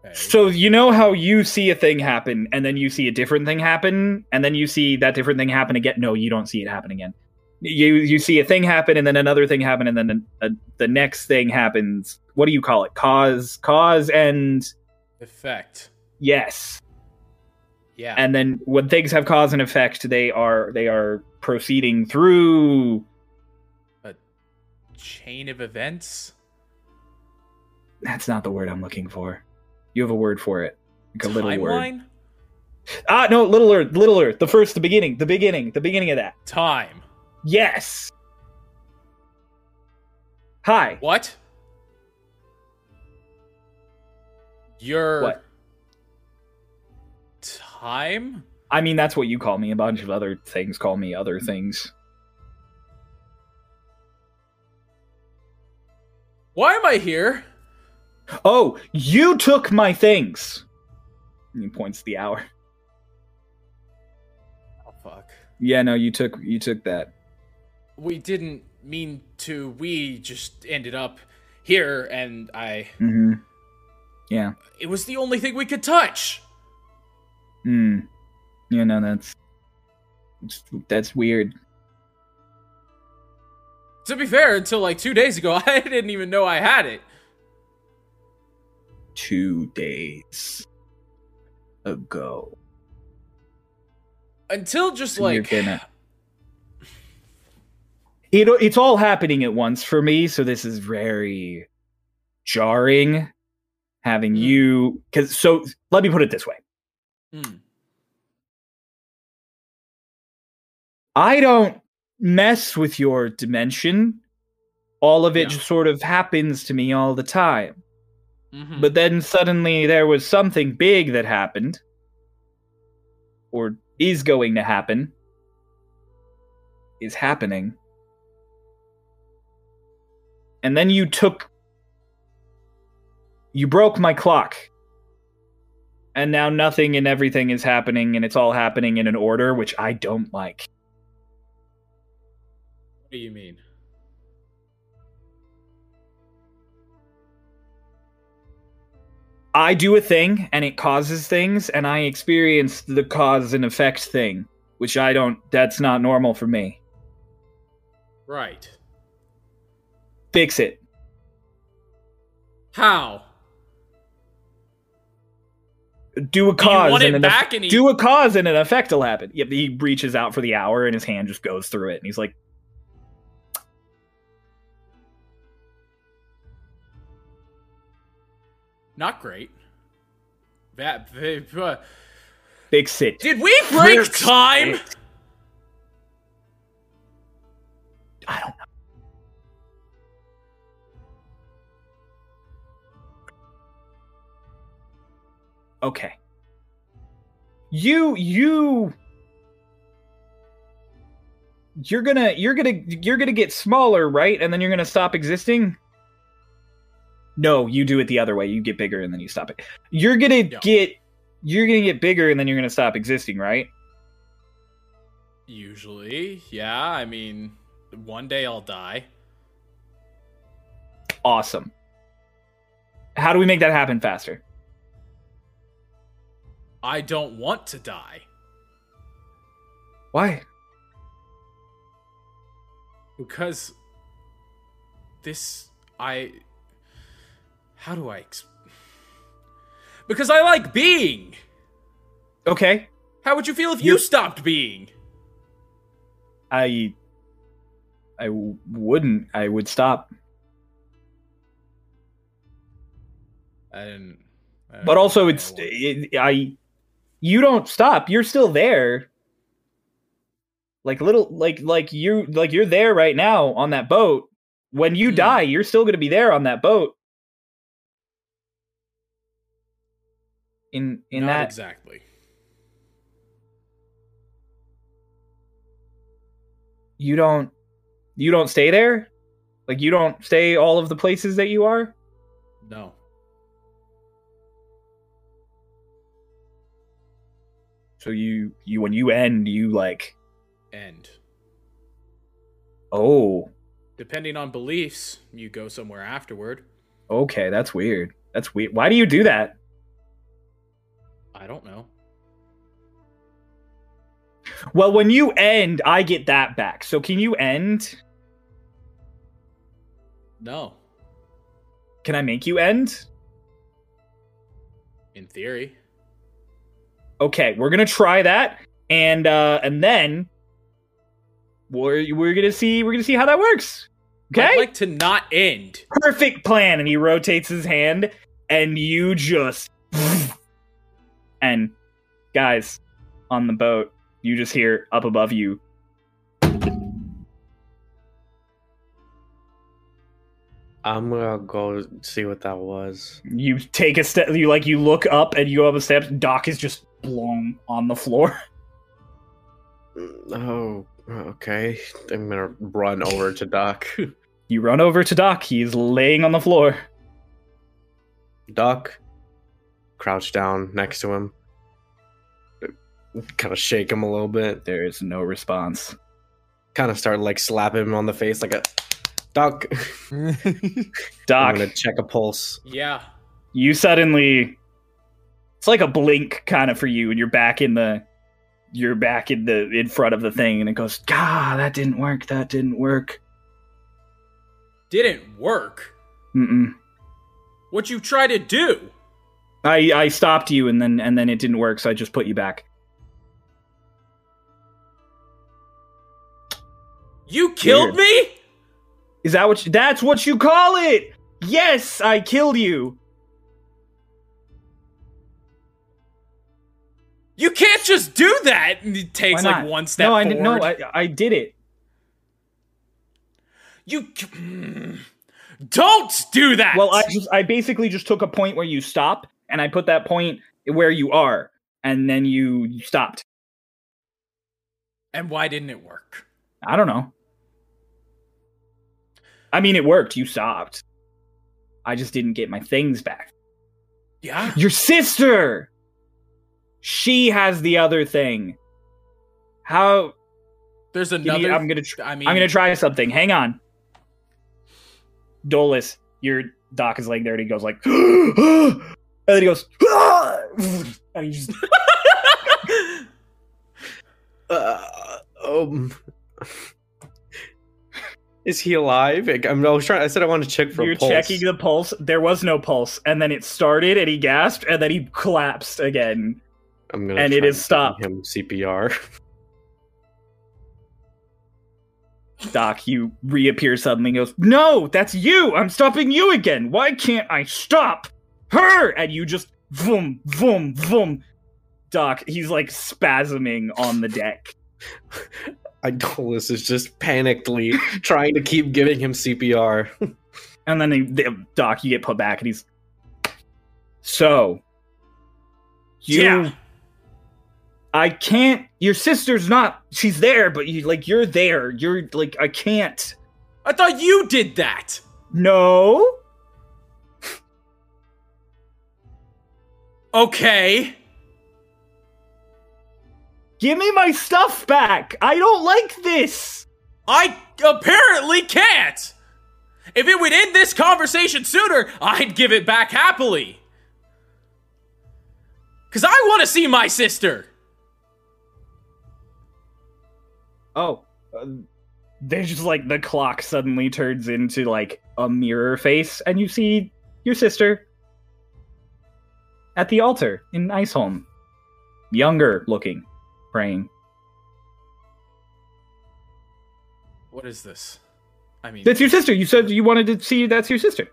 Speaker 2: Hey.
Speaker 1: So you know how you see a thing happen, and then you see a different thing happen, and then you see that different thing happen again. No, you don't see it happen again. You you see a thing happen, and then another thing happen, and then a, the next thing happens. What do you call it? Cause, cause, and
Speaker 2: Effect.
Speaker 1: yes,
Speaker 2: Yeah.
Speaker 1: and then when things have cause and effect, they are they are proceeding through
Speaker 2: Chain of events?
Speaker 1: that's not the word I'm looking for. You have a word for it. Like a little word.
Speaker 2: Timeline?
Speaker 1: Ah, no, littler, littler. The first, the beginning, the beginning, the beginning of that.
Speaker 2: Time.
Speaker 1: Yes. Hi.
Speaker 2: What? Your.
Speaker 1: What?
Speaker 2: Time?
Speaker 1: I mean, that's what you call me. A bunch of other things call me other things.
Speaker 2: Why am I here?
Speaker 1: Oh, you took my things. And He points to the hour.
Speaker 2: Oh, fuck.
Speaker 1: Yeah, no, you took you took that.
Speaker 2: we didn't mean to we just ended up here and i
Speaker 1: Mm-hmm.
Speaker 2: it was the only thing we could touch
Speaker 1: Hmm. Yeah, no, that's that's weird.
Speaker 2: To be fair, until like two days ago, I didn't even know I had it.
Speaker 1: Two days ago.
Speaker 2: Until just
Speaker 1: And you're
Speaker 2: like
Speaker 1: gonna- It, it's all happening at once for me, so this is very jarring having you. Because so let me put it this way:
Speaker 2: Hmm.
Speaker 1: I don't mess with your dimension. All of it
Speaker 2: Yeah.
Speaker 1: just sort of happens to me all the time.
Speaker 2: Mhm.
Speaker 1: But then suddenly there was something big that happened, or is going to happen, is happening. And then you took. You broke my clock. And now nothing and everything is happening, and it's all happening in an order, which I don't like.
Speaker 2: what do you mean?
Speaker 1: I do a thing and it causes things, and I experience the cause and effect thing, which I don't, that's not normal for me.
Speaker 2: Right.
Speaker 1: Fix it.
Speaker 2: How?
Speaker 1: Do a cause.
Speaker 2: want
Speaker 1: and
Speaker 2: it
Speaker 1: an eff-
Speaker 2: back and he-
Speaker 1: Do a cause and an effect will happen. Yep, he reaches out for the hour and his hand just goes through it, and he's like,
Speaker 2: Not great. That uh,
Speaker 1: fix it.
Speaker 2: did we break
Speaker 1: Fix
Speaker 2: time?
Speaker 1: it. I don't know. Okay. You you you're going to you're going to you're going to get smaller, right? And then you're going to stop existing? No, you do it the other way. You get bigger and then you stop it. You're going to
Speaker 2: No.
Speaker 1: get you're going to get bigger and then you're going to stop existing, right?
Speaker 2: Usually, yeah. I mean, one day I'll die.
Speaker 1: Awesome. How do we make that happen faster?
Speaker 2: I don't want to die
Speaker 1: Why?
Speaker 2: because this I how do I ex- Because I like being.
Speaker 1: Okay.
Speaker 2: How would you feel if you
Speaker 1: You're-
Speaker 2: stopped being?
Speaker 1: I I w- wouldn't. I would stop.
Speaker 2: I didn't. I don't
Speaker 1: But
Speaker 2: know
Speaker 1: also
Speaker 2: why I
Speaker 1: it's
Speaker 2: want-
Speaker 1: it, I you don't stop. You're still there. Like little like like you like you're there right now on that boat. When you
Speaker 2: Hmm.
Speaker 1: die, you're still going to be there on that boat. In in
Speaker 2: Not
Speaker 1: that
Speaker 2: exactly.
Speaker 1: you don't you don't stay there? Like you don't stay all of the places that you are?
Speaker 2: No.
Speaker 1: So you you when you end, you like,
Speaker 2: And
Speaker 1: oh,
Speaker 2: depending on beliefs, you go somewhere afterward.
Speaker 1: okay, that's weird. That's weird. Why do you do that?
Speaker 2: I don't know.
Speaker 1: Well, when you end, I get that back. So can you end?
Speaker 2: No.
Speaker 1: Can I make you end?
Speaker 2: In theory.
Speaker 1: Okay, we're gonna try that, and uh and then we're we're gonna see we're gonna see how that works. Okay,
Speaker 2: I'd like to not end.
Speaker 1: perfect plan. And he rotates his hand, and you just and guys on the boat, you just hear up above you
Speaker 7: I'm gonna go see what that was.
Speaker 1: You take a step. You like you look up and you go up a step. Doc is just blown on the floor.
Speaker 7: Mm, Oh, okay. I'm gonna run over to Doc.
Speaker 1: You run over to Doc. He is laying on the floor.
Speaker 7: Doc, crouch down next to him. Kind of shake him a little bit.
Speaker 1: There is no response.
Speaker 7: Kind of start like slap him on the face like a Doc. I'm
Speaker 1: Doc,
Speaker 7: gonna check a pulse.
Speaker 2: Yeah.
Speaker 1: you suddenly. It's like a blink kind of for you, and you're back in the. You're back in the in front of the thing, and it goes. God, that didn't work. That didn't work.
Speaker 2: didn't work.
Speaker 1: Mm-mm.
Speaker 2: What you try to do?
Speaker 1: I I stopped you and then and then it didn't work, so I just put you back.
Speaker 2: You killed me?
Speaker 1: Is that what? You, that's what you call it? Yes, I killed you.
Speaker 2: You can't just do that. And he takes
Speaker 1: Why
Speaker 2: like
Speaker 1: not?
Speaker 2: one step
Speaker 1: No, I
Speaker 2: forward.
Speaker 1: didn't- no, I I did it.
Speaker 2: You c- don't do that.
Speaker 1: Well, I just I basically just took a point where you stop, and I put that point where you are, and then you you stopped.
Speaker 2: and why didn't it work?
Speaker 1: I don't know. I mean, it worked. You stopped. I just didn't get my things back.
Speaker 2: Yeah.
Speaker 1: Your sister. She has the other thing. How?
Speaker 2: There's
Speaker 1: give me-
Speaker 2: another.
Speaker 1: I'm gonna. Tr-
Speaker 2: I mean,
Speaker 1: I'm gonna try something. Hang on. Dolus, your doc is laying there and he goes like and then he goes and he just
Speaker 3: Uh, um, is he alive? Like, I'm, I was trying. I said I want to check for
Speaker 1: you're
Speaker 3: a pulse.
Speaker 1: checking the pulse. There was no pulse. And then it started and he gasped and then he collapsed again.
Speaker 3: I'm gonna
Speaker 1: and it
Speaker 3: try
Speaker 1: is
Speaker 3: giving
Speaker 1: stopped.
Speaker 3: Him CPR.
Speaker 1: Doc, you reappear suddenly and goes, No, that's you! I'm stopping you again! Why can't I stop her? And you just vroom, vroom, vroom. Doc, he's like spasming on the deck.
Speaker 3: Idolus is just panically trying to keep giving him CPR.
Speaker 1: And then they, they, Doc, you get put back, and he's so. You,
Speaker 2: Yeah.
Speaker 1: I can't. Your sister's not. She's there, but you like you're there. You're like I can't.
Speaker 2: I thought you did that.
Speaker 1: No.
Speaker 2: Okay.
Speaker 1: Give me my stuff back. I don't like this.
Speaker 2: I apparently can't. If it would end this conversation sooner, I'd give it back happily. Cause I want to see my sister.
Speaker 1: Oh. uh, There's just like the clock suddenly turns into like a mirror face, and you see your sister at the altar in Iceholm. Younger looking, praying.
Speaker 2: What is this? I mean,
Speaker 1: That's your sister. You said you wanted to see that's your sister.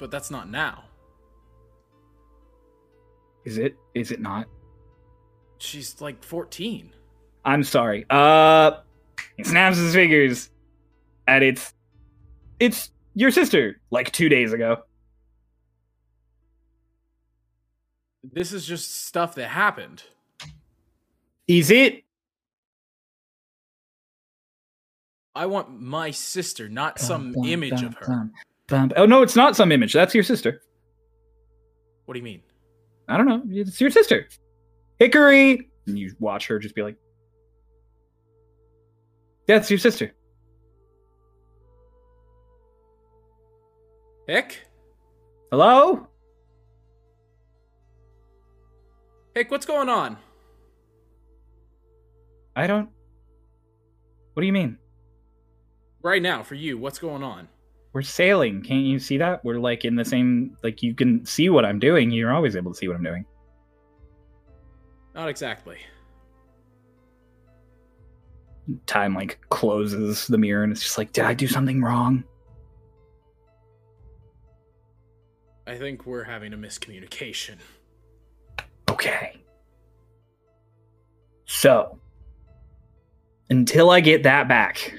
Speaker 2: but that's not now.
Speaker 1: Is it? Is it not?
Speaker 2: She's like 14.
Speaker 1: I'm sorry. Uh he snaps his fingers and it's it's your sister, like two days ago.
Speaker 2: This is just stuff that happened.
Speaker 1: Is it?
Speaker 2: I want my sister, not some
Speaker 1: Dum, dum,
Speaker 2: image
Speaker 1: dum,
Speaker 2: of her.
Speaker 1: dum, dum. Oh no, it's not some image. That's your sister.
Speaker 2: What do you mean?
Speaker 1: I don't know. It's your sister. Hickory. And you watch her just be like That's your sister.
Speaker 2: Hick?
Speaker 1: Hello?
Speaker 2: Hick, what's going on?
Speaker 1: I don't What do you mean?
Speaker 2: Right now, for you, what's going on?
Speaker 1: we're sailing. Can't you see that? We're like in the same like you can see what I'm doing. You're always able to see what I'm doing.
Speaker 2: Not exactly.
Speaker 1: Time like closes the mirror and it's just like, did I do something wrong?
Speaker 2: I think we're having a miscommunication.
Speaker 1: Okay. So, until I get that back,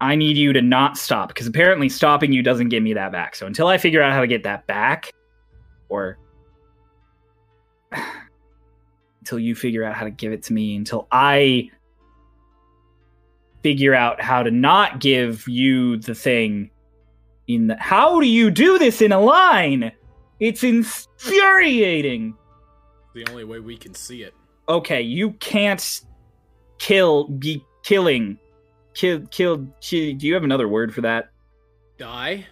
Speaker 1: I need you to not stop because apparently stopping you doesn't give me that back. So, until I figure out how to get that back, or until you figure out how to give it to me, until I figure out how to not give you the thing in the. How do you do this in a line? It's infuriating!
Speaker 2: The only way we can see it.
Speaker 1: okay, you can't kill be killing kill kill ki- do you have another word for that?
Speaker 2: Die?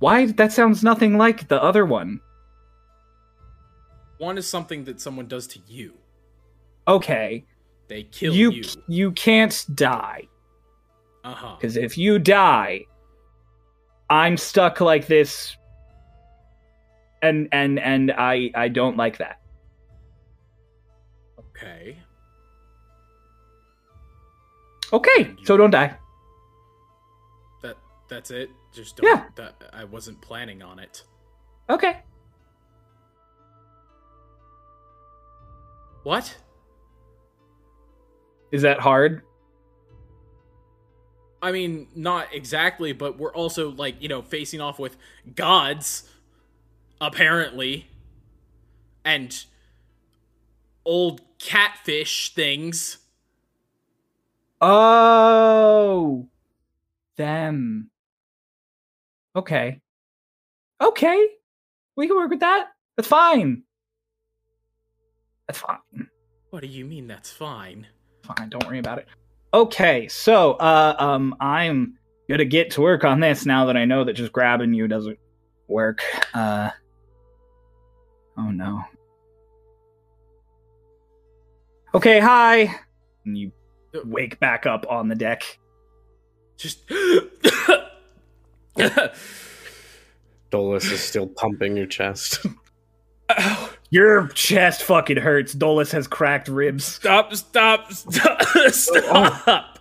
Speaker 1: Why that sounds nothing like the other one.
Speaker 2: One is something that someone does to you.
Speaker 1: Okay.
Speaker 2: They kill
Speaker 1: you
Speaker 2: you.
Speaker 1: you can't die.
Speaker 2: Uh huh.
Speaker 1: Because if you die, I'm stuck like this, and and and I I don't like that.
Speaker 2: Okay.
Speaker 1: Okay, so don't die.
Speaker 2: That that's it. Just don't,
Speaker 1: Yeah.
Speaker 2: That, I wasn't planning on it.
Speaker 1: Okay,
Speaker 2: What?
Speaker 1: is that hard?
Speaker 2: I mean, not exactly, but we're also like you know facing off with gods, apparently, and old catfish things.
Speaker 1: Oh, them. Okay, okay, we can work with that. That's fine. That's fine.
Speaker 2: What do you mean that's fine?
Speaker 1: Fine, don't worry about it. Okay, so uh, um, I'm gonna get to work on this now that I know that just grabbing you doesn't work. Uh, oh no. Okay, hi. And you wake back up on the deck.
Speaker 2: Just
Speaker 3: Dolus is still pumping your chest.
Speaker 1: Your chest fucking hurts. Dolus has cracked ribs.
Speaker 2: stop, stop, stop, stop.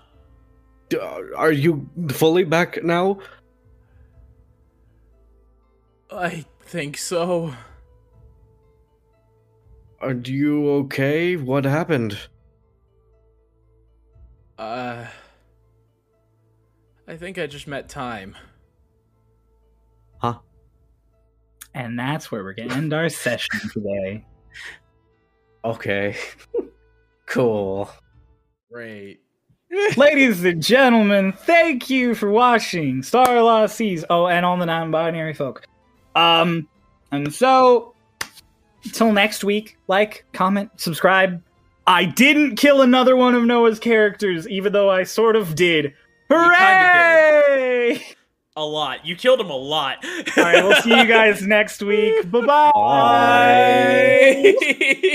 Speaker 3: D- Are you fully back now?
Speaker 2: I think so.
Speaker 3: Are you okay? What happened?
Speaker 2: Uh, I think I just met time.
Speaker 1: And that's where we're gonna end our session today.
Speaker 3: Okay. cool.
Speaker 2: Great.
Speaker 1: Ladies and gentlemen, thank you for watching Star Lost Seas. Oh, and all the non-binary folk. Um, and so till next week, like, comment, subscribe. I didn't kill another one of Noah's characters, even though I sort of did.
Speaker 2: kinda
Speaker 1: Hooray!
Speaker 2: A lot. You killed him a lot.
Speaker 1: all right, we'll see you guys next week. Bye-bye.
Speaker 2: Bye.